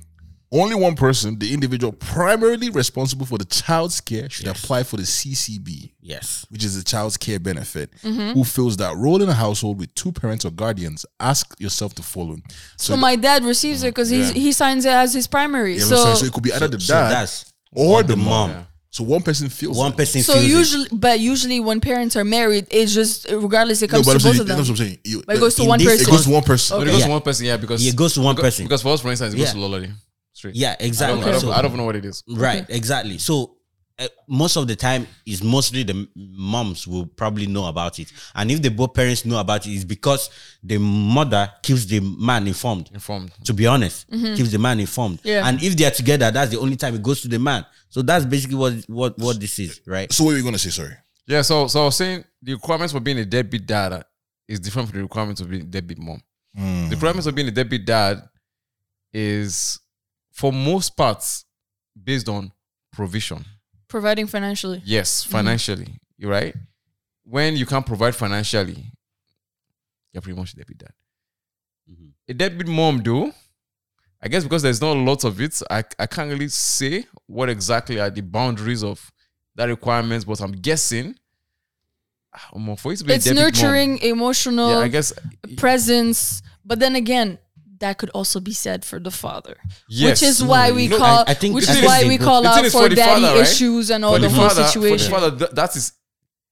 Speaker 3: only one person, the individual primarily responsible for the child's care, should apply for the CCB,
Speaker 5: Yes.
Speaker 3: which is the child's care benefit.
Speaker 4: Mm-hmm.
Speaker 3: Who fills that role in a household with two parents or guardians? Ask yourself the following.
Speaker 4: So my dad receives it because
Speaker 2: Yeah.
Speaker 4: he signs it as his primary.
Speaker 3: Yeah,
Speaker 4: so
Speaker 3: so, so it could be either the
Speaker 5: So
Speaker 3: dad
Speaker 5: that's
Speaker 3: or the mom.
Speaker 5: mom.
Speaker 3: So one person feels
Speaker 5: one
Speaker 3: it.
Speaker 5: person.
Speaker 4: so
Speaker 5: feels it.
Speaker 4: usually, but usually when parents are married, it's just regardless it
Speaker 3: No,
Speaker 4: comes
Speaker 3: but I'm
Speaker 4: to both
Speaker 3: saying,
Speaker 4: of
Speaker 3: that's what I'm
Speaker 4: them.
Speaker 3: saying. You- uh,
Speaker 4: But it goes to
Speaker 5: in
Speaker 4: one
Speaker 5: this
Speaker 4: person.
Speaker 3: it goes to one person.
Speaker 2: But it goes
Speaker 5: Yeah.
Speaker 2: to one person, yeah, because
Speaker 5: It goes to one
Speaker 2: because-
Speaker 5: person.
Speaker 2: Because for us, for instance, it goes
Speaker 5: Yeah.
Speaker 2: to Lolari. Straight.
Speaker 5: Yeah,
Speaker 2: I don't,
Speaker 5: exactly.
Speaker 2: I, don't,
Speaker 5: So-
Speaker 2: I don't know what it is.
Speaker 5: Right,
Speaker 3: Mm-hmm.
Speaker 5: exactly. So uh, most of the time, is mostly the m- moms will probably know about it, and if the both parents know about it, it's because the mother keeps the man informed.
Speaker 2: Informed.
Speaker 5: To be honest,
Speaker 3: Mm-hmm.
Speaker 5: keeps the man informed.
Speaker 4: Yeah.
Speaker 5: And if they are together, that's the only time it goes to the man. So that's basically what what what this is, right?
Speaker 3: So what were you gonna say? Sorry.
Speaker 2: Yeah, so so I was saying the requirements for being a deadbeat dad is different from the requirements of being a deadbeat mom.
Speaker 3: Mm.
Speaker 2: The requirements of being a deadbeat dad is for most parts based on provision.
Speaker 4: Providing financially.
Speaker 2: Yes, financially. You're right. When you can't provide financially, you're pretty much a deadbeat dad.
Speaker 4: Mm-hmm.
Speaker 5: Mhm.
Speaker 2: A deadbeat mom, though, I guess because there's not a lot of it, I, I can't really say what exactly are the boundaries of that requirements, but I'm guessing ah, omo, for it to be
Speaker 4: It's
Speaker 2: a deadbeat
Speaker 4: nurturing,
Speaker 2: Mom,
Speaker 4: emotional
Speaker 2: yeah, I guess.
Speaker 4: presence. But then again, that could also be said for the father,
Speaker 2: Yes.
Speaker 4: which is why we
Speaker 5: no,
Speaker 4: call,
Speaker 5: I- I think
Speaker 4: which
Speaker 5: the
Speaker 4: is
Speaker 5: thing
Speaker 4: why
Speaker 5: is-
Speaker 4: we
Speaker 5: the
Speaker 4: call
Speaker 2: thing
Speaker 4: out
Speaker 2: is
Speaker 4: for,
Speaker 2: for the
Speaker 4: daddy
Speaker 2: father, right?
Speaker 4: issues and all
Speaker 2: for
Speaker 4: the
Speaker 2: the
Speaker 4: whole
Speaker 2: father, For the
Speaker 4: situation.
Speaker 2: father, th- that is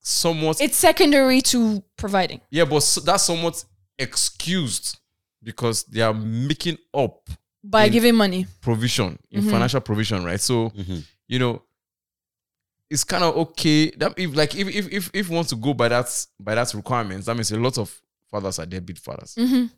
Speaker 2: somewhat.
Speaker 4: It's secondary to providing.
Speaker 2: yeah, but so, that's somewhat excused because they are making up
Speaker 4: by
Speaker 2: in-
Speaker 4: giving money.
Speaker 2: provision in
Speaker 4: Mhm.
Speaker 2: financial provision, right? So
Speaker 5: Mhm.
Speaker 2: you know, it's kind of okay. That if like if if if if you want to go by that by that requirements, that means a lot of fathers are deadbeat fathers
Speaker 4: Mhm.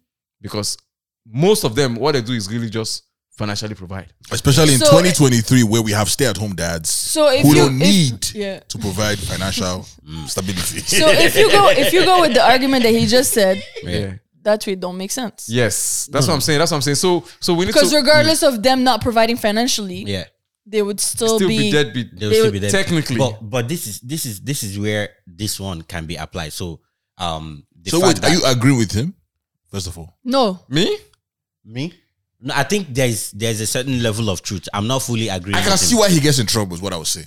Speaker 2: because most of them what they do is really just financially provide.
Speaker 3: Especially in
Speaker 4: So-
Speaker 3: 2023, where we have stay-at-home dads
Speaker 4: So if
Speaker 3: who
Speaker 4: you
Speaker 3: don't
Speaker 4: if-
Speaker 3: need
Speaker 4: yeah.
Speaker 3: to provide financial stability.
Speaker 4: So if you go if you go with the argument that he just said,
Speaker 2: Yeah.
Speaker 4: that tweet don't make sense.
Speaker 2: Yes, that's
Speaker 5: Hmm.
Speaker 2: what I'm saying. That's what I'm saying. So so we need
Speaker 4: Because
Speaker 2: to
Speaker 4: regardless of them not providing financially,
Speaker 5: Yeah.
Speaker 4: they would still,
Speaker 2: Hmm. still
Speaker 4: be,
Speaker 2: be deadbeat.
Speaker 5: They will still be there.
Speaker 2: Technically,
Speaker 5: But but this is this is this is where this one can be applied. So um the
Speaker 3: So
Speaker 5: fact
Speaker 3: wait, are
Speaker 5: that-
Speaker 3: you agreeing with him? First of all,
Speaker 4: no.
Speaker 2: me.
Speaker 5: me? No, I think there's there's a certain level of truth. I'm not fully agreeing.
Speaker 3: I can
Speaker 5: with him.
Speaker 3: see why he gets in trouble. Is what I would say.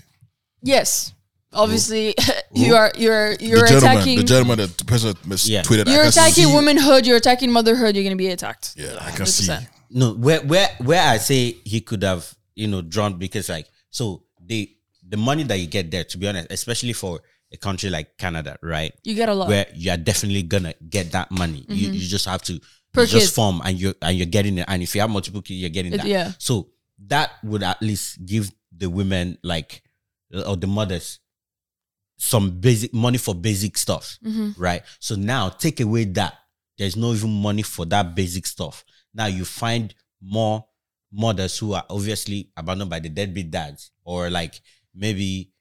Speaker 4: Yes. Obviously, you are you're you're
Speaker 3: the gentleman,
Speaker 4: attacking
Speaker 3: the gentleman, that the person that mis-
Speaker 5: Yeah.
Speaker 3: tweeted. I
Speaker 4: you're
Speaker 3: can
Speaker 4: attacking
Speaker 3: see-
Speaker 4: womanhood, you're attacking motherhood, you're gonna be attacked.
Speaker 3: Yeah, I can see.
Speaker 4: 100%.
Speaker 5: no where where where i say he could have you know drawn because like so the the money that you get there to be honest especially for a country like canada right
Speaker 4: You get a lot.
Speaker 5: where you are definitely gonna get that money
Speaker 4: Mm-hmm.
Speaker 5: you, you just have to
Speaker 4: Per
Speaker 5: you just
Speaker 4: kid.
Speaker 5: form and you and you're getting it and if you have multiple kids you're getting
Speaker 4: It-
Speaker 5: that
Speaker 4: yeah.
Speaker 5: so that would at least give the women like or the mothers some basic money for basic stuff
Speaker 4: Mhm.
Speaker 5: right? So now take away that. There's no even money for that basic stuff. Now you find more mothers who are obviously abandoned by the deadbeat dads, or like maybe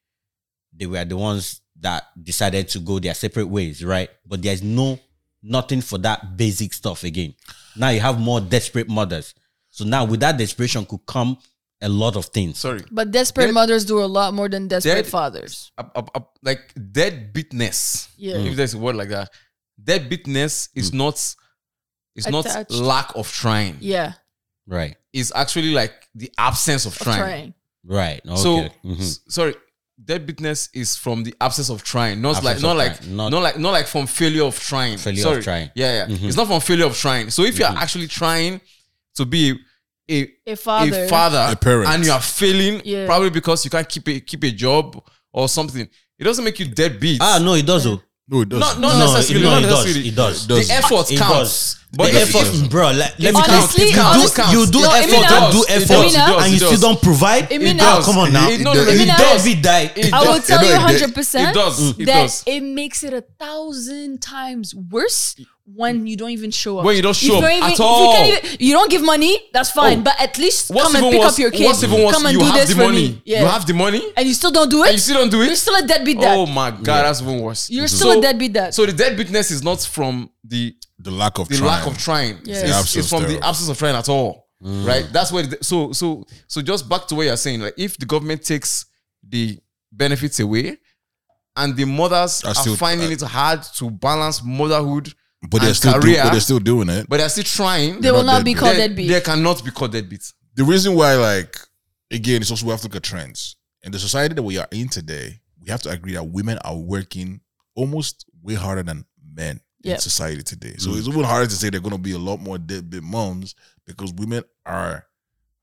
Speaker 5: they were the ones that decided to go their separate ways, right? But there's no nothing for that basic stuff again. Now you have more desperate mothers. So now with that desperation could come a lot of things.
Speaker 2: Sorry.
Speaker 4: But desperate
Speaker 2: Dead-
Speaker 4: mothers do a lot more than desperate
Speaker 2: Dead-
Speaker 4: fathers.
Speaker 2: Up- up- up- like deadbeatness.
Speaker 4: Yeah.
Speaker 5: Hmm.
Speaker 2: If there's a word like that. Deadbeatness is not it's
Speaker 4: Attached.
Speaker 2: not lack of trying.
Speaker 4: Yeah.
Speaker 5: Right.
Speaker 2: It's actually like the absence of
Speaker 4: Of
Speaker 2: trying.
Speaker 4: trying.
Speaker 5: Right. Okay.
Speaker 2: So
Speaker 5: Mhm.
Speaker 2: s- sorry, deadbeatness is from the absence of trying, not
Speaker 5: Absence
Speaker 2: like not
Speaker 5: of
Speaker 2: like
Speaker 5: trying,
Speaker 2: not,
Speaker 5: not-
Speaker 2: like not like from failure of trying.
Speaker 5: Failure of
Speaker 2: sorry.
Speaker 5: trying. Mm-hmm.
Speaker 2: Yeah, yeah. It's not from failure of trying. So if you're actually trying to be a
Speaker 4: A father.
Speaker 2: a father,
Speaker 3: A parent.
Speaker 2: and you are failing
Speaker 4: Yeah.
Speaker 2: probably because you can't keep a keep a job or something. It doesn't make you deadbeat.
Speaker 5: Ah no, it does. oh.
Speaker 3: No, it
Speaker 2: not
Speaker 3: doesn't.
Speaker 2: not
Speaker 5: No,
Speaker 2: necessarily.
Speaker 5: it- no,
Speaker 2: not
Speaker 5: it does,
Speaker 2: necessarily.
Speaker 5: it does.
Speaker 2: The
Speaker 3: Doesn't.
Speaker 2: effort
Speaker 5: It
Speaker 2: counts,
Speaker 5: does.
Speaker 2: but
Speaker 5: the
Speaker 2: if
Speaker 5: effort,
Speaker 2: you-
Speaker 5: bro. Let, let me
Speaker 4: counts.
Speaker 5: count.
Speaker 4: Honestly,
Speaker 5: You
Speaker 2: honestly-
Speaker 5: do, you do
Speaker 4: No, it
Speaker 5: effort,
Speaker 4: does.
Speaker 5: you do
Speaker 4: It
Speaker 5: effort,
Speaker 4: does, it
Speaker 5: and you
Speaker 2: does.
Speaker 5: still don't provide.
Speaker 4: It mean-
Speaker 5: Ah, come on now.
Speaker 2: It, no,
Speaker 3: It
Speaker 2: no, no,
Speaker 3: does.
Speaker 2: it,
Speaker 4: It
Speaker 2: does.
Speaker 5: does. It does.
Speaker 2: It
Speaker 4: I will
Speaker 2: does.
Speaker 4: tell
Speaker 3: no,
Speaker 4: you
Speaker 3: it-
Speaker 4: 100%
Speaker 2: It does. It
Speaker 4: that
Speaker 2: does.
Speaker 4: it makes it a thousand times worse when you don't even show up.
Speaker 2: When you don't
Speaker 4: If
Speaker 2: show up
Speaker 4: you're even-
Speaker 2: at
Speaker 4: if you
Speaker 2: all.
Speaker 4: can't even- you don't give money, that's fine.
Speaker 2: Oh.
Speaker 4: But at least
Speaker 2: What's
Speaker 4: come and
Speaker 2: even
Speaker 4: pick
Speaker 2: worse-
Speaker 4: up your kid.
Speaker 2: What's even worse,
Speaker 4: come and
Speaker 2: you
Speaker 4: do
Speaker 2: have
Speaker 4: this
Speaker 2: the
Speaker 4: for
Speaker 2: money.
Speaker 4: me. Yeah.
Speaker 2: You have the money,
Speaker 4: and you still don't do
Speaker 2: and you
Speaker 4: it?
Speaker 2: still don't do
Speaker 4: You're
Speaker 2: it.
Speaker 4: still a deadbeat dad.
Speaker 2: Oh my god, that's even worse.
Speaker 4: You're still
Speaker 2: So-
Speaker 4: a deadbeat dad.
Speaker 2: So the deadbeatness is not from the
Speaker 3: The lack of
Speaker 2: the
Speaker 3: trying.
Speaker 2: lack of trying.
Speaker 4: Yeah.
Speaker 2: It's,
Speaker 3: The
Speaker 2: it's from
Speaker 3: absence
Speaker 2: the
Speaker 3: thereof. Mm.
Speaker 2: absence of trying at all, right? That's where. The, so so so just back to what you're saying. Like if the government takes the benefits away, and the mothers
Speaker 3: Are
Speaker 2: are,
Speaker 3: still-
Speaker 2: finding it hard to balance motherhood,
Speaker 3: But they're
Speaker 2: and
Speaker 3: still, do,
Speaker 2: career,
Speaker 3: but they're still doing it.
Speaker 2: but they're still trying.
Speaker 4: they will
Speaker 3: not
Speaker 4: not be
Speaker 3: deadbeat.
Speaker 4: called
Speaker 2: they-
Speaker 4: deadbeat.
Speaker 2: They cannot be called deadbeat.
Speaker 3: the reason why, like, again, it's also we have to look at trends. In the society that we are in today, we have to agree that women are working almost way harder than men in
Speaker 4: Yep.
Speaker 3: society today. So it's even harder to say they're going to be a lot more deadbeat moms because women are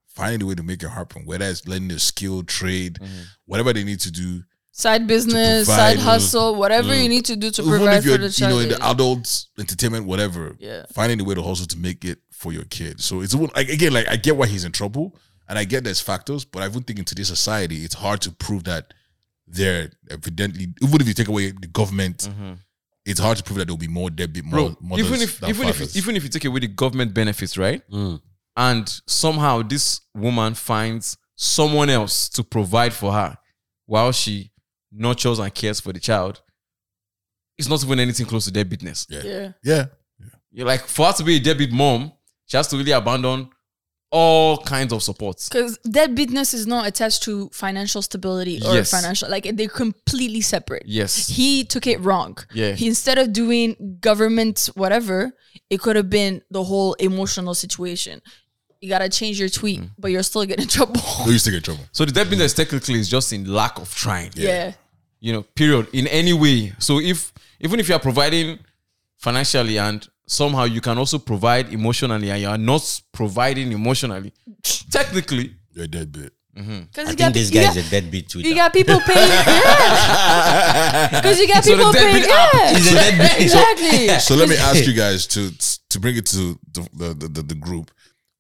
Speaker 3: finding a way to make it happen, whether it's learning a skill, trade, whatever they need to do.
Speaker 4: side business,
Speaker 3: provide,
Speaker 4: side
Speaker 3: mm,
Speaker 4: hustle, whatever you
Speaker 2: Mm.
Speaker 4: need to do to
Speaker 3: Even
Speaker 4: provide
Speaker 3: if
Speaker 4: for
Speaker 3: you're,
Speaker 4: the
Speaker 3: you know,
Speaker 4: child.
Speaker 3: in the adult entertainment, whatever,
Speaker 4: yeah.
Speaker 3: finding a way to hustle to make it for your kid. So it's even- like again, like I get why he's in trouble, and I get there's factors, but I would think in today's society, it's hard to prove that they're evidently even if you take away the government,
Speaker 4: Mm.
Speaker 3: it's hard to prove that there'll be more deadbeat
Speaker 2: Bro,
Speaker 3: mo- Mm-hmm. mothers
Speaker 2: even if
Speaker 3: than
Speaker 2: even if
Speaker 3: fathers.
Speaker 2: even if you take away the government benefits, right?
Speaker 5: Hmm,
Speaker 2: And somehow this woman finds someone else to provide for her while she nurtures and cares for the child. It's not even anything close to deadbeatness.
Speaker 3: yeah. yeah,
Speaker 4: Yeah.
Speaker 2: You're like for her to be a deadbeat mom, she has to really abandon all kinds of supports.
Speaker 4: Because deadbeatness is not attached to financial stability or
Speaker 2: Yes.
Speaker 4: financial, like they're completely separate.
Speaker 2: Yes.
Speaker 4: He took it wrong.
Speaker 2: Yeah.
Speaker 4: He, instead of doing government whatever, it could have been the whole emotional situation. You gotta change your tweet,
Speaker 2: Mm.
Speaker 4: but you're still getting in trouble.
Speaker 3: No, you still get in trouble.
Speaker 2: So the deadbeatness technically is just in lack of trying.
Speaker 4: yeah.
Speaker 2: you know, period, in any way. So if even if you are providing financially and somehow you can also provide emotionally and you are not providing emotionally, technically,
Speaker 3: You're deadbeat.
Speaker 4: Because
Speaker 5: I
Speaker 4: you got
Speaker 5: think this
Speaker 4: you
Speaker 5: guy
Speaker 4: got-
Speaker 5: is a deadbeat tweeter.
Speaker 4: you got people paying. Yeah. Because you got
Speaker 2: So the
Speaker 4: people paying.
Speaker 2: deadbeat app
Speaker 4: Yeah.
Speaker 5: He's a deadbeat.
Speaker 4: exactly.
Speaker 3: So let me ask you guys to to bring it to the the, the, the group.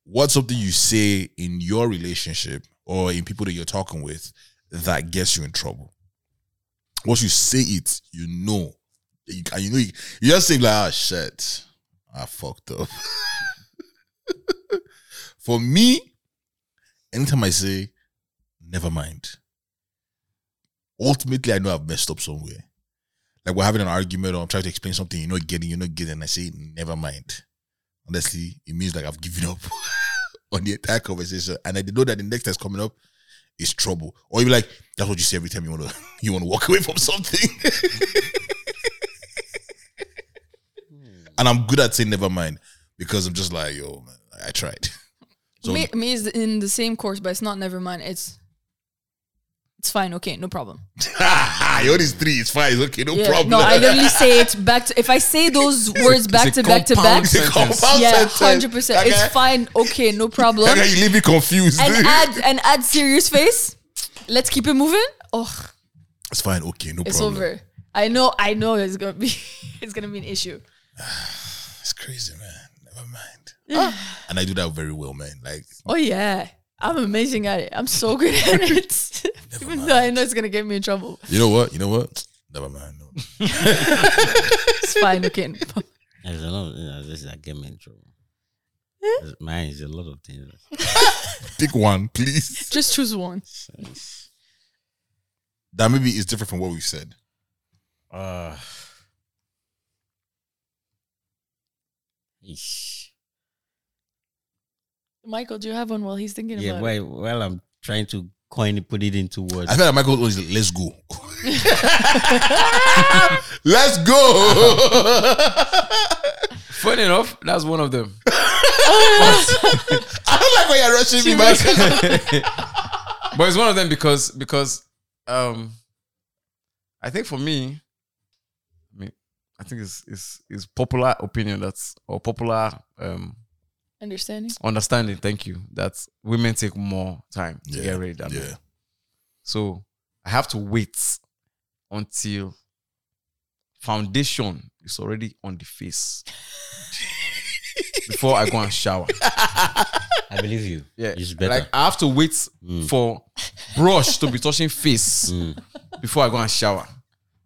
Speaker 3: What's something you say in your relationship or in people that you're talking with that gets you in trouble? Once you say it, you know, you, and you know, you, you just think like, ah, shit, I fucked up. For me, anytime I say, never mind, ultimately I know I've messed up somewhere like we're having an argument or I'm trying to explain something you're not getting, you're not getting, and I say, never mind. Honestly, it means like I've given up on the entire conversation. And I know that the next that's coming up is trouble. Or you're like, that's what you say every time you wanna you wanna walk away from something. and I'm good at saying never mind because I'm just like, yo, man, I tried. So
Speaker 4: me, me is in the same course, but it's not never mind. It's it's fine. Okay, no problem.
Speaker 3: ah, all these three is fine. It's okay, no
Speaker 4: Yeah.
Speaker 3: problem.
Speaker 4: No, I literally say it back to. If I say those words back
Speaker 2: it's a
Speaker 4: to back to back,
Speaker 2: compound sentence.
Speaker 3: Compound
Speaker 4: yeah,
Speaker 3: sentence.
Speaker 4: hundred percent. It's
Speaker 3: Okay.
Speaker 4: fine. Okay, no problem.
Speaker 3: Okay, you leave me confused.
Speaker 4: And add and add serious face. Let's keep it moving. Oh,
Speaker 3: it's fine. Okay, no
Speaker 4: it's
Speaker 3: problem.
Speaker 4: over. I know. I know. It's gonna be. It's gonna be an issue.
Speaker 3: It's crazy, man. Never mind. and I do that very well, man. Like
Speaker 4: Oh yeah. I'm amazing at it. I'm so good at it. Even though I know it's gonna get me in trouble.
Speaker 3: you know what? You know what? Never mind. No.
Speaker 4: It's fine, okay.
Speaker 5: There's a lot of you know, this is like get me in trouble.
Speaker 2: Eh?
Speaker 5: There's- Mine is a lot of things.
Speaker 3: Pick one, please.
Speaker 4: Just choose one.
Speaker 3: That maybe is different from what we've said.
Speaker 5: Uh, eesh.
Speaker 4: Michael, do you have one while he's thinking
Speaker 5: yeah,
Speaker 4: about it?
Speaker 5: well, well, I'm trying to coin it, put it into words.
Speaker 3: I feel like Michael was let's go. let's go.
Speaker 2: Funny enough, that's one of them.
Speaker 3: I don't like why you're rushing me, Michael.
Speaker 2: but it's one of them because because um I think for me, I mean, I think it's it's it's popular opinion that's or popular um
Speaker 4: Understanding?
Speaker 2: understanding. Thank you. That women take more time to
Speaker 3: Yeah,
Speaker 2: get ready than men.
Speaker 3: yeah.
Speaker 2: So I have to wait until foundation is already on the face before I go and shower.
Speaker 5: I believe you.
Speaker 2: Yeah,
Speaker 5: it's better.
Speaker 2: Like I have to wait
Speaker 5: Mm.
Speaker 2: for brush to be touching face
Speaker 5: Mm.
Speaker 2: before I go and shower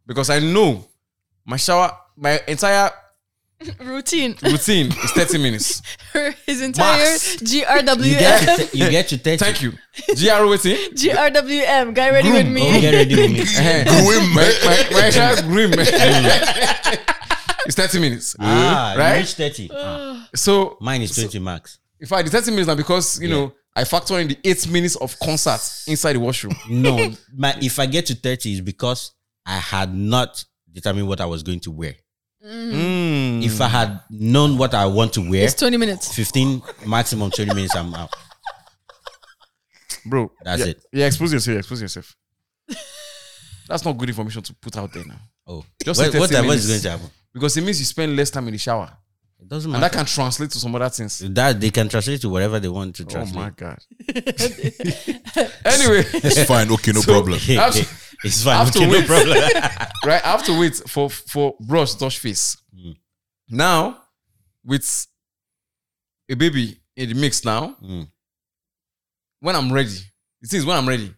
Speaker 2: because I know my shower, my entire
Speaker 4: Routine.
Speaker 2: routine is thirty minutes.
Speaker 4: Her, his entire
Speaker 2: Max.
Speaker 5: you, get
Speaker 4: GRWM.
Speaker 5: to, t- you get to take
Speaker 2: Thank you, GR waiting.
Speaker 4: GRWM. Guy ready with
Speaker 2: Groom.
Speaker 5: Don't
Speaker 4: me.
Speaker 5: get ready with me.
Speaker 2: Eh,
Speaker 3: Grim,
Speaker 2: my,
Speaker 3: man.
Speaker 2: my, my entire groom, man. it's thirty minutes.
Speaker 5: ah,
Speaker 2: Right?
Speaker 5: you reach 30. Ah,
Speaker 2: So
Speaker 5: mine is 20 max.
Speaker 2: in fact, the thirty minutes now because you know I factor in the eight minutes of concert inside the washroom.
Speaker 5: No, my, if I get to 30 is because I had not determined what I was going to wear. If I had known what I want to wear,
Speaker 4: It's 20 minutes.
Speaker 5: 15 maximum 20 minutes, I'm out.
Speaker 2: bro.
Speaker 5: That's
Speaker 2: yeah,
Speaker 5: it.
Speaker 2: Yeah, expose yourself. yeah, expose yourself. That's not good information to put out there now.
Speaker 5: Oh,
Speaker 2: Just
Speaker 5: what,
Speaker 2: in
Speaker 5: what,
Speaker 2: 30
Speaker 5: what is
Speaker 2: minutes.
Speaker 5: going to happen?
Speaker 2: Because it means you spend less time in the shower.
Speaker 5: It doesn't
Speaker 2: And that
Speaker 5: matter.
Speaker 2: can translate to some other things.
Speaker 5: That, they can translate to whatever they want to
Speaker 2: Oh my
Speaker 5: translate.
Speaker 2: god. anyway,
Speaker 3: It's fine. Okay, no problem.
Speaker 2: Abs-
Speaker 5: it's fine.
Speaker 2: after
Speaker 5: Okay, no
Speaker 2: wait.
Speaker 5: problem.
Speaker 2: right, I have to wait for for brush to touch face. Now, with a baby in the mix now,
Speaker 5: Mm.
Speaker 2: when I'm ready, it seems when I'm ready,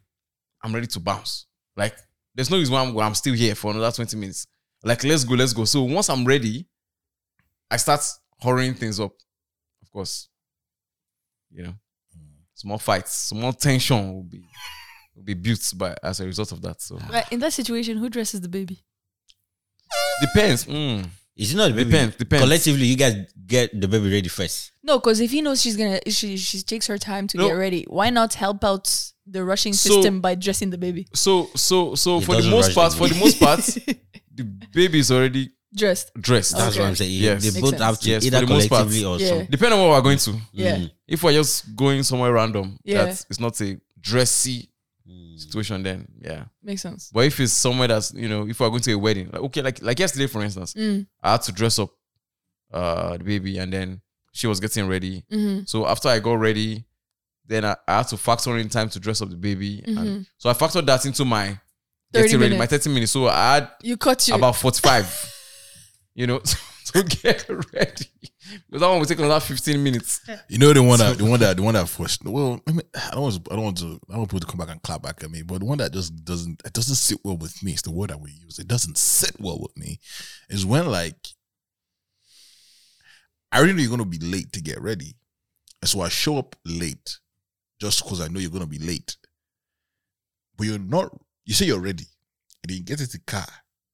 Speaker 2: I'm ready to bounce. Like there's no reason why I'm, why I'm still here for another 20 minutes. Like let's go, let's go. So once I'm ready, I start hurrying things up. Of course, you know, small fights, small tension will be will be built by as a result of that. So
Speaker 4: Right, in that situation, who dresses the baby?
Speaker 2: depends. Mm.
Speaker 5: It's not the baby.
Speaker 2: Depends, depends.
Speaker 5: Collectively, you guys get the baby ready first.
Speaker 4: No, because if he knows she's gonna, she she takes her time to
Speaker 2: No.
Speaker 4: get ready. Why not help out the rushing
Speaker 2: So-
Speaker 4: system by dressing the baby
Speaker 2: So so so
Speaker 5: It
Speaker 2: for the
Speaker 5: doesn't
Speaker 2: most
Speaker 5: rush
Speaker 2: part,
Speaker 5: the
Speaker 2: for the most part, the baby is already
Speaker 4: dressed?
Speaker 2: dressed.
Speaker 5: That's
Speaker 4: Okay.
Speaker 5: what I'm saying. You-
Speaker 2: Yes.
Speaker 5: They
Speaker 2: Makes
Speaker 5: both
Speaker 4: sense.
Speaker 5: have to
Speaker 2: Yes,
Speaker 5: either
Speaker 2: for the most part.
Speaker 5: collectively or
Speaker 4: Yeah.
Speaker 5: some. Mm,
Speaker 2: Depending on what we're going to.
Speaker 4: Yeah,
Speaker 2: If we're just going somewhere random,
Speaker 4: Yeah.
Speaker 2: that's it's not a dressy
Speaker 5: mm.
Speaker 2: situation then. Yeah.
Speaker 4: makes sense.
Speaker 2: But if it's somewhere that's you know, if we're going to a wedding, like okay, like like yesterday for instance,
Speaker 4: Mm.
Speaker 2: I had to dress up uh the baby and then she was getting ready.
Speaker 4: Mm-hmm.
Speaker 2: So after I got ready, then I, I had to factor in time to dress up the baby. And so I factored that into my
Speaker 4: 30
Speaker 2: getting ready, my
Speaker 4: minutes.
Speaker 2: 30 minutes. So I had
Speaker 4: You cut you.
Speaker 2: about 45 you know to get ready because that one will take another 15 minutes
Speaker 3: You know the one that the one that the one that forced. Well, I, mean, I don't want to, I don't want to I don't want people to come back and clap back at me, but the one that just doesn't it doesn't sit well with me. It's the word I would use. It doesn't sit well with me. Is when like I already know you're gonna be late to get ready, and so I show up late just because I know you're gonna be late. But you're not. You say you're ready, and then you get into the car,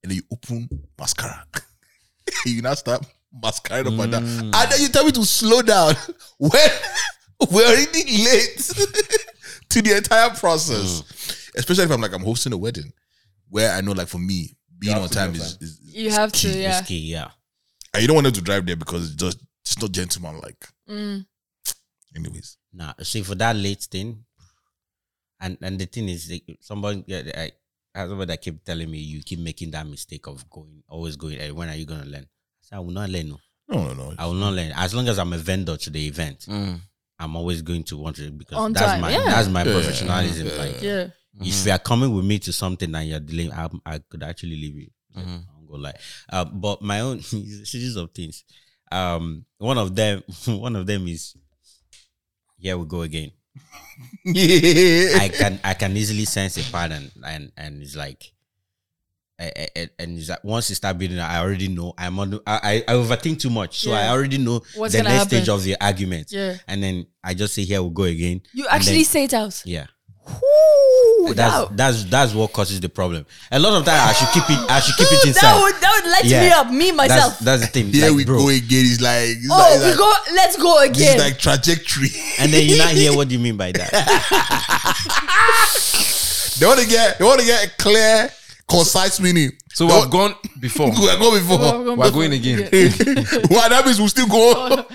Speaker 3: and then you open mascara. you now start mascara up and down, and then you tell me to slow down. When we're already late to the entire process, especially if I'm like I'm hosting a wedding, where I know like for me being on time is, is
Speaker 4: you have to.
Speaker 3: key.
Speaker 4: Yeah.
Speaker 5: It's key, yeah.
Speaker 3: and you don't want them to drive there because it's just it's not gentleman like.
Speaker 4: Mm.
Speaker 3: Anyways,
Speaker 5: Nah, see for that late thing, and and the thing is, like, somebody yeah, I I had somebody that kept telling me, you keep making that mistake of going, always going, "Eh, when are you going to learn? I said, I will not learn. No.
Speaker 3: No, no, no.
Speaker 5: I will not learn. As long as I'm a vendor to the event,
Speaker 3: Mm.
Speaker 5: I'm always going to want to because
Speaker 4: On
Speaker 5: that's
Speaker 4: time,
Speaker 5: my
Speaker 4: yeah.
Speaker 5: that's my
Speaker 3: Yeah,
Speaker 5: professionalism.
Speaker 3: yeah.
Speaker 5: Like
Speaker 4: Yeah.
Speaker 5: if you are coming with me to something and you're delaying, I, I could actually leave you. Like,
Speaker 3: Mm-hmm.
Speaker 2: Mhm.
Speaker 5: I don't go lie. Uh, but my own series of things. Um, one of them, one of them is here we go again. I can I can easily sense a pattern, and and it's like, I, I- I- and it's like once you start building, I already know I'm on. I I I overthink too much, so
Speaker 4: Yeah.
Speaker 5: I already know
Speaker 4: What's
Speaker 5: the
Speaker 4: gonna
Speaker 5: next
Speaker 4: happen?
Speaker 5: stage of the argument,
Speaker 4: Yeah.
Speaker 5: and then I just say here we go again.
Speaker 4: You
Speaker 5: And
Speaker 4: actually
Speaker 5: then-
Speaker 4: say it out.
Speaker 5: Yeah,
Speaker 4: Woo,
Speaker 5: that's
Speaker 4: that,
Speaker 5: that's that's what causes the problem. A lot of time I should keep it. I should keep it
Speaker 4: that
Speaker 5: inside.
Speaker 4: would that would light
Speaker 5: Yeah.
Speaker 4: me up, me myself.
Speaker 5: That's, that's the thing.
Speaker 3: Here
Speaker 5: like,
Speaker 3: we
Speaker 5: bro.
Speaker 3: go again. He's like, it's
Speaker 4: oh,
Speaker 3: like,
Speaker 4: we
Speaker 3: it's like,
Speaker 4: go. Let's go
Speaker 3: this
Speaker 4: again.
Speaker 3: is like trajectory.
Speaker 5: And then you not hear what do you mean by that?
Speaker 3: they want to get, they want to get clear, concise meaning.
Speaker 2: So
Speaker 3: They
Speaker 2: we've
Speaker 3: want-
Speaker 2: gone before.
Speaker 3: we are going before.
Speaker 4: Oh,
Speaker 2: We're going again. Oh,
Speaker 3: well, that means we still go.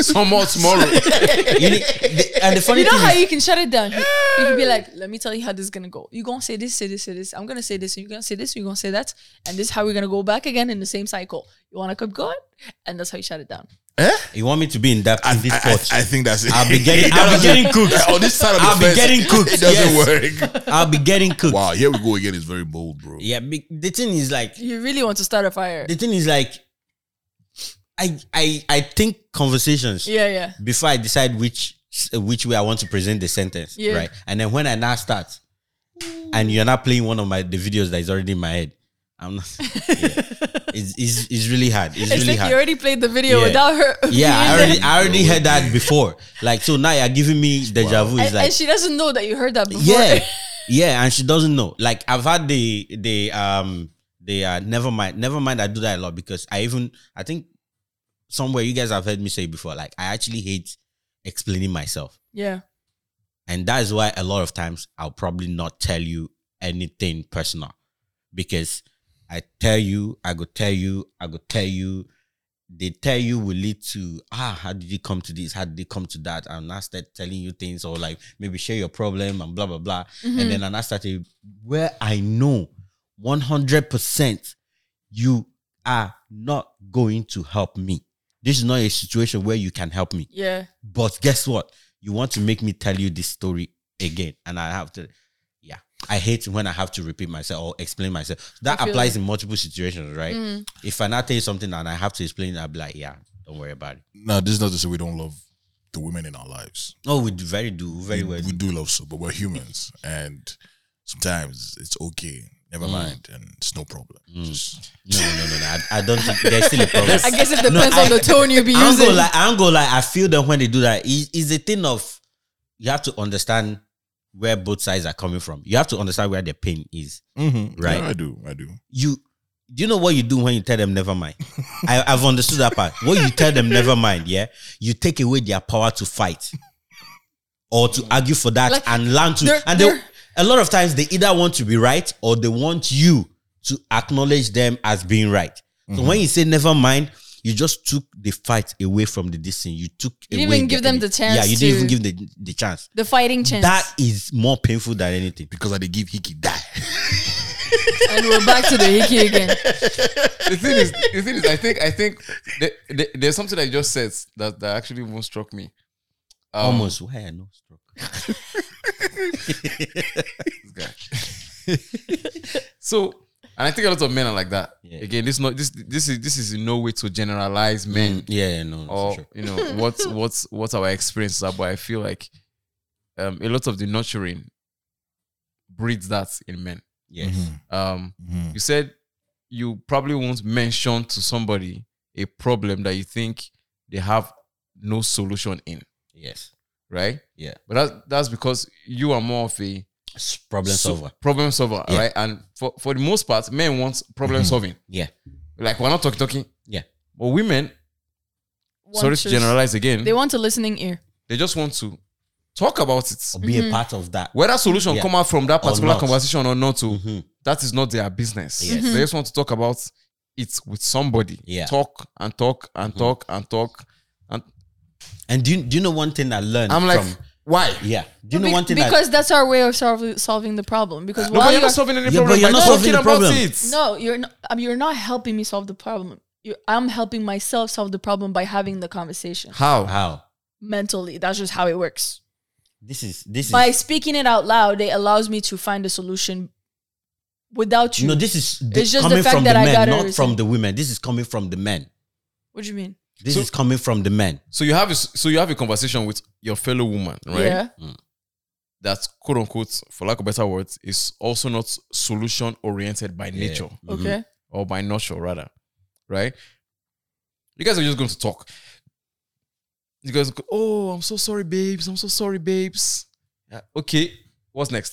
Speaker 2: Some more tomorrow.
Speaker 5: You need- the- and the funny
Speaker 4: You know
Speaker 5: thing
Speaker 4: how
Speaker 5: is,
Speaker 4: you can shut it down. You you can be like, "Let me tell you how this is gonna go. You're gonna say this, say this, say this. I'm gonna say this. and You're gonna say this. You're gonna say that. And this is how we're gonna go back again in the same cycle. You wanna keep going, and that's how you shut it down.
Speaker 5: you want me to be in depth
Speaker 3: I,
Speaker 5: in this
Speaker 3: I,
Speaker 5: pot.
Speaker 3: I think that's it.
Speaker 5: I'll be getting, I'll be getting cooked.
Speaker 3: on this side of the
Speaker 5: I'll be
Speaker 3: fence,
Speaker 5: getting cooked.
Speaker 3: It doesn't
Speaker 5: yes.
Speaker 3: work.
Speaker 5: I'll be getting cooked.
Speaker 3: Wow, here we go again. It's very bold, bro.
Speaker 5: Yeah, be- the thing is like,
Speaker 4: You really want to start a fire.
Speaker 5: the thing is like, I I I think conversations
Speaker 4: Yeah, yeah.
Speaker 5: before I decide which which way I want to present the sentence,
Speaker 4: Yeah.
Speaker 5: right? And then when I now start, and you're not playing one of my the videos that is already in my head, I'm not. yeah. It's, it's it's really hard.
Speaker 4: It's
Speaker 5: It's, really
Speaker 4: like
Speaker 5: hard.
Speaker 4: you already played the video
Speaker 5: Yeah.
Speaker 4: without her.
Speaker 5: yeah, I
Speaker 4: being
Speaker 5: already I already heard that before. Like so now you're giving me deja vu.
Speaker 4: there.
Speaker 5: It's
Speaker 4: and,
Speaker 5: like
Speaker 4: and she doesn't know that you heard that before.
Speaker 5: yeah, yeah, and she doesn't know. Like I've had the the um the uh, never mind, never mind. I do that a lot because I even I think somewhere you guys have heard me say before. Like I actually hate explaining myself,
Speaker 4: yeah.
Speaker 5: and that is why a lot of times I'll probably not tell you anything personal because I tell you, I go tell you, I go tell you. They tell you will lead to ah, how did you come to this? How did you come to that? And I start telling you things or like maybe share your problem and blah blah blah
Speaker 4: Mm-hmm.
Speaker 5: and then and I started where I know 100% you are not going to help me. This is not a situation where you can help me.
Speaker 4: Yeah.
Speaker 5: But guess what? You want to make me tell you this story again, and I have to. Yeah, I hate when I have to repeat myself or explain myself. That
Speaker 4: I feel Mm.
Speaker 5: applies in multiple situations, right?
Speaker 4: Mm-hmm.
Speaker 5: If I now tell you something and I have to explain, I'll be like, yeah, don't worry about it.
Speaker 3: No, this is not to say we don't love the women in our lives.
Speaker 5: Oh, we do very do very
Speaker 3: we,
Speaker 5: well.
Speaker 3: we do love so, but we're humans, and sometimes it's okay. Never
Speaker 5: Mm.
Speaker 3: mind, and it's no problem. Just
Speaker 5: No, no, no, no. no. I, I don't think there's still a problem.
Speaker 4: I guess it depends
Speaker 5: I-
Speaker 4: on the tone you be
Speaker 5: I don't go
Speaker 4: using.
Speaker 5: like I don't go like I feel them when they do that. It- it's a thing of you have to understand where both sides are coming from. You have to understand where the pain is. Right.
Speaker 4: Mm-hmm.
Speaker 3: Yeah, I do, I do.
Speaker 5: You do you know what you do when you tell them never mind? I, I've understood that part. What you tell them never mind, yeah, you take away their power to fight or to argue for that
Speaker 4: Like,
Speaker 5: and learn to
Speaker 4: they're-
Speaker 5: and they,
Speaker 4: they're-
Speaker 5: a lot of times they either want to be right or they want you to acknowledge them as being right. So when you say never mind, you just took the fight away from the distance. You took
Speaker 4: You didn't
Speaker 5: away
Speaker 4: even give them the chance
Speaker 5: Yeah, you didn't even
Speaker 4: to-
Speaker 5: give the, the chance.
Speaker 4: the fighting chance.
Speaker 5: That is more painful than anything.
Speaker 3: Because I did give Hickey that.
Speaker 4: and we're back to the hickey again.
Speaker 2: the thing is, the thing is, I think, I think the, the, there's something I just said that, that actually even struck me. Um,
Speaker 5: Almost why I know stroke.
Speaker 2: this guy. so, and I think a lot of men are like that.
Speaker 5: Yeah.
Speaker 2: Again, this not this this is this is in no way to generalize men
Speaker 5: Yeah, yeah, no, no,
Speaker 2: or
Speaker 5: for sure.
Speaker 2: you know what's what's what our experiences are. But I feel like um, a lot of the nurturing breeds that in men.
Speaker 5: Yes.
Speaker 3: Mm-hmm.
Speaker 2: Um, you said you probably won't mention to somebody a problem that you think they have no solution in,
Speaker 5: Yes.
Speaker 2: right?
Speaker 5: Yeah.
Speaker 2: But that's that's because you are more of a
Speaker 5: S- Problem
Speaker 2: so-
Speaker 5: solver.
Speaker 2: problem solver,
Speaker 5: Yeah.
Speaker 2: right? And for, for the most part, men want problem solving.
Speaker 5: Yeah.
Speaker 2: Like we're not talking talking.
Speaker 5: Yeah.
Speaker 2: But women,
Speaker 4: Want
Speaker 2: sorry to generalize again,
Speaker 4: They
Speaker 2: they,
Speaker 4: want a listening ear.
Speaker 2: just want to talk about it.
Speaker 5: Or be a part of that.
Speaker 2: Whether solution
Speaker 5: Yeah.
Speaker 2: come out from that
Speaker 5: Or
Speaker 2: particular
Speaker 5: not.
Speaker 2: conversation or not, to
Speaker 5: Mhm.
Speaker 2: that is not their business.
Speaker 5: Yes.
Speaker 2: They just want to talk about it with somebody.
Speaker 5: Yeah. Mm-hmm.
Speaker 2: Talk and talk and talk and talk. And
Speaker 5: And do you, do you know one thing I learned
Speaker 2: I'm like,
Speaker 5: from
Speaker 3: Why?
Speaker 5: Yeah. Do you know
Speaker 4: Be-
Speaker 5: one thing that-
Speaker 4: because that's our way of solve, solving the problem. Because
Speaker 2: No,
Speaker 4: while
Speaker 2: but you're
Speaker 4: you're
Speaker 2: not solving any
Speaker 5: Yeah,
Speaker 2: problem
Speaker 5: but you're
Speaker 2: by
Speaker 5: not solving
Speaker 2: talking
Speaker 5: the
Speaker 2: about
Speaker 5: problem.
Speaker 2: it.
Speaker 4: no, you're not. um, you're not helping me solve the problem. You're, I'm helping myself solve the problem by having the conversation
Speaker 2: How?
Speaker 5: how
Speaker 4: mentally. That's just how it works.
Speaker 5: this is this is
Speaker 4: By speaking it out loud, it allows me to find a solution without you.
Speaker 5: no this is
Speaker 4: It's just
Speaker 5: coming
Speaker 4: the fact
Speaker 5: from
Speaker 4: that
Speaker 5: the
Speaker 4: I
Speaker 5: men,
Speaker 4: gotta
Speaker 5: not from
Speaker 4: receive-
Speaker 5: the women. This is coming from the men.
Speaker 4: what do you mean?
Speaker 5: This
Speaker 2: So-
Speaker 5: is coming from the men.
Speaker 2: So you have a, so you have a conversation with your fellow woman, right?
Speaker 4: Yeah.
Speaker 2: That's quote unquote, for lack of better words, is also not solution oriented by nature
Speaker 5: Mm-hmm.
Speaker 4: Okay.
Speaker 2: or by nurture rather, right? You guys are just going to talk. You guys, go, oh, I'm so sorry, babes. I'm so sorry, babes. Yeah, okay, what's next?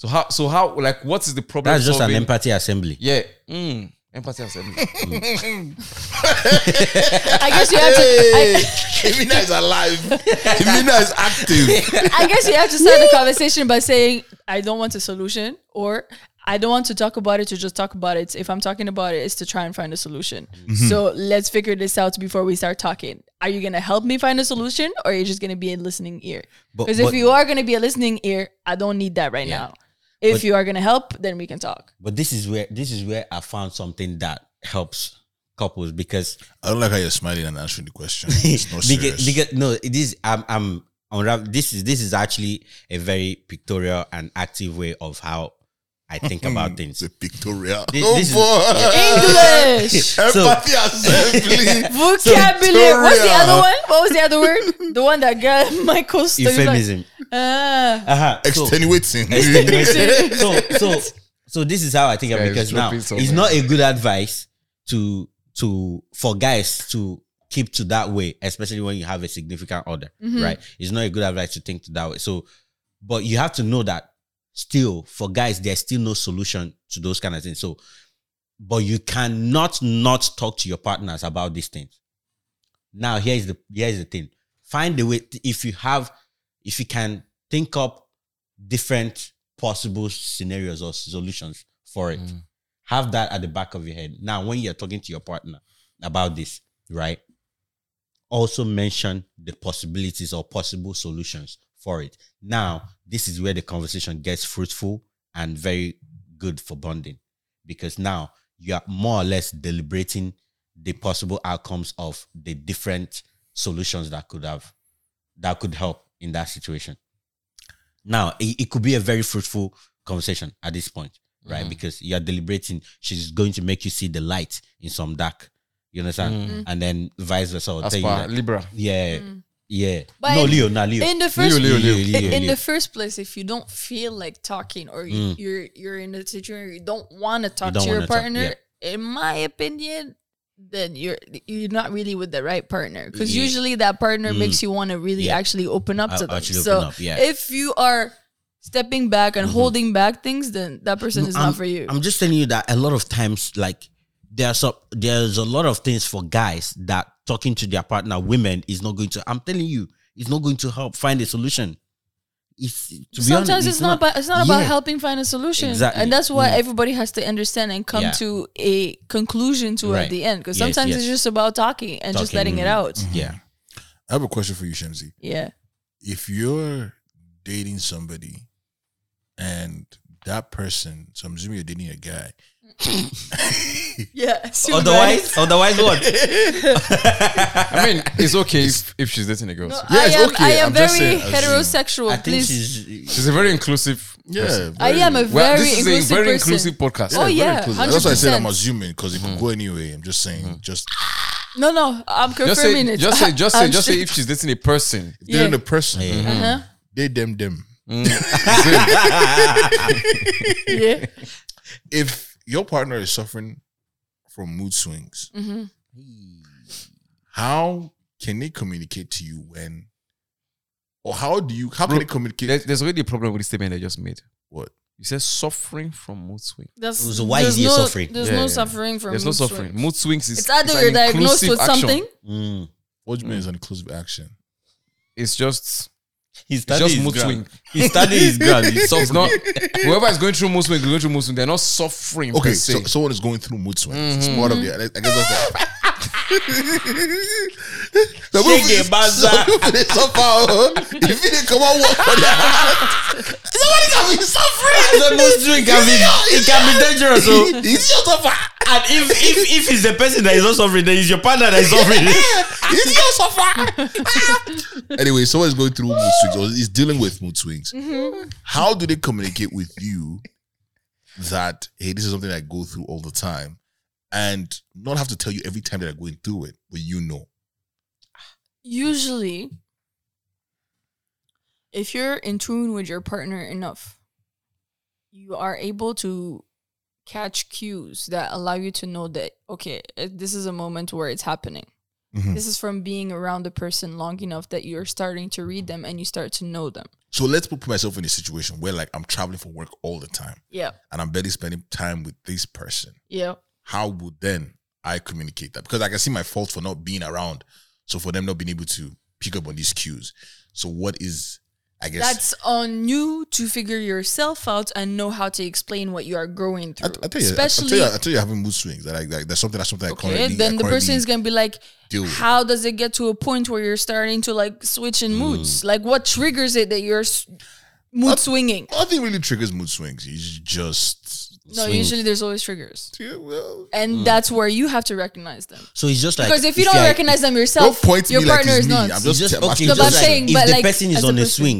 Speaker 2: So how? So how? Like, what is the problem?
Speaker 5: That's just an
Speaker 2: solving?
Speaker 5: empathy assembly.
Speaker 2: Yeah. Mm. Empathy and self-
Speaker 4: I guess you have to.
Speaker 3: Emina is alive. Emina is active.
Speaker 4: I, I guess you have to start the conversation by saying, "I don't want a solution," or "I don't want to talk about it to just talk about it." If I'm talking about it, it's to try and find a solution.
Speaker 5: Mm-hmm.
Speaker 4: So let's figure this out before we start talking. Are you gonna help me find a solution, or are you just gonna be a listening ear?
Speaker 5: But-
Speaker 4: Because if
Speaker 5: but-
Speaker 4: you are gonna be a listening ear, I don't need that right now. If
Speaker 5: But-
Speaker 4: you are gonna help, then we can talk.
Speaker 5: But this is where this is where I found something that helps couples because
Speaker 3: I don't like how you're smiling and answering the question. It's not serious.
Speaker 5: because, because no, it is I'm I'm unravel this is this is actually a very pictorial and active way of how I think about
Speaker 3: it's
Speaker 5: things.
Speaker 3: a pictorial.
Speaker 5: This-
Speaker 3: oh
Speaker 5: this is-
Speaker 3: boy.
Speaker 4: English
Speaker 3: Empathy assembly.
Speaker 4: vocabulary. What's the
Speaker 3: Victoria.
Speaker 4: other one? What was the other word? the one that got Michael. Stone, he was like,
Speaker 5: Euphemism.
Speaker 4: ah.
Speaker 5: Uh-huh. So-
Speaker 3: Extenuating.
Speaker 5: Extenuating. so so so this is how I think of
Speaker 2: Yeah,
Speaker 5: it because
Speaker 2: it's
Speaker 5: now
Speaker 2: dropping somewhere.
Speaker 5: it's not a good advice to to for guys to keep to that way, especially when you have a significant other, right? It's not a good advice to think to that way. So, but you have to know that still for guys, there's still no solution to those kind of things. So, but you cannot not talk to your partners about these things. Now, here's the here's the thing: find a way t- if you have if you can think up different possible scenarios or solutions for it. Have that at the back of your head. Now, when you're talking to your partner about this, right? Also mention the possibilities or possible solutions for it. Now, this is where the conversation gets fruitful and very good for bonding because now you are more or less deliberating the possible outcomes of the different solutions that could have that could help in that situation. Now, it, it could be a very fruitful conversation at this point, right? Because you're deliberating. She's going to make you see the light in some dark. You understand? And then vice versa. I'll
Speaker 2: As
Speaker 5: tell you
Speaker 2: per
Speaker 5: that-
Speaker 2: Libra.
Speaker 5: yeah. Yeah.
Speaker 4: Mm. But
Speaker 5: no,
Speaker 4: in-
Speaker 5: Leo, not Leo.
Speaker 4: in the first
Speaker 5: Leo, Leo,
Speaker 4: i-
Speaker 5: Leo, Leo,
Speaker 4: in
Speaker 5: Leo.
Speaker 4: the first place if you don't feel like talking or you, you're you're in a situation where you don't want to talk
Speaker 5: Mm. don't
Speaker 4: to your
Speaker 5: wanna talk,
Speaker 4: partner in my opinion then you're you're not really with the right partner because
Speaker 5: Yeah. Mm.
Speaker 4: usually that partner makes you want to really
Speaker 5: Yeah.
Speaker 4: actually open up
Speaker 5: Uh,
Speaker 4: to them
Speaker 5: actually
Speaker 4: so
Speaker 5: open up, yeah.
Speaker 4: if you are stepping back and holding back things then that person
Speaker 5: No,
Speaker 4: is
Speaker 5: I'm-
Speaker 4: not for you
Speaker 5: I'm just telling you that a lot of times, like there's a there's a lot of things for guys that talking to their partner, women, is not going to. I'm telling you, it's not going to help find a solution. It's to be
Speaker 4: sometimes
Speaker 5: honest,
Speaker 4: it's, not about it's not about
Speaker 5: Yeah.
Speaker 4: helping find a solution
Speaker 5: Exactly.
Speaker 4: and that's why
Speaker 5: Mm.
Speaker 4: everybody has to understand and come
Speaker 5: Yeah.
Speaker 4: to a conclusion to
Speaker 5: Right.
Speaker 4: at the end because
Speaker 5: Yes,
Speaker 4: sometimes
Speaker 5: yes.
Speaker 4: it's just about talking and just
Speaker 5: Talking,
Speaker 4: letting it
Speaker 5: mm.
Speaker 4: out
Speaker 5: Yeah,
Speaker 3: I have a question for you, Shamsi.
Speaker 4: yeah
Speaker 3: If you're dating somebody and that person, so I'm assuming you're dating a guy.
Speaker 4: yeah
Speaker 5: Otherwise, otherwise what?
Speaker 2: I mean, it's okay if, if she's dating a girl.
Speaker 4: no,
Speaker 2: too.
Speaker 4: I
Speaker 3: Yes,
Speaker 4: am,
Speaker 3: okay,
Speaker 4: I am
Speaker 3: I'm
Speaker 4: very
Speaker 3: just saying, assume.
Speaker 4: heterosexual
Speaker 5: I think
Speaker 4: Oh, please
Speaker 5: she's.
Speaker 2: She's a very inclusive.
Speaker 3: Yeah.
Speaker 2: person.
Speaker 4: I am a very
Speaker 2: Well, this
Speaker 4: inclusive
Speaker 2: is a very
Speaker 4: person
Speaker 2: inclusive podcast.
Speaker 4: oh yeah
Speaker 3: That's why I said I'm
Speaker 4: 100%.
Speaker 3: assuming because it could go anyway. I'm just saying, just
Speaker 4: no no I'm
Speaker 2: Just
Speaker 4: confirming
Speaker 2: say,
Speaker 4: it
Speaker 2: just say, just say,
Speaker 4: I'm
Speaker 2: just say
Speaker 4: sure-
Speaker 2: if she's dating a person.
Speaker 3: if they're in
Speaker 4: Yeah.
Speaker 3: the person,
Speaker 4: uh-huh.
Speaker 3: they them them.
Speaker 4: yeah
Speaker 3: If your partner is suffering from mood swings, how can they communicate to you when, or how do you how can
Speaker 2: Bro,
Speaker 3: they communicate?
Speaker 2: There's, there's already a problem with the statement I just made.
Speaker 3: what
Speaker 2: You said suffering from mood swing.
Speaker 4: that's
Speaker 5: So why
Speaker 4: there's
Speaker 5: is he
Speaker 4: no,
Speaker 5: suffering?
Speaker 4: there's
Speaker 2: Yeah,
Speaker 4: no
Speaker 2: yeah.
Speaker 4: suffering from
Speaker 2: There's no
Speaker 4: mood
Speaker 2: suffering.
Speaker 4: swings.
Speaker 2: Mood swings is
Speaker 4: it's either
Speaker 2: an
Speaker 4: you're diagnosed
Speaker 2: inclusive
Speaker 4: with
Speaker 2: action.
Speaker 4: something
Speaker 5: Mm.
Speaker 3: what do you mean is an inclusive action?
Speaker 2: It's just
Speaker 5: He's
Speaker 2: it's just mood swing.
Speaker 5: He's studying his ground. He's
Speaker 2: It's
Speaker 5: suffering.
Speaker 2: not whoever is going through mood swing, is going through mood swing. They're not suffering.
Speaker 3: Okay,
Speaker 2: per se.
Speaker 3: Mm-hmm. so someone is going through mood swings. It's part of the. I guess that's the, The
Speaker 5: Shake
Speaker 3: movie
Speaker 5: it,
Speaker 3: is-
Speaker 5: Banza.
Speaker 3: the movie is so powerful. If you didn't come out work for that, somebody can be suffering.
Speaker 5: The Muslim can be, it can be dangerous. oh. So, and
Speaker 3: It's your suffer.
Speaker 5: if, if if it's the person that is not suffering, then it's your partner that is suffering.
Speaker 3: It's your suffer. anyway, someone is going through mood swings or is dealing with mood swings. How do they communicate with you that hey, this is something I go through all the time, and not have to tell you every time that I'm going through it, but you know.
Speaker 4: usually if you're in tune with your partner enough you are able to catch cues that allow you to know that okay eh, this is a moment where it's happening
Speaker 3: Mhm.
Speaker 4: this is from being around the person long enough that you're starting to read them and you start to know them
Speaker 3: So let's put myself in a situation where like I'm traveling for work all the time,
Speaker 4: yeah
Speaker 3: and I'm barely spending time with this person.
Speaker 4: yeah
Speaker 3: How would then I communicate that? Because I can see my fault for not being around, so for them not being able to pick up on these cues. So what is I guess
Speaker 4: that's on you to figure yourself out and know how to explain what you are going
Speaker 3: I,
Speaker 4: through
Speaker 3: I tell you, I,
Speaker 4: especially
Speaker 3: tell you, I tell you, having mood swings. That like, like that's something that's something I
Speaker 4: okay
Speaker 3: currently.
Speaker 4: then
Speaker 3: I
Speaker 4: the
Speaker 3: currently
Speaker 4: person is gonna be like
Speaker 3: deal with.
Speaker 4: how does it get to a point where you're starting to like switch in moods? Like what triggers it that you're s- mood swinging?
Speaker 3: Nothing really triggers mood swings. It's just
Speaker 4: No, usually there's always triggers,
Speaker 3: yeah, well,
Speaker 4: and that's where you have to recognize them.
Speaker 5: So it's just like
Speaker 4: Because if you don't
Speaker 5: are-
Speaker 4: recognize them
Speaker 3: don't
Speaker 4: yourself,
Speaker 3: point to
Speaker 4: your
Speaker 3: me like
Speaker 4: partner
Speaker 3: it's
Speaker 4: is
Speaker 3: me.
Speaker 4: not.
Speaker 3: I'm
Speaker 5: it's
Speaker 3: just,
Speaker 5: just
Speaker 3: I'm
Speaker 5: okay.
Speaker 3: asking
Speaker 4: No,
Speaker 5: Just
Speaker 4: but
Speaker 5: like,
Speaker 4: I'm saying,
Speaker 5: if
Speaker 4: but
Speaker 5: the
Speaker 4: like,
Speaker 5: person is
Speaker 4: as a
Speaker 5: on a
Speaker 4: person-
Speaker 5: swing,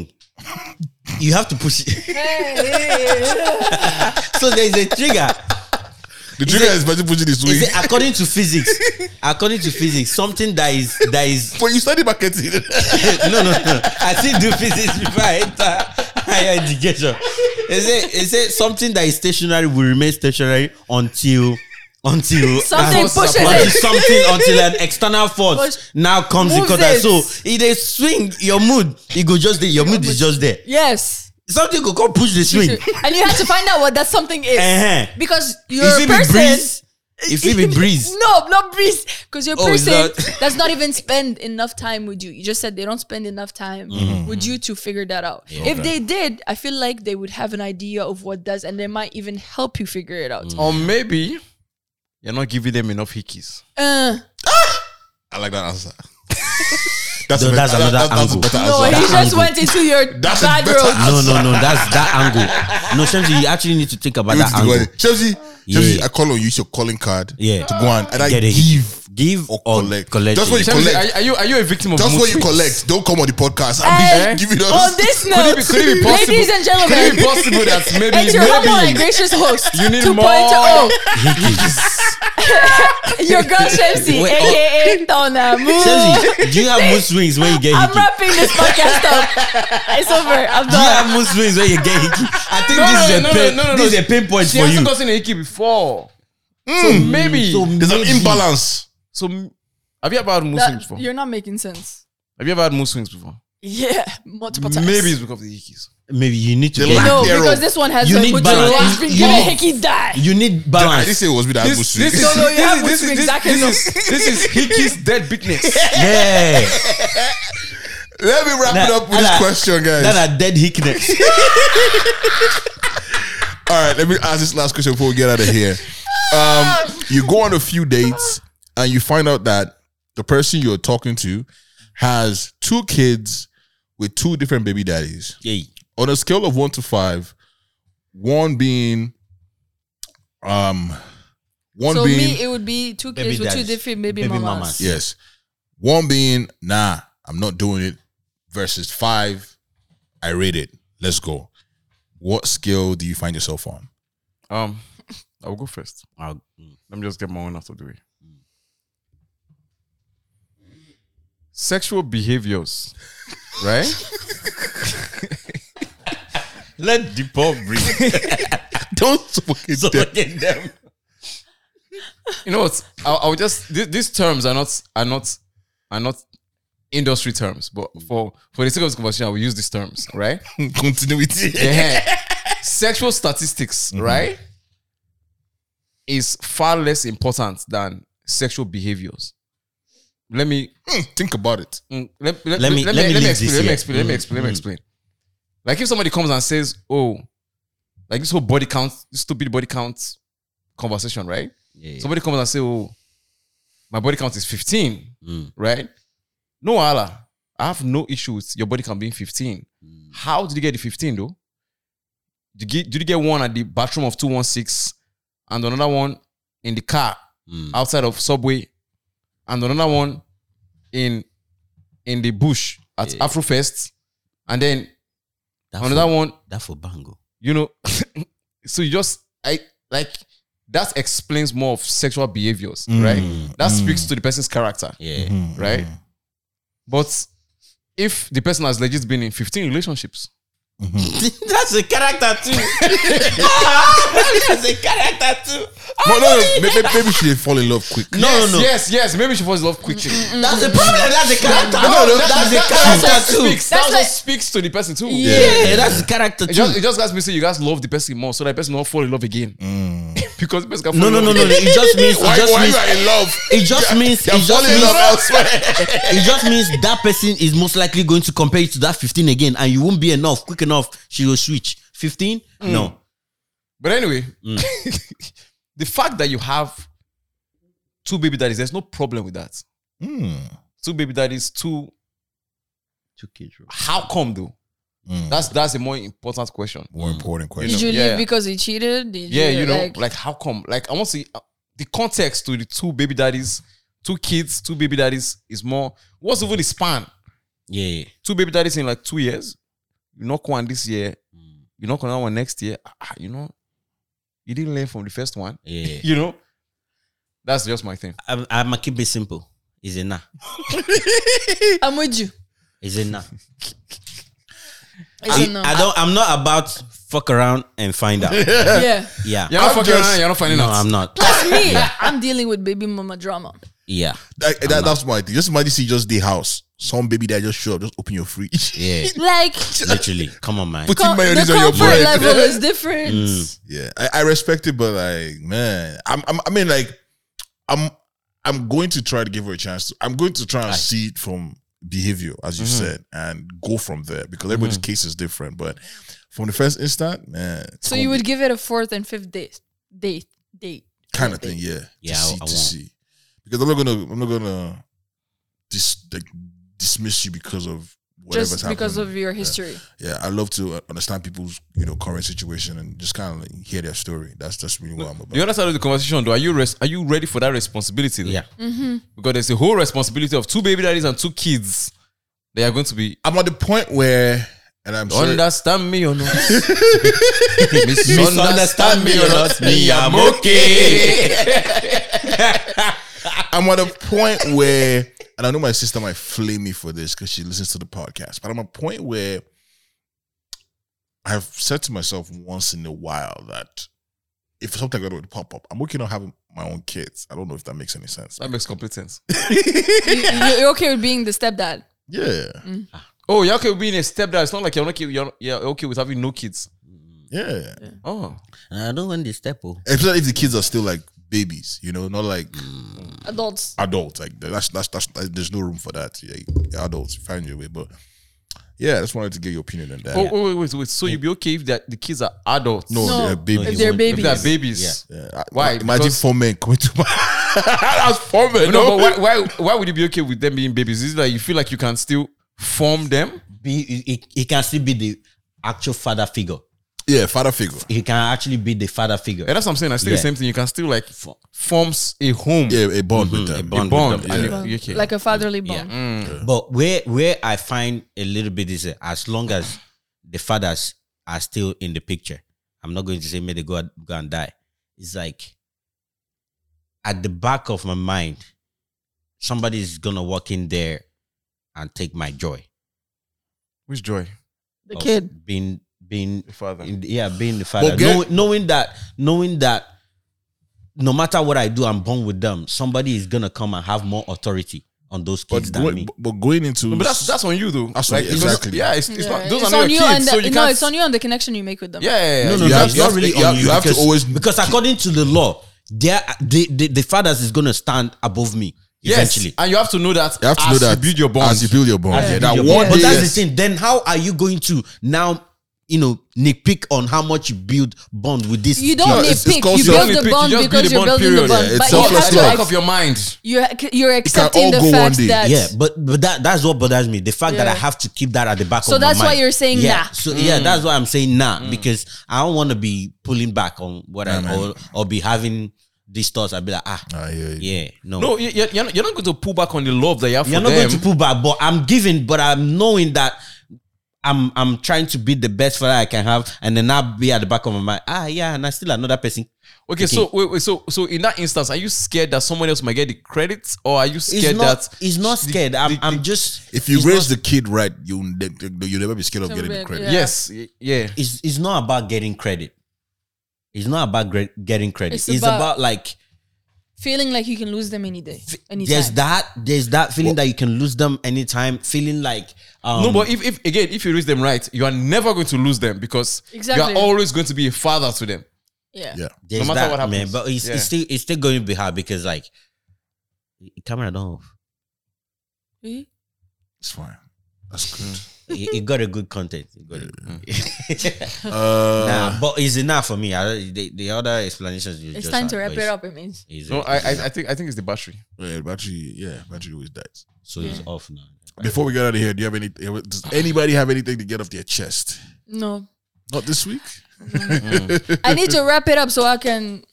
Speaker 5: you have to push it. so there is a trigger.
Speaker 3: the trigger
Speaker 5: it-
Speaker 3: is person pushing the swing.
Speaker 5: Is it according to physics? According to physics, something that is that is
Speaker 3: but you study marketing.
Speaker 5: no, no, no. I still do physics before I enter higher education. Is it is it something that is stationary will remain stationary until until
Speaker 4: Something
Speaker 5: until
Speaker 4: pushes
Speaker 5: until
Speaker 4: it.
Speaker 5: something until an external force
Speaker 4: Push-
Speaker 5: now comes in
Speaker 4: moves
Speaker 5: contact.
Speaker 4: it.
Speaker 5: So if they swing your mood, it go just there. Your mood is just there.
Speaker 4: Yes,
Speaker 5: Something could come push the swing.
Speaker 4: and you have to find out what that something is
Speaker 5: Uh-huh.
Speaker 4: because your
Speaker 5: If it be
Speaker 4: person.
Speaker 5: breeze, if it be breeze,
Speaker 4: No, not breeze. Because your
Speaker 5: Oh, it's
Speaker 4: person
Speaker 5: not-
Speaker 4: does not even spend enough time with you. You just said they don't spend enough time
Speaker 2: Mm.
Speaker 4: with you to figure that out. If they did, I feel like they would have an idea of what does, and they might even help you figure it out.
Speaker 2: Or maybe you're not giving them enough hickeys.
Speaker 4: Uh,
Speaker 3: I like that answer. That's,
Speaker 5: No,
Speaker 3: a
Speaker 5: that's
Speaker 3: better-
Speaker 5: another
Speaker 3: that- that's a
Speaker 5: angle.
Speaker 3: better
Speaker 4: no,
Speaker 3: answer.
Speaker 4: he
Speaker 5: that
Speaker 4: just
Speaker 5: angle.
Speaker 4: went into your
Speaker 3: That's a
Speaker 4: bad
Speaker 3: better
Speaker 4: road.
Speaker 5: no, no, no. That's that angle. No, Shamsi, you actually need to think about
Speaker 3: You need
Speaker 5: that
Speaker 3: to do
Speaker 5: angle.
Speaker 3: it. Chelsea, Chelsea,
Speaker 5: Yeah.
Speaker 3: I call on you. It's your calling card.
Speaker 5: Yeah.
Speaker 3: to go on and I
Speaker 5: Get it.
Speaker 3: give.
Speaker 5: Give
Speaker 3: Or
Speaker 5: or
Speaker 3: collect.
Speaker 5: collect.
Speaker 3: That's what
Speaker 5: it.
Speaker 3: You
Speaker 2: Chelsea,
Speaker 3: collect.
Speaker 2: are, are you are you a victim of
Speaker 3: That's
Speaker 2: mood
Speaker 3: what you
Speaker 2: swings?
Speaker 3: collect. Don't come on the podcast.
Speaker 4: Hey,
Speaker 3: I'm giving us.
Speaker 4: Eh? on this note,
Speaker 2: Could it be, could it be possible?
Speaker 4: ladies and
Speaker 2: could it be
Speaker 4: gentlemen,
Speaker 2: possible that maybe
Speaker 4: it's your humble and
Speaker 2: maybe
Speaker 4: gracious host
Speaker 2: You need
Speaker 4: 2.0.
Speaker 2: more.
Speaker 4: oh, your girl Shemsi,
Speaker 2: oh.
Speaker 5: Wait,
Speaker 4: aka Tona. Move.
Speaker 5: Chelsea, do you have mood swings when you get
Speaker 4: I'm
Speaker 5: hickey? Do
Speaker 4: wrapping this podcast up. It's over. I'm
Speaker 5: you
Speaker 4: done.
Speaker 5: have mood swings when you get hickey? I think
Speaker 2: No,
Speaker 5: this is a
Speaker 2: no, no,
Speaker 5: pain.
Speaker 2: no, no, no.
Speaker 5: This is a pain point for
Speaker 2: she hasn't
Speaker 5: you.
Speaker 2: gotten a hickey before. So
Speaker 3: Mm.
Speaker 2: maybe so,
Speaker 3: There's an
Speaker 5: maybe-
Speaker 3: imbalance.
Speaker 2: m- have you ever had mood
Speaker 4: That-
Speaker 2: swings before?
Speaker 4: you're not making sense.
Speaker 2: Have you ever had mood swings before?
Speaker 4: Yeah, multiple times.
Speaker 2: Maybe it's because of the hickeys.
Speaker 5: Maybe you need to.
Speaker 3: The
Speaker 5: Get,
Speaker 3: lack-
Speaker 4: No,
Speaker 3: Zero.
Speaker 4: because this one has
Speaker 5: You
Speaker 4: like,
Speaker 5: need
Speaker 4: would
Speaker 5: balance.
Speaker 4: you laugh
Speaker 5: You-
Speaker 4: give a
Speaker 5: you-
Speaker 4: hickey die?
Speaker 5: you need
Speaker 3: I didn't
Speaker 5: balance.
Speaker 3: say it was me that had mood
Speaker 2: This, this,
Speaker 3: swings.
Speaker 2: is,
Speaker 4: No, no, you have mood
Speaker 2: this, is,
Speaker 4: swings,
Speaker 2: this,
Speaker 4: that
Speaker 2: this,
Speaker 4: cannot-
Speaker 2: is, this is Hickey's dead beatness.
Speaker 5: Yeah,
Speaker 3: Let me wrap it
Speaker 5: Nah,
Speaker 3: up with this
Speaker 5: nah.
Speaker 3: question, guys.
Speaker 5: that are dead hickness.
Speaker 3: All right, let me ask this last question before we get out of here. Um, you go on a few dates and you find out that the person you're talking to has two kids with two different baby daddies.
Speaker 5: Yeah,
Speaker 3: On a scale of one to five, one being, um, one
Speaker 4: So
Speaker 3: being
Speaker 4: me, it would be two
Speaker 5: Baby
Speaker 4: kids with two
Speaker 5: daddies.
Speaker 4: different baby,
Speaker 5: Baby
Speaker 4: mamas.
Speaker 5: mamas.
Speaker 3: yes, one being nah, I'm not doing it. Versus five, I rate it. Let's go. What scale do you find yourself on?
Speaker 2: Um, I'll go first.
Speaker 5: I'll-
Speaker 2: Let me just get my own out of the way. Sexual behaviors, right?
Speaker 5: let the poor breathe.
Speaker 3: Don't suffocate
Speaker 5: so
Speaker 3: them.
Speaker 5: get them.
Speaker 2: You know what? I, I would just th- these terms are not are not are not industry terms, but for for the sake of this conversation, I will use these terms, right?
Speaker 3: continuity.
Speaker 2: Eh-heh. Sexual statistics,
Speaker 5: Mm-hmm.
Speaker 2: right, is far less important than sexual behaviors. Let me
Speaker 3: Hmm, Think about it.
Speaker 2: Mm, let,
Speaker 5: Let
Speaker 2: let, let
Speaker 5: me-
Speaker 2: me let
Speaker 5: let me
Speaker 2: me, let me
Speaker 5: leave
Speaker 2: explain.
Speaker 5: this
Speaker 2: Let me
Speaker 5: here.
Speaker 2: explain. Let
Speaker 5: Mm,
Speaker 2: me explain. Let
Speaker 5: mm.
Speaker 2: me explain. Like if somebody comes and says, "Oh, like this whole body count, this stupid body count conversation, right?"
Speaker 5: Yeah.
Speaker 2: Somebody comes and say, "Oh, my body count is 15,
Speaker 5: Mm.
Speaker 2: right? No, Allah, I have no issue with your body count being 15. How did you get the 15 though? Did you, get, did you get one at the bathroom of 216 and another one in the car
Speaker 5: Mm.
Speaker 2: outside of subway and another one in in the bush at
Speaker 5: Yeah.
Speaker 2: Afrofest and then
Speaker 5: That
Speaker 2: another
Speaker 5: for,
Speaker 2: one
Speaker 5: That for Bango.
Speaker 2: you know so you just i like that explains more of sexual behaviors right that speaks to the person's character
Speaker 5: Yeah.
Speaker 2: right
Speaker 5: Mm.
Speaker 2: but if the person has legit been in 15 relationships
Speaker 5: That's a character too. That's a character too.
Speaker 3: No, no, no, maybe, maybe she did fall in love quick.
Speaker 5: No, no,
Speaker 2: yes,
Speaker 5: no.
Speaker 2: yes yes maybe she falls in love quickly
Speaker 5: That's a problem. That's a character.
Speaker 2: No, no, that-
Speaker 5: that's
Speaker 2: that-
Speaker 5: a
Speaker 2: that
Speaker 5: character
Speaker 2: also
Speaker 5: too.
Speaker 2: speaks, that
Speaker 4: That's
Speaker 2: also
Speaker 4: like-
Speaker 2: speaks to the person too
Speaker 5: Yeah, that's a character
Speaker 2: It
Speaker 5: too.
Speaker 2: just, it just has me say you guys love the person more so that person not fall in love again because the person can fall
Speaker 5: No,
Speaker 2: in
Speaker 5: no,
Speaker 2: love
Speaker 5: no, no.
Speaker 2: again.
Speaker 5: It just means. It
Speaker 3: Mm. Why,
Speaker 5: just
Speaker 3: why
Speaker 5: means.
Speaker 3: you are in love?
Speaker 5: It just means.
Speaker 3: You're
Speaker 5: It just
Speaker 3: falling in love
Speaker 5: means.
Speaker 3: elsewhere.
Speaker 5: It just means that person is most likely going to compare it to that 15 again, and you won't be enough quick enough. She will switch 15.
Speaker 3: Mm.
Speaker 5: No,
Speaker 2: But anyway,
Speaker 5: Mm.
Speaker 2: the fact that you have two baby daddies, there's no problem with that.
Speaker 3: Mm.
Speaker 2: Two baby daddies, two.
Speaker 5: two kids. bro.
Speaker 2: How come though?
Speaker 3: Mm.
Speaker 2: That's that's a more important question.
Speaker 3: More important question.
Speaker 4: Did you
Speaker 2: Yeah.
Speaker 4: leave because he cheated? Did
Speaker 2: Yeah, you know, like, how come? Like I want to see uh, the context to the two baby daddies, two kids, two baby daddies is more. What's even the span?
Speaker 5: Yeah, yeah.
Speaker 2: Two baby daddies in like two years. You knock one this year. You knock another one next year. Ah, ah, You know, you didn't learn from the first one.
Speaker 5: yeah.
Speaker 2: You know, that's just my thing.
Speaker 5: I'm, I'm keep it simple. Is it nah?
Speaker 4: I'm with you.
Speaker 5: Is it nah?
Speaker 4: It's
Speaker 5: I,
Speaker 4: a no.
Speaker 5: I don't. I'm not about fuck around and find out.
Speaker 4: yeah,
Speaker 5: Yeah.
Speaker 2: You're not
Speaker 3: I'm
Speaker 2: fucking
Speaker 3: just-
Speaker 2: around. You're not finding
Speaker 5: No,
Speaker 2: out.
Speaker 5: I'm not.
Speaker 4: that's me. I'm dealing with baby mama drama.
Speaker 5: Yeah.
Speaker 3: That, that, that's my thing. Just imagine see just the house. Some baby that just show up, just open your fridge.
Speaker 5: Yeah.
Speaker 4: Like
Speaker 5: Literally. Come on, man.
Speaker 3: Putting
Speaker 4: com- the
Speaker 3: mayonnaise on your
Speaker 4: comfort
Speaker 3: bread.
Speaker 4: level is different.
Speaker 5: Mm.
Speaker 3: Yeah, I, I respect it, but like, man, I'm, I'm, I mean, like, I'm, I'm going to try to give her a chance. To, I'm going to try and see it from behavior, as you said, and go from there because everybody's case is different. But from the first instant, man,
Speaker 4: So you would give it a fourth and fifth date, date, date.
Speaker 3: kind of thing, yeah,
Speaker 5: Yeah,
Speaker 3: to
Speaker 5: I-
Speaker 3: see,
Speaker 5: I
Speaker 3: to
Speaker 5: won't.
Speaker 3: see, because I'm not gonna, I'm not gonna dis, like, dismiss you because of whatever's
Speaker 4: Just because
Speaker 3: happening.
Speaker 4: of your history.
Speaker 3: yeah, I love to uh, understand people's you know current situation and just kind of like hear their story. That's that's really what I'm about.
Speaker 2: The other side of the conversation, though, are you res- are you ready for that responsibility? though?
Speaker 5: Yeah.
Speaker 2: because there's a whole responsibility of two baby daddies and two kids. They are going to be
Speaker 3: I'm at the point where, and I'm sorry,
Speaker 2: understand me or not.
Speaker 5: Misunderstand me or not, me, I'm okay.
Speaker 3: I'm at a point where, and I know my sister might flame me for this because she listens to the podcast, but I'm at a point where I've said to myself once in a while that if something like that would pop up, I'm okay not having my own kids. I don't know if that makes any sense.
Speaker 2: That makes complete sense.
Speaker 4: You- you- You're okay with being the stepdad.
Speaker 3: Yeah,
Speaker 2: Oh, you're okay with being a stepdad. It's not like you're not okay, you're, you're okay with having no kids.
Speaker 3: yeah.
Speaker 2: Oh,
Speaker 5: I don't want this step. Oh.
Speaker 3: Especially if the kids are still like babies, you know, not like
Speaker 2: Mm.
Speaker 4: Adults.
Speaker 3: adults. Like that's that's that's that, there's no room for that. Like, adults, find your way. But yeah, I just wanted to get your opinion on that.
Speaker 2: oh, oh wait, wait, wait. So you'd be okay if that the kids are adults?
Speaker 3: no,
Speaker 4: No.
Speaker 3: they're babies.
Speaker 4: If they're
Speaker 2: if they're
Speaker 4: babies.
Speaker 2: babies.
Speaker 3: Yeah, I-
Speaker 2: Why?
Speaker 3: Imagine
Speaker 2: Because-
Speaker 3: four men coming to my. That's four men. No,
Speaker 2: No, but why, why why would you be okay with them being babies? Is it that you feel like you can still form them?
Speaker 5: Be he, he can still be the actual father figure.
Speaker 3: yeah, father figure.
Speaker 5: He can actually be the father figure.
Speaker 2: Yeah, that's what I'm saying. I still the
Speaker 5: Yeah.
Speaker 2: same thing. You can still like f- forms a home,
Speaker 3: Yeah, a bond with them.
Speaker 5: a
Speaker 2: a
Speaker 5: bond.
Speaker 2: bond.
Speaker 3: them,
Speaker 2: and
Speaker 3: yeah.
Speaker 2: you- you- okay. Mm.
Speaker 4: Like a fatherly bond.
Speaker 5: But where where I find a little bit is uh, as long as the fathers are still in the picture, I'm not going to say may they go, and- go and die. It's like at the back of my mind, somebody's gonna walk in there and take my joy.
Speaker 2: Which joy?
Speaker 4: The
Speaker 5: of
Speaker 4: kid.
Speaker 5: being being
Speaker 2: father.
Speaker 5: in- yeah being the father,
Speaker 3: get-
Speaker 5: knowing, knowing that knowing that no matter what I do, I'm born with them. Somebody is gonna come and have more authority on those kids
Speaker 3: But,
Speaker 5: than me.
Speaker 3: going, but going into
Speaker 2: No, but that's that's on you though.
Speaker 3: That's on you,
Speaker 2: because-
Speaker 3: exactly.
Speaker 2: Yeah, it's, it's
Speaker 4: Yeah.
Speaker 2: not. Those
Speaker 4: It's
Speaker 2: are not
Speaker 4: on
Speaker 2: your
Speaker 4: you
Speaker 2: kids,
Speaker 4: and
Speaker 2: so
Speaker 4: the-
Speaker 2: you
Speaker 4: no,
Speaker 2: can't.
Speaker 4: it's on you and the connection you make with them.
Speaker 2: yeah, yeah, yeah.
Speaker 5: No, no,
Speaker 3: You
Speaker 5: no.
Speaker 3: have-
Speaker 5: it's
Speaker 3: you
Speaker 5: not
Speaker 3: have-
Speaker 5: really
Speaker 3: you
Speaker 5: on
Speaker 3: have-
Speaker 5: you.
Speaker 3: you have to
Speaker 5: because,
Speaker 3: always-
Speaker 5: because according to the law, there the, the the fathers is gonna stand above me
Speaker 2: Yes,
Speaker 5: eventually.
Speaker 2: and you have to know that.
Speaker 3: you have to
Speaker 2: as
Speaker 3: know that
Speaker 2: you build your bond.
Speaker 3: as you build your bond.
Speaker 5: As
Speaker 3: Yeah,
Speaker 5: you
Speaker 3: that
Speaker 5: build your
Speaker 3: one
Speaker 5: bond. but
Speaker 3: day.
Speaker 5: that's the thing. Then how are you going to now you know, nitpick on how much you build bond with this.
Speaker 4: You don't
Speaker 3: No,
Speaker 5: girl.
Speaker 3: it's-
Speaker 4: nitpick.
Speaker 3: it's called
Speaker 4: you
Speaker 3: self-
Speaker 4: build the
Speaker 2: nitpick,
Speaker 4: bond
Speaker 2: you just build
Speaker 4: because
Speaker 2: the
Speaker 4: you're
Speaker 2: bond,
Speaker 4: building the
Speaker 2: period.
Speaker 4: bond.
Speaker 3: Yeah, it's
Speaker 4: but you
Speaker 3: selfless
Speaker 4: have to,
Speaker 3: love.
Speaker 2: Back
Speaker 4: like,
Speaker 2: of your mind.
Speaker 4: you're you're accepting
Speaker 3: all
Speaker 4: the
Speaker 3: go one
Speaker 4: fact
Speaker 3: day.
Speaker 4: that
Speaker 5: yeah, but but that that's what bothers me. The fact that I have to keep that at the back
Speaker 4: So
Speaker 5: of my
Speaker 4: that's why
Speaker 5: mind.
Speaker 4: you're saying
Speaker 5: yeah.
Speaker 4: nah.
Speaker 5: So yeah, that's why I'm saying nah
Speaker 3: Mm.
Speaker 5: because I don't want to be pulling back on what I or, or be having these thoughts. I'll be like ah
Speaker 3: I hear you.
Speaker 5: yeah no.
Speaker 2: No, you- you're, you're not, you're not going to pull back on the love that you have
Speaker 5: You're
Speaker 2: for
Speaker 5: not
Speaker 2: them.
Speaker 5: going to pull back, but I'm giving, but I'm knowing that I'm I'm trying to be the best father I can have, and then I'll be at the back of my mind. Ah, yeah, and I still another person.
Speaker 2: okay, so wait, wait, so so in that instance, are you scared that someone else might get the credit, or are you
Speaker 5: It's
Speaker 2: scared
Speaker 5: not.
Speaker 2: that
Speaker 5: It's not scared. I'm,
Speaker 2: the-
Speaker 5: I'm just.
Speaker 3: If you
Speaker 5: it's
Speaker 3: raise
Speaker 5: not,
Speaker 3: the kid right, you ne- you never be scared of getting the
Speaker 4: bit,
Speaker 3: credit.
Speaker 4: yeah.
Speaker 2: yes, y- yeah,
Speaker 5: it's it's not about getting credit. It's not about gre- getting credit. It's,
Speaker 4: It's
Speaker 5: about,
Speaker 4: about-
Speaker 5: like
Speaker 4: feeling like you can lose them any day, any
Speaker 5: there's
Speaker 4: time.
Speaker 5: that there's that feeling that you can lose them anytime. Feeling like um,
Speaker 2: no, but if, if again, if you raise them right, you are never going to lose them because
Speaker 4: Exactly.
Speaker 2: you are always going to be a father to them.
Speaker 4: yeah.
Speaker 3: Yeah.
Speaker 5: there's
Speaker 2: matter
Speaker 5: that,
Speaker 2: what
Speaker 5: man.
Speaker 2: happens.
Speaker 5: But it's,
Speaker 2: Yeah.
Speaker 5: it's still it's still going to be hard because like camera don't. Off.
Speaker 4: Really?
Speaker 3: It's fine. That's good.
Speaker 5: you, you got a good content. You got it.
Speaker 3: Uh,
Speaker 5: nah, but it's enough for me. I, the, the other explanations you
Speaker 4: It's
Speaker 5: just
Speaker 4: time
Speaker 5: had,
Speaker 4: to wrap
Speaker 5: but
Speaker 4: it up. It means
Speaker 5: it's-
Speaker 2: No, I,
Speaker 5: it's-
Speaker 2: I I think I think it's the battery.
Speaker 3: yeah, battery, yeah, battery always dies.
Speaker 5: so it's off now.
Speaker 3: Before we get out of here, do you have any? Does anybody have anything to get off their chest?
Speaker 4: no.
Speaker 3: Not this week.
Speaker 4: I need to wrap it up so I can.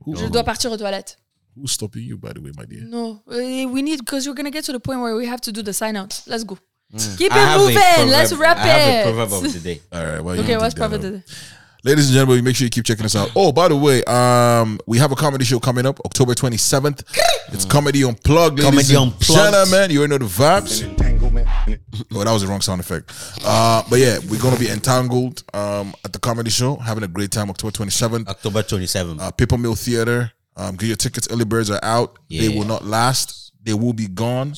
Speaker 3: Who,
Speaker 4: Je dois partir aux toilettes.
Speaker 3: Who's stopping you, by the way, my dear?
Speaker 4: No, eh, we need because you're gonna get to the point where we have to do the sign out. Let's go. Keep
Speaker 5: I
Speaker 4: it
Speaker 5: have a
Speaker 4: moving.
Speaker 5: proverb-
Speaker 4: Let's wrap
Speaker 5: I have a
Speaker 4: it.
Speaker 5: proverb of the day.
Speaker 3: All right. Well, you
Speaker 4: Okay,
Speaker 3: did
Speaker 4: what's
Speaker 3: that
Speaker 4: profit
Speaker 3: up.
Speaker 4: today?
Speaker 3: Ladies and gentlemen, make sure you keep checking us out. Oh, by the way, um, we have a comedy show coming up October 27th. It's Comedy Unplugged. ladies
Speaker 5: Comedy
Speaker 3: and
Speaker 5: Unplugged.
Speaker 3: Gentlemen, you already know the vibes. Oh, that was the wrong sound effect. Uh, but yeah, we're going to be entangled um, at the comedy show. Having a great time October 27th.
Speaker 5: October 27th.
Speaker 3: Uh, Paper Mill Theater. Um, get your tickets. Early birds are out. They
Speaker 5: Yeah.
Speaker 3: will not last, they will be gone.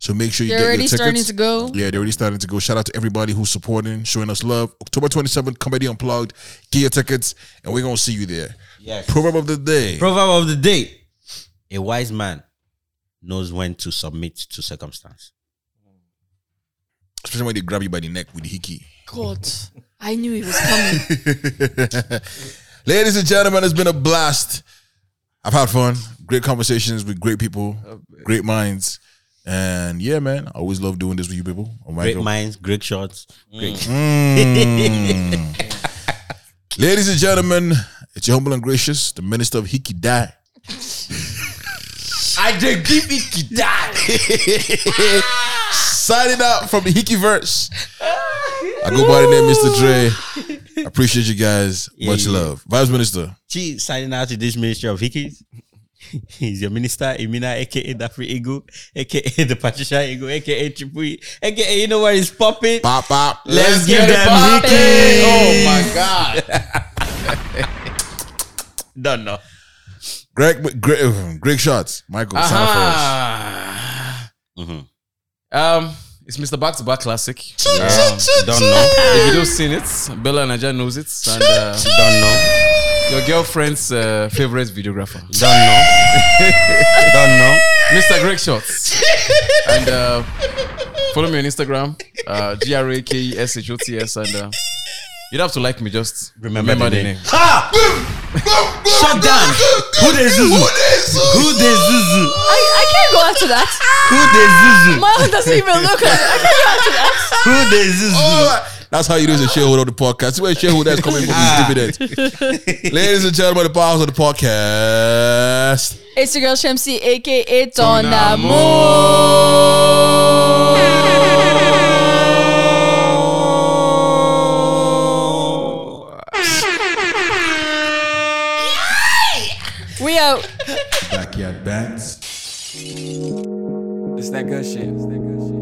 Speaker 3: So make sure you
Speaker 4: They're
Speaker 3: get
Speaker 4: already
Speaker 3: your tickets.
Speaker 4: starting to go.
Speaker 3: Yeah, they're already starting to go. Shout out to everybody who's supporting, showing us love. October 27th, Comedy Unplugged. Get your tickets, and we're going to see you there.
Speaker 5: Yes.
Speaker 3: Proverb of the day.
Speaker 5: proverb of the day. A wise man knows when to submit to circumstance.
Speaker 3: Especially when they grab you by the neck with the hickey.
Speaker 4: God, I knew it was coming.
Speaker 3: Ladies and gentlemen, it's been a blast. I've had fun. Great conversations with great people,
Speaker 5: Oh,
Speaker 3: great minds. And yeah, man, I always love doing this with you people. Oh my
Speaker 5: Great
Speaker 3: God.
Speaker 5: minds, great shots. Great.
Speaker 3: Ladies and gentlemen, it's your humble and gracious, the minister of Hickey Die.
Speaker 5: I just give it
Speaker 3: signing out from the Hickey verse. I go by the name Mr. Dre. Appreciate you guys. Much
Speaker 5: Yeah.
Speaker 3: love. Vice Minister.
Speaker 5: Chief signing out to this ministry of hickeys. He's your minister, Emina, aka the Free Eagle, aka the Patricia Eagle, aka Chipui, aka you know where it's popping.
Speaker 3: Pop, pop.
Speaker 5: Let's give
Speaker 2: it
Speaker 5: them
Speaker 2: popping.
Speaker 5: hickeys.
Speaker 2: Oh my god!
Speaker 5: Don't know.
Speaker 3: Greg, Greg, Greg shots. Michael, sign up for us.
Speaker 2: Ah. Um, it's Mr. Back to Back Classic.
Speaker 5: Don't know.
Speaker 2: If you don't seen it, Bella Naja knows it, and uh,
Speaker 5: Don't know.
Speaker 2: your girlfriend's uh, favorite videographer,
Speaker 5: Don't know. Don't know.
Speaker 2: Mr. Greg Shots. And uh, follow me on Instagram, uh, G R A K E S H O T S, and uh, you'd have to like me. Just
Speaker 5: Remember the name.
Speaker 3: Shut
Speaker 5: down. Who the Zuzu? Who
Speaker 4: I,
Speaker 5: the Zuzu?
Speaker 4: I can't go after that.
Speaker 5: Who the Zuzu?
Speaker 4: Mom doesn't even look like it.
Speaker 5: Who the Zuzu?
Speaker 3: That's how you do as a shareholder of the podcast. See where shareholders coming from these dividends. Ladies and gentlemen, the powers of the podcast.
Speaker 4: It's your girl Shamsi, aka Ton Amour. We out.
Speaker 3: Backyard bands.
Speaker 8: It's that good shit. It's that good shit.